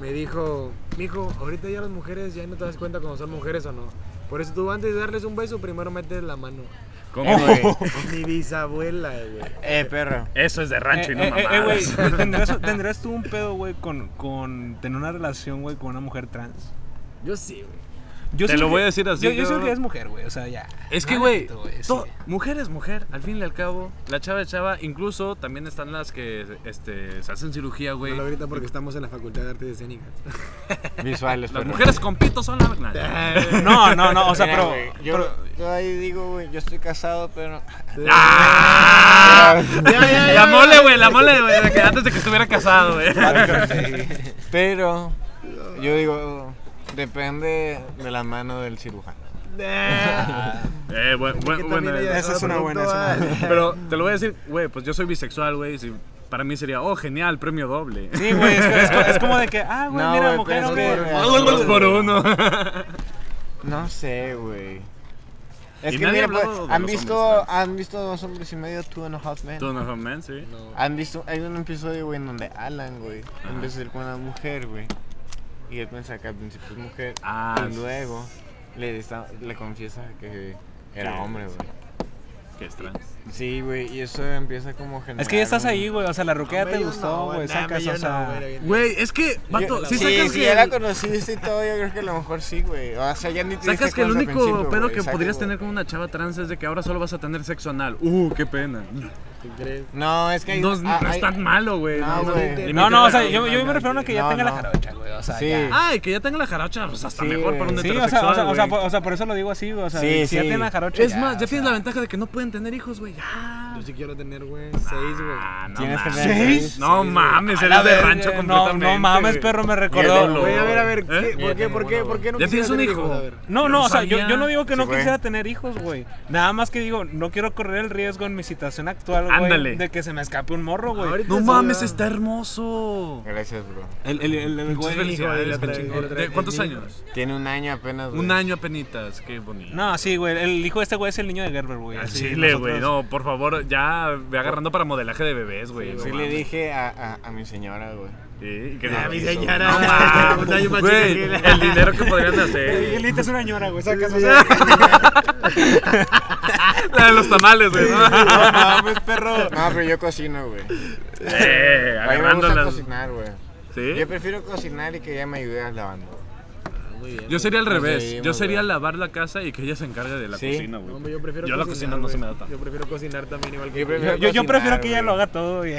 [SPEAKER 4] Me dijo, mijo, ahorita ya las mujeres ya no te das cuenta cuando son mujeres o no. Por eso tú antes de darles un beso, primero metes la mano.
[SPEAKER 7] ¿Cómo,
[SPEAKER 3] güey.
[SPEAKER 4] Mi bisabuela, güey.
[SPEAKER 3] Eh, perro.
[SPEAKER 7] Eso es de
[SPEAKER 2] Eh,
[SPEAKER 7] rancho y no
[SPEAKER 2] eh, eh, güey,
[SPEAKER 7] mamadas.
[SPEAKER 2] ¿tendrás, tendrás tú un pedo, güey, con, con tener una relación, güey, con una mujer trans?
[SPEAKER 4] Yo sí, güey.
[SPEAKER 2] Yo
[SPEAKER 7] Te
[SPEAKER 2] sí
[SPEAKER 7] lo
[SPEAKER 2] que-
[SPEAKER 7] voy a decir así,
[SPEAKER 2] Yo, yo
[SPEAKER 7] yo-
[SPEAKER 2] soy que es mujer, güey, o sea, ya.
[SPEAKER 7] Es que,
[SPEAKER 2] Ah,
[SPEAKER 7] güey,
[SPEAKER 2] tú, sí.
[SPEAKER 7] to- mujer es mujer, al fin y al cabo. La chava es chava, incluso también están las que este, se hacen cirugía, güey.
[SPEAKER 4] No lo grita porque estamos en la Facultad de Artes Escénicas.
[SPEAKER 3] Visuales,
[SPEAKER 7] Las
[SPEAKER 3] perro.
[SPEAKER 7] mujeres con pito son la. Nah.
[SPEAKER 2] No, no, no, o sea,
[SPEAKER 3] Mira,
[SPEAKER 2] pero.
[SPEAKER 3] güey, yo, yo ahí digo, güey, yo estoy casado, pero.
[SPEAKER 7] ¡Ah! La mole, güey, la mole, güey, de que antes de que estuviera casado, güey.
[SPEAKER 3] Pero. Yo digo, depende de la mano del cirujano.
[SPEAKER 7] Eh, buen, buen, buena.
[SPEAKER 2] Esa es una buena, es una
[SPEAKER 7] Pero te lo voy a decir, güey, pues yo soy bisexual, güey. si- Para mí sería, oh, genial, premio doble.
[SPEAKER 2] Sí, güey, es, es- es como de que, ah, güey,
[SPEAKER 3] No,
[SPEAKER 2] mira,
[SPEAKER 3] güey,
[SPEAKER 2] mujer,
[SPEAKER 3] pero
[SPEAKER 2] güey.
[SPEAKER 3] es que-
[SPEAKER 7] *laughs* Dos goles por uno.
[SPEAKER 3] No sé, güey. Es
[SPEAKER 7] Y
[SPEAKER 3] que
[SPEAKER 7] nadie
[SPEAKER 3] mira,
[SPEAKER 7] ha
[SPEAKER 3] pues,
[SPEAKER 7] hablado de
[SPEAKER 3] han
[SPEAKER 7] los
[SPEAKER 3] visto,
[SPEAKER 7] hombres
[SPEAKER 3] han visto dos hombres y medio, tú en a hot man.
[SPEAKER 7] Tú no, man, sí.
[SPEAKER 3] Han visto, hay un episodio, güey, en donde Alan, güey, en vez de ir con una mujer, güey, y él piensa que al principio es mujer,
[SPEAKER 7] Ah,
[SPEAKER 3] y
[SPEAKER 7] sí.
[SPEAKER 3] luego le, está- le confiesa que
[SPEAKER 7] Que-
[SPEAKER 3] era hombre, güey.
[SPEAKER 7] Qué extraño.
[SPEAKER 3] Sí, güey, y eso empieza como a generar
[SPEAKER 2] Es que ya estás
[SPEAKER 3] un-
[SPEAKER 2] ahí, güey, o sea, la roquea te gustó, güey, sacas, o sea.
[SPEAKER 7] Güey, es que, vato,
[SPEAKER 3] Yo-
[SPEAKER 7] sí,
[SPEAKER 3] sí,
[SPEAKER 7] sacas
[SPEAKER 3] si
[SPEAKER 7] que.
[SPEAKER 3] ya la conociste y todo, yo creo que a lo mejor sí, güey. O sea, ya ni te
[SPEAKER 7] Sacas
[SPEAKER 3] diste
[SPEAKER 7] que el
[SPEAKER 3] cuenta al
[SPEAKER 7] único
[SPEAKER 3] principio,
[SPEAKER 7] pedo
[SPEAKER 3] güey,
[SPEAKER 7] que
[SPEAKER 3] sacas,
[SPEAKER 7] podrías
[SPEAKER 3] güey.
[SPEAKER 7] tener con una chava trans es de que ahora solo vas a tener sexo anal. Uh, qué pena.
[SPEAKER 3] No, es que hay...
[SPEAKER 7] No,
[SPEAKER 3] ah,
[SPEAKER 7] no es
[SPEAKER 3] hay-
[SPEAKER 7] tan malo, güey.
[SPEAKER 3] No,
[SPEAKER 7] no,
[SPEAKER 3] güey.
[SPEAKER 7] no.
[SPEAKER 2] No, no, o sea, yo, yo me refiero a una que ya
[SPEAKER 3] No,
[SPEAKER 2] tenga la
[SPEAKER 3] no.
[SPEAKER 2] jarocha, güey, o sea,
[SPEAKER 3] Sí. Ah,
[SPEAKER 2] ya.
[SPEAKER 7] Ay, que ya tenga la jarocha, pues hasta
[SPEAKER 3] Sí,
[SPEAKER 7] mejor para
[SPEAKER 2] Sí,
[SPEAKER 7] un
[SPEAKER 2] o sea,
[SPEAKER 7] heterosexual,
[SPEAKER 2] o sea, o sea,
[SPEAKER 7] güey.
[SPEAKER 2] por, o sea, por eso lo digo así, güey, o sea,
[SPEAKER 3] Sí,
[SPEAKER 2] si ya
[SPEAKER 3] sí.
[SPEAKER 2] tiene la jarocha.
[SPEAKER 7] Es más, ya
[SPEAKER 2] o
[SPEAKER 7] tienes la
[SPEAKER 2] sea.
[SPEAKER 7] ventaja de que no pueden tener hijos, güey. Ya.
[SPEAKER 4] Yo sí quiero tener, güey, seis, güey.
[SPEAKER 7] Ah, no
[SPEAKER 3] Tienes que
[SPEAKER 7] mames.
[SPEAKER 3] tener
[SPEAKER 7] ¿Seis?
[SPEAKER 3] seis.
[SPEAKER 7] No mames, eres
[SPEAKER 2] A la
[SPEAKER 7] de
[SPEAKER 2] verga,
[SPEAKER 7] rancho
[SPEAKER 2] no,
[SPEAKER 7] completamente.
[SPEAKER 2] No mames,
[SPEAKER 7] güey.
[SPEAKER 2] perro, me
[SPEAKER 7] Qué
[SPEAKER 2] recordó.
[SPEAKER 7] dolor.
[SPEAKER 4] Güey, a ver, a ver,
[SPEAKER 7] ¿Eh?
[SPEAKER 4] ¿qué? ¿por qué, por qué, por qué no
[SPEAKER 7] Ya
[SPEAKER 4] quisiera
[SPEAKER 7] tienes un
[SPEAKER 4] tener
[SPEAKER 7] hijo.
[SPEAKER 4] hijos? A ver.
[SPEAKER 2] No, no,
[SPEAKER 7] Yo no
[SPEAKER 2] o sea, yo,
[SPEAKER 7] sabía.
[SPEAKER 2] yo no digo que
[SPEAKER 3] Sí,
[SPEAKER 2] no
[SPEAKER 3] güey.
[SPEAKER 2] quisiera tener hijos, güey. Nada más que digo, no quiero correr el riesgo en mi situación actual, güey.
[SPEAKER 7] Ándale.
[SPEAKER 2] De que se me escape un morro, güey.
[SPEAKER 4] Ahorita
[SPEAKER 7] No
[SPEAKER 4] sí,
[SPEAKER 7] mames,
[SPEAKER 4] ya.
[SPEAKER 7] está hermoso.
[SPEAKER 3] Gracias, bro.
[SPEAKER 2] El, el, el, el
[SPEAKER 7] Muchas
[SPEAKER 2] güey,
[SPEAKER 7] felicidades,
[SPEAKER 4] otra
[SPEAKER 7] qué
[SPEAKER 4] vez,
[SPEAKER 7] chingón.
[SPEAKER 4] otra
[SPEAKER 7] ¿De
[SPEAKER 4] vez,
[SPEAKER 7] ¿Cuántos
[SPEAKER 4] el
[SPEAKER 7] años?
[SPEAKER 3] Tiene un año apenas.
[SPEAKER 7] Un
[SPEAKER 3] güey.
[SPEAKER 7] año apenitas, qué bonito.
[SPEAKER 2] No, sí, güey. El hijo de este güey es el niño de Gerber, güey.
[SPEAKER 7] Al
[SPEAKER 2] así,
[SPEAKER 7] chile, güey,
[SPEAKER 2] nosotros-
[SPEAKER 7] no, por favor, ya ve agarrando para modelaje de bebés, güey. no
[SPEAKER 3] Sí le
[SPEAKER 7] mames.
[SPEAKER 3] dije a, a, a mi señora, güey.
[SPEAKER 7] Sí, que
[SPEAKER 4] Ah,
[SPEAKER 7] no-
[SPEAKER 4] mi
[SPEAKER 7] no
[SPEAKER 4] señora.
[SPEAKER 7] mames,
[SPEAKER 4] Un año más
[SPEAKER 7] güey,
[SPEAKER 4] chica que la-
[SPEAKER 7] el dinero que podrían hacer.
[SPEAKER 2] Elita es una ñora, güey. Sacas,
[SPEAKER 4] Sí,
[SPEAKER 2] o sea.
[SPEAKER 7] La de los tamales, güey.
[SPEAKER 2] No mames, perro.
[SPEAKER 3] No, pero yo cocino, güey.
[SPEAKER 7] Eh,
[SPEAKER 3] A mí me gusta
[SPEAKER 7] agarrándolas.
[SPEAKER 3] cocinar, güey.
[SPEAKER 7] ¿Sí?
[SPEAKER 3] Yo prefiero cocinar y que ella me ayude a lavar.
[SPEAKER 7] Yo sería al
[SPEAKER 3] Nos
[SPEAKER 7] revés.
[SPEAKER 3] seguimos,
[SPEAKER 7] yo sería
[SPEAKER 3] güey.
[SPEAKER 7] lavar la casa y que ella se encargue de la
[SPEAKER 3] Sí.
[SPEAKER 7] cocina,
[SPEAKER 4] No,
[SPEAKER 7] güey.
[SPEAKER 4] hombre, yo prefiero
[SPEAKER 7] Yo la cocina no se me da
[SPEAKER 4] güey.
[SPEAKER 7] tanto.
[SPEAKER 4] Yo prefiero cocinar también igual que
[SPEAKER 3] Yo
[SPEAKER 4] tú.
[SPEAKER 2] *laughs*
[SPEAKER 3] prefiero-
[SPEAKER 2] Yo, yo prefiero
[SPEAKER 3] cocinar,
[SPEAKER 2] que ella
[SPEAKER 3] güey.
[SPEAKER 2] lo haga todo,
[SPEAKER 7] *laughs*
[SPEAKER 2] güey.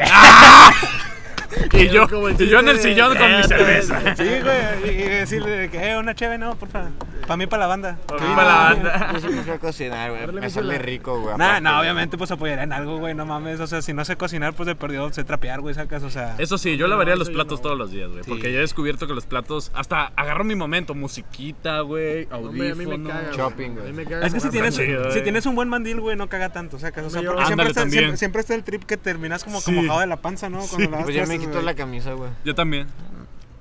[SPEAKER 7] Y yo,
[SPEAKER 4] como el
[SPEAKER 7] y yo en el
[SPEAKER 4] chiste de-
[SPEAKER 7] sillón con mi
[SPEAKER 4] Eh,
[SPEAKER 7] cerveza.
[SPEAKER 2] Sí, güey. Y, y decirle de que, eh, una cheve, no, porfa. Para mí, para la banda.
[SPEAKER 7] *laughs* Para
[SPEAKER 2] Sí,
[SPEAKER 7] mí, pa' la
[SPEAKER 2] no,
[SPEAKER 7] banda.
[SPEAKER 3] Yo sí prefiero cocinar, güey. Me sale rico, güey.
[SPEAKER 2] Nah,
[SPEAKER 3] aparte,
[SPEAKER 2] no,
[SPEAKER 3] güey.
[SPEAKER 2] obviamente pues apoyará en algo, güey, no mames. O sea, si no sé cocinar, pues de perdido sé trapear, güey, sacas, o sea.
[SPEAKER 7] Eso sí, yo lavaría los platos todos los días, güey. Porque yo he descubierto que los platos. Hasta agarro mi momento. Musiquita, güey.
[SPEAKER 4] Hombre, a mí me
[SPEAKER 7] Audífono.
[SPEAKER 4] caga. güey.
[SPEAKER 3] Shopping, güey.
[SPEAKER 4] A mí me caga.
[SPEAKER 2] Es que si
[SPEAKER 4] comer
[SPEAKER 2] tienes,
[SPEAKER 7] Sí, güey.
[SPEAKER 2] si tienes un buen mandil, güey, no caga tanto, sacas. O sea,
[SPEAKER 4] yo-
[SPEAKER 2] porque siempre
[SPEAKER 7] eh. Ándale,
[SPEAKER 2] está,
[SPEAKER 7] también.
[SPEAKER 2] siempre, siempre está el trip que terminas como
[SPEAKER 7] Sí.
[SPEAKER 2] con mojado de la panza, ¿no? Cuando lavas
[SPEAKER 3] Pues ya me
[SPEAKER 2] trastes,
[SPEAKER 3] quito
[SPEAKER 2] güey.
[SPEAKER 3] la camisa, güey.
[SPEAKER 2] Ah,
[SPEAKER 7] Yo también.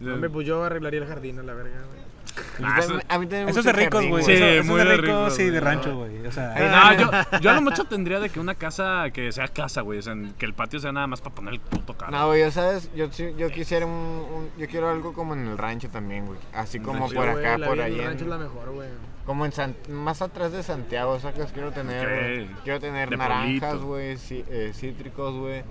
[SPEAKER 4] pan. Hombre, pues yo arreglaría el jardín a la verga, güey.
[SPEAKER 7] Ah, eso-
[SPEAKER 3] A mí también me
[SPEAKER 2] Eso
[SPEAKER 3] gusta
[SPEAKER 2] es de
[SPEAKER 3] el
[SPEAKER 2] ricos,
[SPEAKER 3] jardín,
[SPEAKER 2] güey.
[SPEAKER 7] Sí,
[SPEAKER 2] eso, eso
[SPEAKER 7] muy
[SPEAKER 2] es
[SPEAKER 7] de
[SPEAKER 2] de ricos,
[SPEAKER 7] ricos,
[SPEAKER 2] sí, de
[SPEAKER 7] güey.
[SPEAKER 2] rancho, güey. O sea,
[SPEAKER 7] Eh, no, yo, yo a lo mucho tendría de que una casa que sea casa, güey. O sea, en- que el patio sea nada más para poner el puto carro.
[SPEAKER 3] No, güey, yo sabes, yo, sí- yo quisiera un, un- Yo quiero algo como en el rancho también, güey. Así como por
[SPEAKER 4] Güey,
[SPEAKER 3] acá,
[SPEAKER 4] la
[SPEAKER 3] Ah, por
[SPEAKER 4] vida en el
[SPEAKER 3] allá.
[SPEAKER 4] rancho es la mejor, güey.
[SPEAKER 3] Como en San- más atrás de Santiago, sacas, quiero tener,
[SPEAKER 7] Ok.
[SPEAKER 3] güey, quiero tener
[SPEAKER 7] De
[SPEAKER 3] naranjas,
[SPEAKER 7] pueblito.
[SPEAKER 3] güey, cí- eh, cítricos, güey.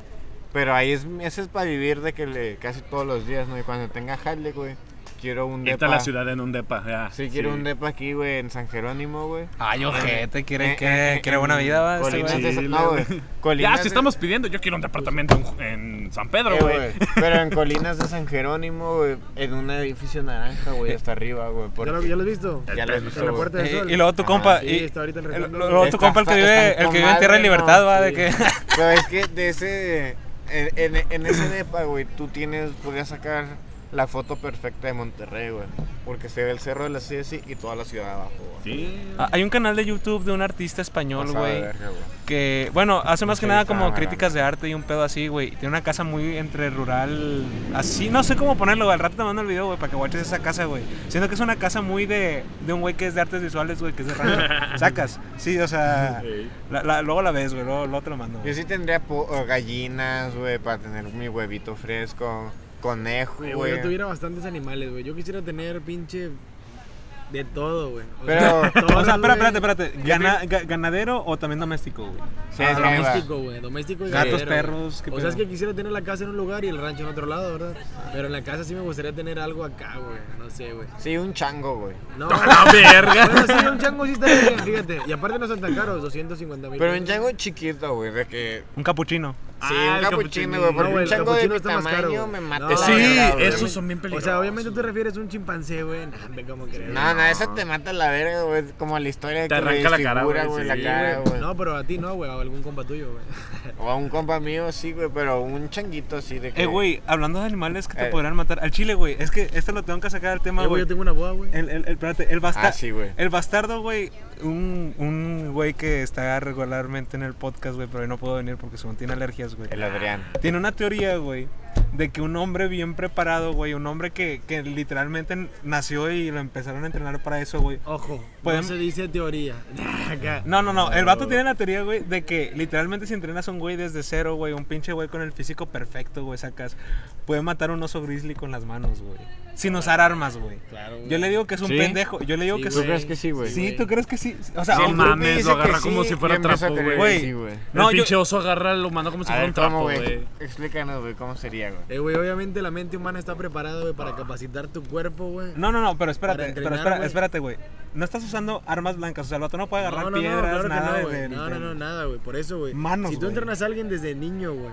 [SPEAKER 3] Pero ahí es, ese es para vivir de que le, casi todos los días, ¿no? Y cuando tenga jale, güey, quiero un
[SPEAKER 7] Irte
[SPEAKER 3] depa.
[SPEAKER 7] a la ciudad en un depa, ya.
[SPEAKER 3] Sí, quiero un depa aquí, güey, en San Jerónimo, güey.
[SPEAKER 2] Ay, ojete, quiere,
[SPEAKER 3] Eh, eh,
[SPEAKER 2] quiere buena vida, va. Este,
[SPEAKER 3] Colinas
[SPEAKER 2] güey.
[SPEAKER 3] de,
[SPEAKER 7] Chile,
[SPEAKER 3] no, güey.
[SPEAKER 7] güey.
[SPEAKER 3] Colinas
[SPEAKER 7] Ya,
[SPEAKER 3] de-
[SPEAKER 7] si estamos pidiendo, yo quiero un departamento en, en San Pedro,
[SPEAKER 3] Eh,
[SPEAKER 7] güey.
[SPEAKER 3] güey, Pero en Colinas de San Jerónimo, güey, en un edificio naranja, güey, hasta arriba, güey.
[SPEAKER 4] ¿Ya lo,
[SPEAKER 3] porque-
[SPEAKER 4] ya lo has visto?
[SPEAKER 3] Ya lo he visto,
[SPEAKER 4] En la
[SPEAKER 3] güey.
[SPEAKER 4] puerta del
[SPEAKER 2] Eh,
[SPEAKER 4] sol. Ah,
[SPEAKER 2] Y luego tu
[SPEAKER 3] Ajá,
[SPEAKER 2] compa.
[SPEAKER 4] sí,
[SPEAKER 2] y-
[SPEAKER 4] está ahorita en
[SPEAKER 2] el-
[SPEAKER 4] Redondo,
[SPEAKER 2] Luego tu
[SPEAKER 3] Está-
[SPEAKER 2] compa, el que
[SPEAKER 3] está-
[SPEAKER 2] vive,
[SPEAKER 3] está
[SPEAKER 2] el que vive
[SPEAKER 3] con
[SPEAKER 2] en Tierra de
[SPEAKER 3] madre, ¿no?
[SPEAKER 2] Libertad, va, de
[SPEAKER 3] Sí.
[SPEAKER 2] que.
[SPEAKER 3] *laughs* Pero es que de ese. En, en- en ese depa, güey, tú tienes. Podrías sacar la foto perfecta de Monterrey, güey. Porque se ve el cerro de la Cesi y toda la ciudad abajo, güey.
[SPEAKER 7] Sí.
[SPEAKER 2] Ah, Hay un canal de YouTube de un artista español,
[SPEAKER 3] Pasada de
[SPEAKER 2] güey.
[SPEAKER 3] verga, güey.
[SPEAKER 2] que, bueno, hace más que
[SPEAKER 3] Sí,
[SPEAKER 2] nada
[SPEAKER 3] está
[SPEAKER 2] como
[SPEAKER 3] grande.
[SPEAKER 2] críticas de arte y un pedo así, güey. Tiene una casa muy entre rural, así, no sé cómo ponerlo, güey. al rato te mando el video, güey, para que watches esa casa, güey. Siento que es una casa muy de, de un güey que es de artes visuales, güey, que es de rancho. Sacas, sí, o sea, la- la- luego la ves, güey, luego, luego te lo mando.
[SPEAKER 3] Yo
[SPEAKER 2] güey.
[SPEAKER 3] sí tendría po- o gallinas, güey, para tener mi huevito fresco. Conejo,
[SPEAKER 4] Güey,
[SPEAKER 3] güey.
[SPEAKER 4] Yo tuviera bastantes animales, güey. Yo quisiera tener pinche de todo, güey. O
[SPEAKER 3] Pero-
[SPEAKER 4] sea, todo,
[SPEAKER 2] *laughs* O sea, espera,
[SPEAKER 4] güey.
[SPEAKER 2] espérate, espérate. Gana- ga- ¿Ganadero o también doméstico, güey?
[SPEAKER 3] Sí,
[SPEAKER 4] Ah,
[SPEAKER 3] es que, güey,
[SPEAKER 4] doméstico, güey. Doméstico y
[SPEAKER 2] Gatos,
[SPEAKER 4] ganadero,
[SPEAKER 2] perros, ¿qué
[SPEAKER 4] güey. O sea, es
[SPEAKER 2] pedo?
[SPEAKER 4] que quisiera tener la casa en un lugar y el rancho en otro lado, ¿verdad? Pero en la casa sí me gustaría tener algo acá, güey. No sé, güey.
[SPEAKER 3] Sí, un chango, güey.
[SPEAKER 4] No,
[SPEAKER 7] La verga.
[SPEAKER 4] Bueno, sí, un chango sí está bien, fíjate. Y aparte no son tan caros, 250 mil.
[SPEAKER 3] Pero un chango chiquito, güey, de que.
[SPEAKER 2] Un capuchino.
[SPEAKER 3] Sí,
[SPEAKER 7] Ah,
[SPEAKER 3] un
[SPEAKER 7] el
[SPEAKER 3] capuchino,
[SPEAKER 7] capuchino.
[SPEAKER 3] güey. Porque
[SPEAKER 4] No, güey,
[SPEAKER 3] un
[SPEAKER 4] el
[SPEAKER 3] chango de
[SPEAKER 4] capuchino
[SPEAKER 3] mi
[SPEAKER 4] está más caro,
[SPEAKER 3] tamaño
[SPEAKER 4] güey.
[SPEAKER 3] me mata.
[SPEAKER 4] No,
[SPEAKER 3] la
[SPEAKER 7] sí,
[SPEAKER 3] verga, güey.
[SPEAKER 7] esos son bien
[SPEAKER 4] O
[SPEAKER 7] peligrosos.
[SPEAKER 4] sea, obviamente tú te refieres a un chimpancé, güey. Nah, hombre, ¿cómo crees?
[SPEAKER 3] No, no, eso te mata la verga, güey. es Como la historia de
[SPEAKER 7] Te
[SPEAKER 3] que me
[SPEAKER 7] arranca la cara,
[SPEAKER 3] desfigura,
[SPEAKER 7] güey, sí,
[SPEAKER 3] la cara, güey.
[SPEAKER 4] No, pero a ti no, güey. A algún compa tuyo, güey. Eh,
[SPEAKER 3] O a un compa mío, sí, güey, pero un changuito así de que.
[SPEAKER 2] Eh, güey, hablando de animales que te
[SPEAKER 3] Eh.
[SPEAKER 2] podrían matar. Al chile, güey, es que esto lo tengo que sacar al tema,
[SPEAKER 4] Eh,
[SPEAKER 2] güey.
[SPEAKER 4] güey, yo tengo una boda, güey.
[SPEAKER 2] El, el, el, espérate, el bastardo.
[SPEAKER 3] Ah, sí, güey.
[SPEAKER 2] El bastardo, güey. Un, un güey que está regularmente en el podcast, güey, pero hoy no puedo venir porque según tiene alergias, güey.
[SPEAKER 3] El Adrián.
[SPEAKER 2] Tiene una teoría, güey, de que un hombre bien preparado, güey, un hombre que, que literalmente nació y lo empezaron a entrenar para eso, güey.
[SPEAKER 4] Ojo,
[SPEAKER 2] Pueden-
[SPEAKER 4] no se dice teoría. *laughs* Acá.
[SPEAKER 2] No, no, no. El vato tiene la teoría, güey, de que literalmente si entrenas a un güey desde cero, güey, un pinche güey con el físico perfecto, güey, sacas, puede matar a un oso grizzly con las manos, güey. Sin usar armas, güey.
[SPEAKER 4] Claro, güey.
[SPEAKER 2] Yo le digo que es un
[SPEAKER 3] ¿Sí?
[SPEAKER 2] pendejo. Yo le digo
[SPEAKER 4] Sí,
[SPEAKER 2] que
[SPEAKER 4] güey.
[SPEAKER 2] es
[SPEAKER 3] ¿Tú crees que sí, güey?
[SPEAKER 2] Sí, ¿tú crees que sí? O sea,
[SPEAKER 7] Sí,
[SPEAKER 2] aunque-
[SPEAKER 7] mames,
[SPEAKER 3] me dice
[SPEAKER 7] lo
[SPEAKER 3] que
[SPEAKER 7] agarra
[SPEAKER 3] sí,
[SPEAKER 7] como si
[SPEAKER 3] yo
[SPEAKER 7] fuera
[SPEAKER 3] empiezo a
[SPEAKER 7] trapo,
[SPEAKER 3] creer
[SPEAKER 2] güey.
[SPEAKER 3] que Sí, güey.
[SPEAKER 2] No,
[SPEAKER 7] el
[SPEAKER 2] yo-
[SPEAKER 7] pinche oso agarra la mano como si
[SPEAKER 3] A
[SPEAKER 7] fuera Ah, un
[SPEAKER 3] ver,
[SPEAKER 7] trapo,
[SPEAKER 3] ¿cómo,
[SPEAKER 7] güey.
[SPEAKER 3] güey? Explícanos, güey, cómo sería, güey.
[SPEAKER 4] Eh, güey, obviamente la mente humana está preparada, güey, para capacitar tu cuerpo, güey.
[SPEAKER 2] No, no, no, pero espérate,
[SPEAKER 4] Para
[SPEAKER 2] pero
[SPEAKER 4] entrenar,
[SPEAKER 2] espera-
[SPEAKER 4] güey.
[SPEAKER 2] espérate, güey. No estás usando armas blancas, o sea, el vato no puede agarrar
[SPEAKER 4] no, no,
[SPEAKER 2] piedras,
[SPEAKER 4] no, claro
[SPEAKER 2] nada.
[SPEAKER 4] que no, güey.
[SPEAKER 2] del-
[SPEAKER 4] No, no,
[SPEAKER 2] del-
[SPEAKER 4] no, nada, güey. Por eso, güey.
[SPEAKER 2] Manos,
[SPEAKER 4] Si tú
[SPEAKER 2] güey.
[SPEAKER 4] entrenas a alguien desde niño, güey,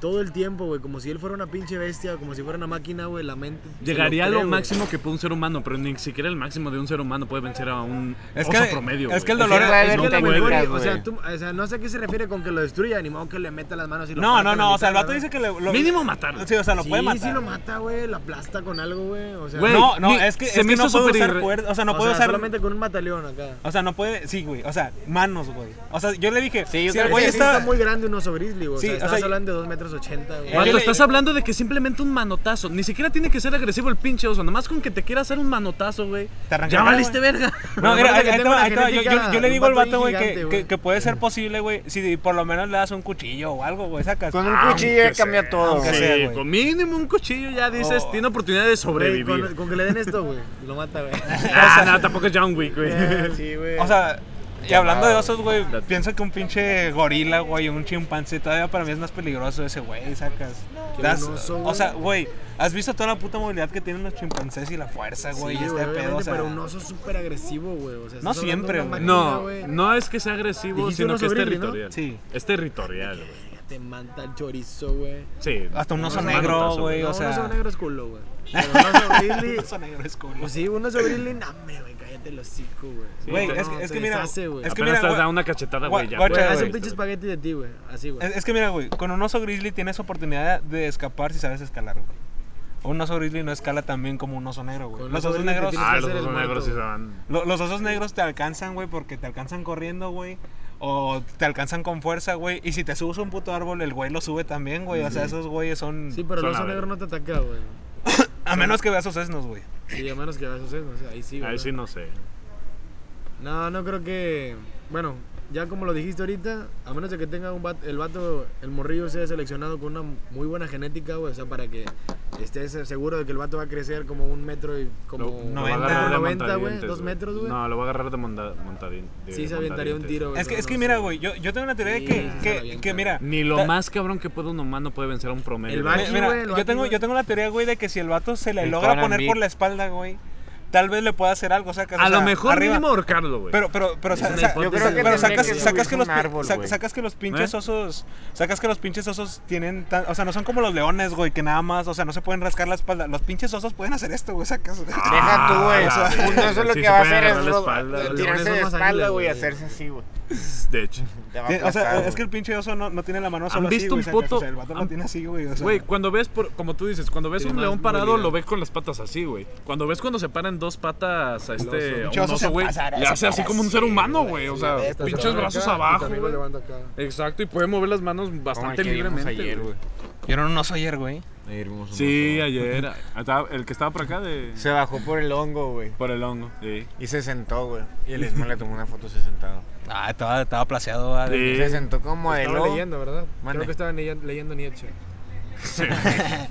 [SPEAKER 4] todo el tiempo, güey, como si él fuera una pinche bestia, como si fuera una máquina, güey, la mente. se
[SPEAKER 7] Llegaría a
[SPEAKER 4] cree,
[SPEAKER 7] lo
[SPEAKER 4] güey.
[SPEAKER 7] máximo que puede un ser humano, pero ni siquiera el máximo de un ser humano puede vencer a un
[SPEAKER 2] Es
[SPEAKER 7] oso
[SPEAKER 2] que-
[SPEAKER 7] promedio.
[SPEAKER 2] es
[SPEAKER 7] güey.
[SPEAKER 2] que el
[SPEAKER 3] Sí,
[SPEAKER 2] dolor-
[SPEAKER 3] va a haber
[SPEAKER 4] Es que a lo
[SPEAKER 3] técnicas,
[SPEAKER 4] mejor,
[SPEAKER 3] güey.
[SPEAKER 4] o sea, tú, o sea, no sé a qué se refiere con que lo destruya, ni modo que le meta las manos y lo
[SPEAKER 2] No,
[SPEAKER 4] parta
[SPEAKER 2] no,
[SPEAKER 4] a la
[SPEAKER 2] no, o sea, el
[SPEAKER 4] mitad,
[SPEAKER 2] vato
[SPEAKER 4] ¿verdad?
[SPEAKER 2] dice que le- lo-
[SPEAKER 7] Mínimo matarlo.
[SPEAKER 2] Sí, o sea, lo
[SPEAKER 4] sí,
[SPEAKER 2] puede matar.
[SPEAKER 4] sí lo mata, güey, la aplasta con algo, güey. O sea,
[SPEAKER 7] Güey,
[SPEAKER 2] no, no,
[SPEAKER 7] ni-
[SPEAKER 2] es que,
[SPEAKER 7] se
[SPEAKER 2] es
[SPEAKER 7] me
[SPEAKER 2] que
[SPEAKER 7] hizo
[SPEAKER 2] no puede
[SPEAKER 7] súper
[SPEAKER 2] usar
[SPEAKER 7] irre-
[SPEAKER 2] cuerdas, o sea,
[SPEAKER 4] o
[SPEAKER 2] no puede
[SPEAKER 4] sea,
[SPEAKER 2] usar...
[SPEAKER 4] solamente con un mataleón acá.
[SPEAKER 2] O sea, no puede... Sí, güey, o sea, manos, güey. O sea, yo le dije,
[SPEAKER 3] Sí, yo
[SPEAKER 2] si el
[SPEAKER 3] creo
[SPEAKER 2] güey
[SPEAKER 3] que
[SPEAKER 4] Sí,
[SPEAKER 2] está...
[SPEAKER 4] está muy grande un oso grizzly, güey.
[SPEAKER 2] Sí, o
[SPEAKER 4] o sea, estás
[SPEAKER 2] sea,
[SPEAKER 4] hablando de dos metros 80, güey.
[SPEAKER 7] Vato, estás hablando de que simplemente un manotazo. Ni siquiera tiene que ser agresivo el pinche oso. Nomás con que te quiera hacer un manotazo, güey.
[SPEAKER 2] Te arranca
[SPEAKER 7] Ya
[SPEAKER 2] la
[SPEAKER 7] valiste verga. *laughs*
[SPEAKER 2] No, mira,
[SPEAKER 4] aparte
[SPEAKER 2] ahí,
[SPEAKER 4] que
[SPEAKER 2] ahí
[SPEAKER 4] tengo
[SPEAKER 2] te va,
[SPEAKER 4] una
[SPEAKER 2] ahí te va. Yo, yo-
[SPEAKER 4] genética
[SPEAKER 2] yo le
[SPEAKER 4] de
[SPEAKER 2] digo
[SPEAKER 4] un
[SPEAKER 2] al
[SPEAKER 4] vato
[SPEAKER 2] vato, güey,
[SPEAKER 4] bien
[SPEAKER 2] que,
[SPEAKER 4] gigante,
[SPEAKER 2] que-
[SPEAKER 4] güey. Mm.
[SPEAKER 2] que puede ser posible, güey, si por lo menos le das un cuchillo o algo, güey, sacas.
[SPEAKER 3] Con un cuchillo
[SPEAKER 7] Aunque
[SPEAKER 3] cambia
[SPEAKER 7] sea,
[SPEAKER 3] todo,
[SPEAKER 7] aunque
[SPEAKER 3] güey.
[SPEAKER 7] sea,
[SPEAKER 3] Sí,
[SPEAKER 7] güey. con mínimo un cuchillo ya dices, tiene oportunidad de
[SPEAKER 4] Güey,
[SPEAKER 7] sobrevivir.
[SPEAKER 4] con, con que le den esto, güey, lo mata, güey.
[SPEAKER 7] *laughs* Ah, no, tampoco es John Wick, güey.
[SPEAKER 4] *laughs* sí, güey.
[SPEAKER 2] O sea, y hablando de osos, güey, pienso que un pinche gorila, güey, un chimpancé, todavía para mí es más peligroso ese, güey, sacas.
[SPEAKER 4] Que
[SPEAKER 2] Das-
[SPEAKER 4] un oso,
[SPEAKER 2] o sea, güey, has visto toda la puta movilidad que tienen los chimpancés y la fuerza, güey, y
[SPEAKER 4] Sí,
[SPEAKER 2] este
[SPEAKER 4] güey,
[SPEAKER 2] pedo, o
[SPEAKER 4] obviamente,
[SPEAKER 2] sea, *laughs*
[SPEAKER 4] pero un oso es súper agresivo, güey. O sea,
[SPEAKER 2] No
[SPEAKER 4] estás hablando de
[SPEAKER 2] siempre,
[SPEAKER 4] una
[SPEAKER 2] güey.
[SPEAKER 4] máquina,
[SPEAKER 7] No,
[SPEAKER 4] güey.
[SPEAKER 7] no es que sea agresivo,
[SPEAKER 4] Dijiste
[SPEAKER 7] sino
[SPEAKER 4] uno
[SPEAKER 7] que es
[SPEAKER 4] sobre Riley, ¿no?
[SPEAKER 7] territorial.
[SPEAKER 2] Sí.
[SPEAKER 7] Es territorial, güey.
[SPEAKER 4] Ya te manta el chorizo, güey.
[SPEAKER 7] Sí.
[SPEAKER 2] Hasta un oso
[SPEAKER 7] es
[SPEAKER 2] negro,
[SPEAKER 7] manotazo,
[SPEAKER 2] güey. Sí, o
[SPEAKER 4] No,
[SPEAKER 2] sea-
[SPEAKER 4] un oso negro es culo, güey. Pero un oso
[SPEAKER 2] *laughs*
[SPEAKER 4] grizzly...
[SPEAKER 2] Eso negro es culo.
[SPEAKER 4] Pues sí, un oso grizzly, no, hombre, güey, cállate el hocico, güey.
[SPEAKER 2] Güey,
[SPEAKER 4] No,
[SPEAKER 2] es, que-
[SPEAKER 4] te
[SPEAKER 2] es que mira,
[SPEAKER 4] deshace, güey.
[SPEAKER 2] es que
[SPEAKER 7] Apenas
[SPEAKER 2] mira,
[SPEAKER 7] te has
[SPEAKER 2] güey,
[SPEAKER 7] dado una cachetada, güey.
[SPEAKER 2] gua-
[SPEAKER 7] ya,
[SPEAKER 2] guacha,
[SPEAKER 4] Güey,
[SPEAKER 7] güey.
[SPEAKER 4] haz
[SPEAKER 2] güey.
[SPEAKER 4] un pinche espagueti de ti, güey. Así, güey.
[SPEAKER 2] es, es que mira, güey, con un oso grizzly tienes oportunidad de escapar si sabes escalar, güey. Un oso grizzly no escala tan bien como un oso negro, güey.
[SPEAKER 4] Con
[SPEAKER 2] Los
[SPEAKER 4] oso
[SPEAKER 2] osos
[SPEAKER 4] grizzly te
[SPEAKER 2] negros
[SPEAKER 4] tienes
[SPEAKER 7] Ah,
[SPEAKER 4] que
[SPEAKER 7] los
[SPEAKER 4] hacer el
[SPEAKER 7] dos negros
[SPEAKER 4] muerto,
[SPEAKER 7] sí se
[SPEAKER 4] güey.
[SPEAKER 7] van.
[SPEAKER 2] Lo- los osos negros te alcanzan, güey, porque te alcanzan corriendo, güey. O te alcanzan con fuerza, güey. Y si te subes a un puto árbol, el güey lo sube también, güey. O sea, esos güeyes son.
[SPEAKER 4] Sí, pero el
[SPEAKER 7] Son
[SPEAKER 4] oso
[SPEAKER 7] la
[SPEAKER 4] negro no te ataca, güey.
[SPEAKER 2] a menos que veas sesnos, güey.
[SPEAKER 4] Sí, a menos que veas eso, o sea, ahí sí, güey.
[SPEAKER 7] Ahí sí no sé.
[SPEAKER 4] No, no creo que. Bueno, ya como lo dijiste ahorita, a menos de que tenga un vato, el vato, el morrillo sea seleccionado con una muy buena genética, güey, o sea, para que estés seguro de que el vato va a crecer como un metro y como.
[SPEAKER 7] Lo- lo va a
[SPEAKER 2] noventa.
[SPEAKER 7] agarrar de
[SPEAKER 4] 90, güey,
[SPEAKER 7] montadientes,
[SPEAKER 4] dos metros, güey.
[SPEAKER 7] No, lo va a agarrar de monta- montadín. de
[SPEAKER 4] sí, se aventaría un
[SPEAKER 7] montadientes.
[SPEAKER 4] tiro, güey.
[SPEAKER 2] Es que,
[SPEAKER 4] pero
[SPEAKER 2] es que
[SPEAKER 4] no
[SPEAKER 2] mira,
[SPEAKER 4] sé.
[SPEAKER 2] güey. Yo, yo tengo una teoría de
[SPEAKER 4] Sí,
[SPEAKER 2] que,
[SPEAKER 4] sí se
[SPEAKER 2] que-
[SPEAKER 4] la avienta.
[SPEAKER 2] que, mira.
[SPEAKER 7] Ni lo
[SPEAKER 2] ta-
[SPEAKER 7] más cabrón que puede un humano puede vencer a un promedio.
[SPEAKER 4] El
[SPEAKER 7] güey.
[SPEAKER 4] Baki,
[SPEAKER 2] mi- mira,
[SPEAKER 4] güey, el Baki,
[SPEAKER 2] yo, tengo,
[SPEAKER 4] güey.
[SPEAKER 2] yo tengo la teoría, güey, de que si el vato se le
[SPEAKER 3] El
[SPEAKER 2] logra
[SPEAKER 3] Conan
[SPEAKER 2] poner
[SPEAKER 3] Big.
[SPEAKER 2] por la espalda, güey, tal vez le pueda hacer algo. O sea, que- o
[SPEAKER 7] a lo
[SPEAKER 2] sea,
[SPEAKER 7] mejor
[SPEAKER 2] arriba.
[SPEAKER 7] mínimo ahorcarlo, güey.
[SPEAKER 2] Pero, pero, pero, sa-
[SPEAKER 4] una
[SPEAKER 2] sa- yo
[SPEAKER 4] hipótesis,
[SPEAKER 2] creo
[SPEAKER 4] güey.
[SPEAKER 2] que pero
[SPEAKER 4] Tendría
[SPEAKER 2] sacas,
[SPEAKER 4] que
[SPEAKER 2] sacas
[SPEAKER 3] subirse
[SPEAKER 2] que
[SPEAKER 3] a
[SPEAKER 2] los,
[SPEAKER 3] un
[SPEAKER 2] pi-
[SPEAKER 3] árbol,
[SPEAKER 2] sac-
[SPEAKER 3] güey.
[SPEAKER 2] sacas que los pinches
[SPEAKER 7] ¿Eh?
[SPEAKER 2] osos, sacas que los pinches osos tienen, tan- o sea, no son como los leones, güey, que nada más, o sea, no se pueden rascar la espalda. Los pinches osos pueden hacer esto, güey, sacas. *laughs*
[SPEAKER 3] Deja tú, güey. *laughs*
[SPEAKER 7] Ah,
[SPEAKER 3] o sea, un oso lo
[SPEAKER 7] sí
[SPEAKER 3] que
[SPEAKER 7] se
[SPEAKER 3] va a
[SPEAKER 7] puede
[SPEAKER 3] hacer es
[SPEAKER 7] agarrar la
[SPEAKER 3] ro-
[SPEAKER 7] espalda, güey.
[SPEAKER 4] Los
[SPEAKER 3] tirarse de
[SPEAKER 4] leones son más
[SPEAKER 3] espalda,
[SPEAKER 4] águilas,
[SPEAKER 3] güey, y
[SPEAKER 4] güey.
[SPEAKER 3] hacerse así, güey.
[SPEAKER 7] De hecho.
[SPEAKER 3] Te va a
[SPEAKER 2] Eh, o sea,
[SPEAKER 3] aplastar,
[SPEAKER 2] es que el pinche oso no, no tiene la mano solo
[SPEAKER 7] ¿Han visto
[SPEAKER 2] así, güey, sacas,
[SPEAKER 7] un poto?
[SPEAKER 2] o sea, el vato lo
[SPEAKER 7] ¿Han-
[SPEAKER 2] tiene así, güey, o sea.
[SPEAKER 7] Güey, cuando ves, por, como tú dices, cuando ves
[SPEAKER 4] Tiene
[SPEAKER 7] un
[SPEAKER 4] más
[SPEAKER 7] león parado,
[SPEAKER 4] movilidad.
[SPEAKER 7] lo ves con las patas así, güey. Cuando ves cuando se paran dos patas a este a
[SPEAKER 2] Pinche
[SPEAKER 7] un
[SPEAKER 2] oso se
[SPEAKER 7] oso, güey,
[SPEAKER 2] pasa,
[SPEAKER 7] le hace así como un ser humano, güey. O sea,
[SPEAKER 4] Estas
[SPEAKER 7] pinches
[SPEAKER 4] son
[SPEAKER 7] brazos
[SPEAKER 4] acá, y
[SPEAKER 7] abajo,
[SPEAKER 4] también lo
[SPEAKER 7] güey.
[SPEAKER 4] levanta acá.
[SPEAKER 7] Exacto, y puede mover las manos bastante libremente. güey.
[SPEAKER 2] Vieron un oso ayer, güey.
[SPEAKER 7] Sí, ayer. estaba- El que estaba por acá de.
[SPEAKER 3] Se bajó por el hongo, güey.
[SPEAKER 7] Por el hongo. Sí.
[SPEAKER 3] Y se sentó, güey. Y el Ismael le tomó una foto, se sentado.
[SPEAKER 2] Ah, estaba, estaba plaseado, ah, güey.
[SPEAKER 7] Sí.
[SPEAKER 3] Se sentó como de
[SPEAKER 4] Estaba
[SPEAKER 3] lobo.
[SPEAKER 4] leyendo, ¿verdad?
[SPEAKER 3] Mande.
[SPEAKER 4] Creo que estaban leyen- leyendo
[SPEAKER 7] *laughs*
[SPEAKER 4] Nietzsche.
[SPEAKER 7] Ah,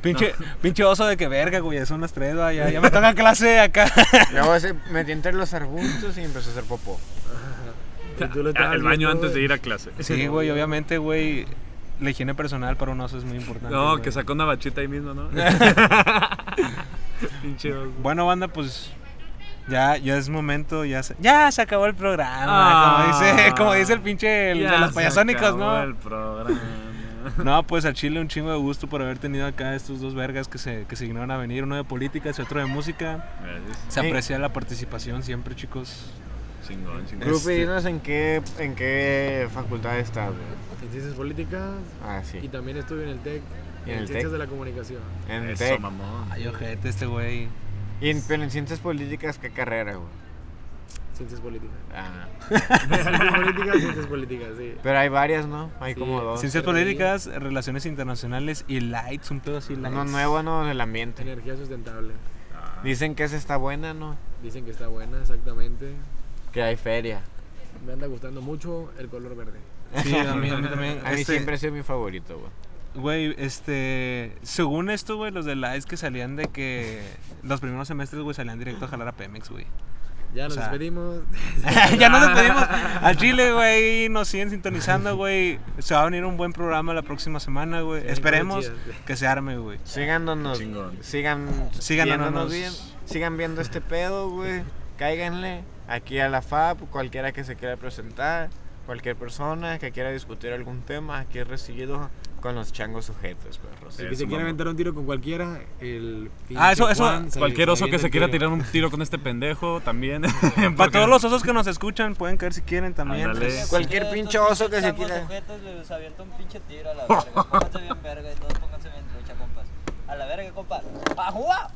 [SPEAKER 2] Pinche, pinche oso de que verga, güey, son las tres, güey, *laughs* ya, ya me toca clase acá.
[SPEAKER 3] Luego se metió entre los arbustos y empezó a hacer popó.
[SPEAKER 4] Y tú lo
[SPEAKER 7] Ah,
[SPEAKER 4] estabas
[SPEAKER 7] El baño
[SPEAKER 4] viendo,
[SPEAKER 7] antes de
[SPEAKER 4] güey.
[SPEAKER 7] ir a clase.
[SPEAKER 2] Sí, güey, obviamente, güey, la higiene personal para un oso es muy importante.
[SPEAKER 7] No,
[SPEAKER 2] güey.
[SPEAKER 7] que sacó una bachita ahí mismo, ¿no? Pinche oso.
[SPEAKER 2] Bueno, banda, pues ya, ya es momento, ya se, ya se acabó el programa,
[SPEAKER 7] Ah.
[SPEAKER 2] como, dice, *laughs* como dice el pinche el de
[SPEAKER 7] Ya
[SPEAKER 2] los
[SPEAKER 7] se
[SPEAKER 2] payasónicos,
[SPEAKER 7] acabó
[SPEAKER 2] ¿no?
[SPEAKER 7] El programa.
[SPEAKER 2] No, pues al Chile un chingo de gusto por haber tenido acá estos dos vergas que se, que se dignaron a venir, uno de políticas y otro de música.
[SPEAKER 7] Gracias.
[SPEAKER 2] Se
[SPEAKER 3] Sí.
[SPEAKER 2] aprecia la participación siempre, chicos.
[SPEAKER 7] Chingón, chingón.
[SPEAKER 3] Grupi,
[SPEAKER 2] Este-
[SPEAKER 3] dinos en qué, en qué facultad estás, güey.
[SPEAKER 4] En ciencias políticas
[SPEAKER 3] Ah,
[SPEAKER 4] y
[SPEAKER 3] sí.
[SPEAKER 4] también estuve en el TEC,
[SPEAKER 3] ¿Y
[SPEAKER 4] en,
[SPEAKER 3] en el
[SPEAKER 2] E
[SPEAKER 4] ciencias
[SPEAKER 3] TEC?
[SPEAKER 4] de la comunicación.
[SPEAKER 3] En el
[SPEAKER 7] Eso,
[SPEAKER 3] TEC.
[SPEAKER 7] mamón.
[SPEAKER 2] Ay, ojete, este güey.
[SPEAKER 3] Y en, pero en ciencias políticas, ¿qué carrera, güey?
[SPEAKER 4] Ciencias políticas.
[SPEAKER 3] Ah.
[SPEAKER 4] Ciencias Pues, políticas, ciencias políticas, sí.
[SPEAKER 3] Pero hay varias, ¿no? Hay
[SPEAKER 4] Sí,
[SPEAKER 3] como dos.
[SPEAKER 2] Ciencias
[SPEAKER 4] pero ahí-
[SPEAKER 2] políticas, relaciones internacionales y lights, un pedo así lights.
[SPEAKER 3] Uno nuevo, ¿no? Del ambiente.
[SPEAKER 4] Energía sustentable.
[SPEAKER 3] Dicen que esa está buena, ¿no?
[SPEAKER 4] Dicen que está buena, exactamente.
[SPEAKER 3] Que hay feria.
[SPEAKER 4] Me anda gustando mucho el color verde.
[SPEAKER 2] Sí, a mí, a mí también.
[SPEAKER 3] A mí
[SPEAKER 2] Este-
[SPEAKER 3] siempre ha sido mi favorito, güey.
[SPEAKER 2] Güey, este. Según esto, güey, los de Lights que salían de que. Los primeros semestres, güey, salían directo a jalar a Pemex, güey. *laughs*
[SPEAKER 4] Ya nos
[SPEAKER 2] sea-
[SPEAKER 4] despedimos.
[SPEAKER 2] *laughs*
[SPEAKER 4] *laughs*
[SPEAKER 2] ya no nos pedimos. Al Chile, güey, nos siguen sintonizando, güey. Se va a venir un buen programa la próxima semana, güey.
[SPEAKER 4] Sí,
[SPEAKER 2] Esperemos
[SPEAKER 4] buenos días.
[SPEAKER 2] que se arme, güey.
[SPEAKER 3] Síganos.
[SPEAKER 7] Chingón.
[SPEAKER 3] Sigan,
[SPEAKER 2] Sigan
[SPEAKER 3] viéndonos
[SPEAKER 2] dándonos-
[SPEAKER 3] bien. Sigan viendo este pedo, güey. Cáiganle aquí a la FAP, cualquiera que se quiera presentar, cualquier persona que quiera discutir algún tema, aquí es recibido con los changos sujetos, perros.
[SPEAKER 4] El
[SPEAKER 7] Sí.
[SPEAKER 4] que se
[SPEAKER 7] Eso,
[SPEAKER 4] quiera
[SPEAKER 7] mamá.
[SPEAKER 4] aventar un tiro con cualquiera, el.
[SPEAKER 2] Ah, eso-
[SPEAKER 4] pinche
[SPEAKER 2] eso-
[SPEAKER 4] Juan se-
[SPEAKER 7] Cualquier oso que
[SPEAKER 4] avienta
[SPEAKER 7] se
[SPEAKER 4] el
[SPEAKER 7] quiera
[SPEAKER 4] tiro.
[SPEAKER 7] tirar un tiro con este pendejo también.
[SPEAKER 2] Para todos los osos que nos escuchan, pueden caer si quieren también.
[SPEAKER 7] Ándale.
[SPEAKER 2] pues.
[SPEAKER 3] Cualquier pinche oso que se quiera.
[SPEAKER 8] sujetos les avienta un pinche tiro a la verga. Pónganse bien verga y todos pónganse bien trucha, compas. A la verga, compas. ¡Pa jugar!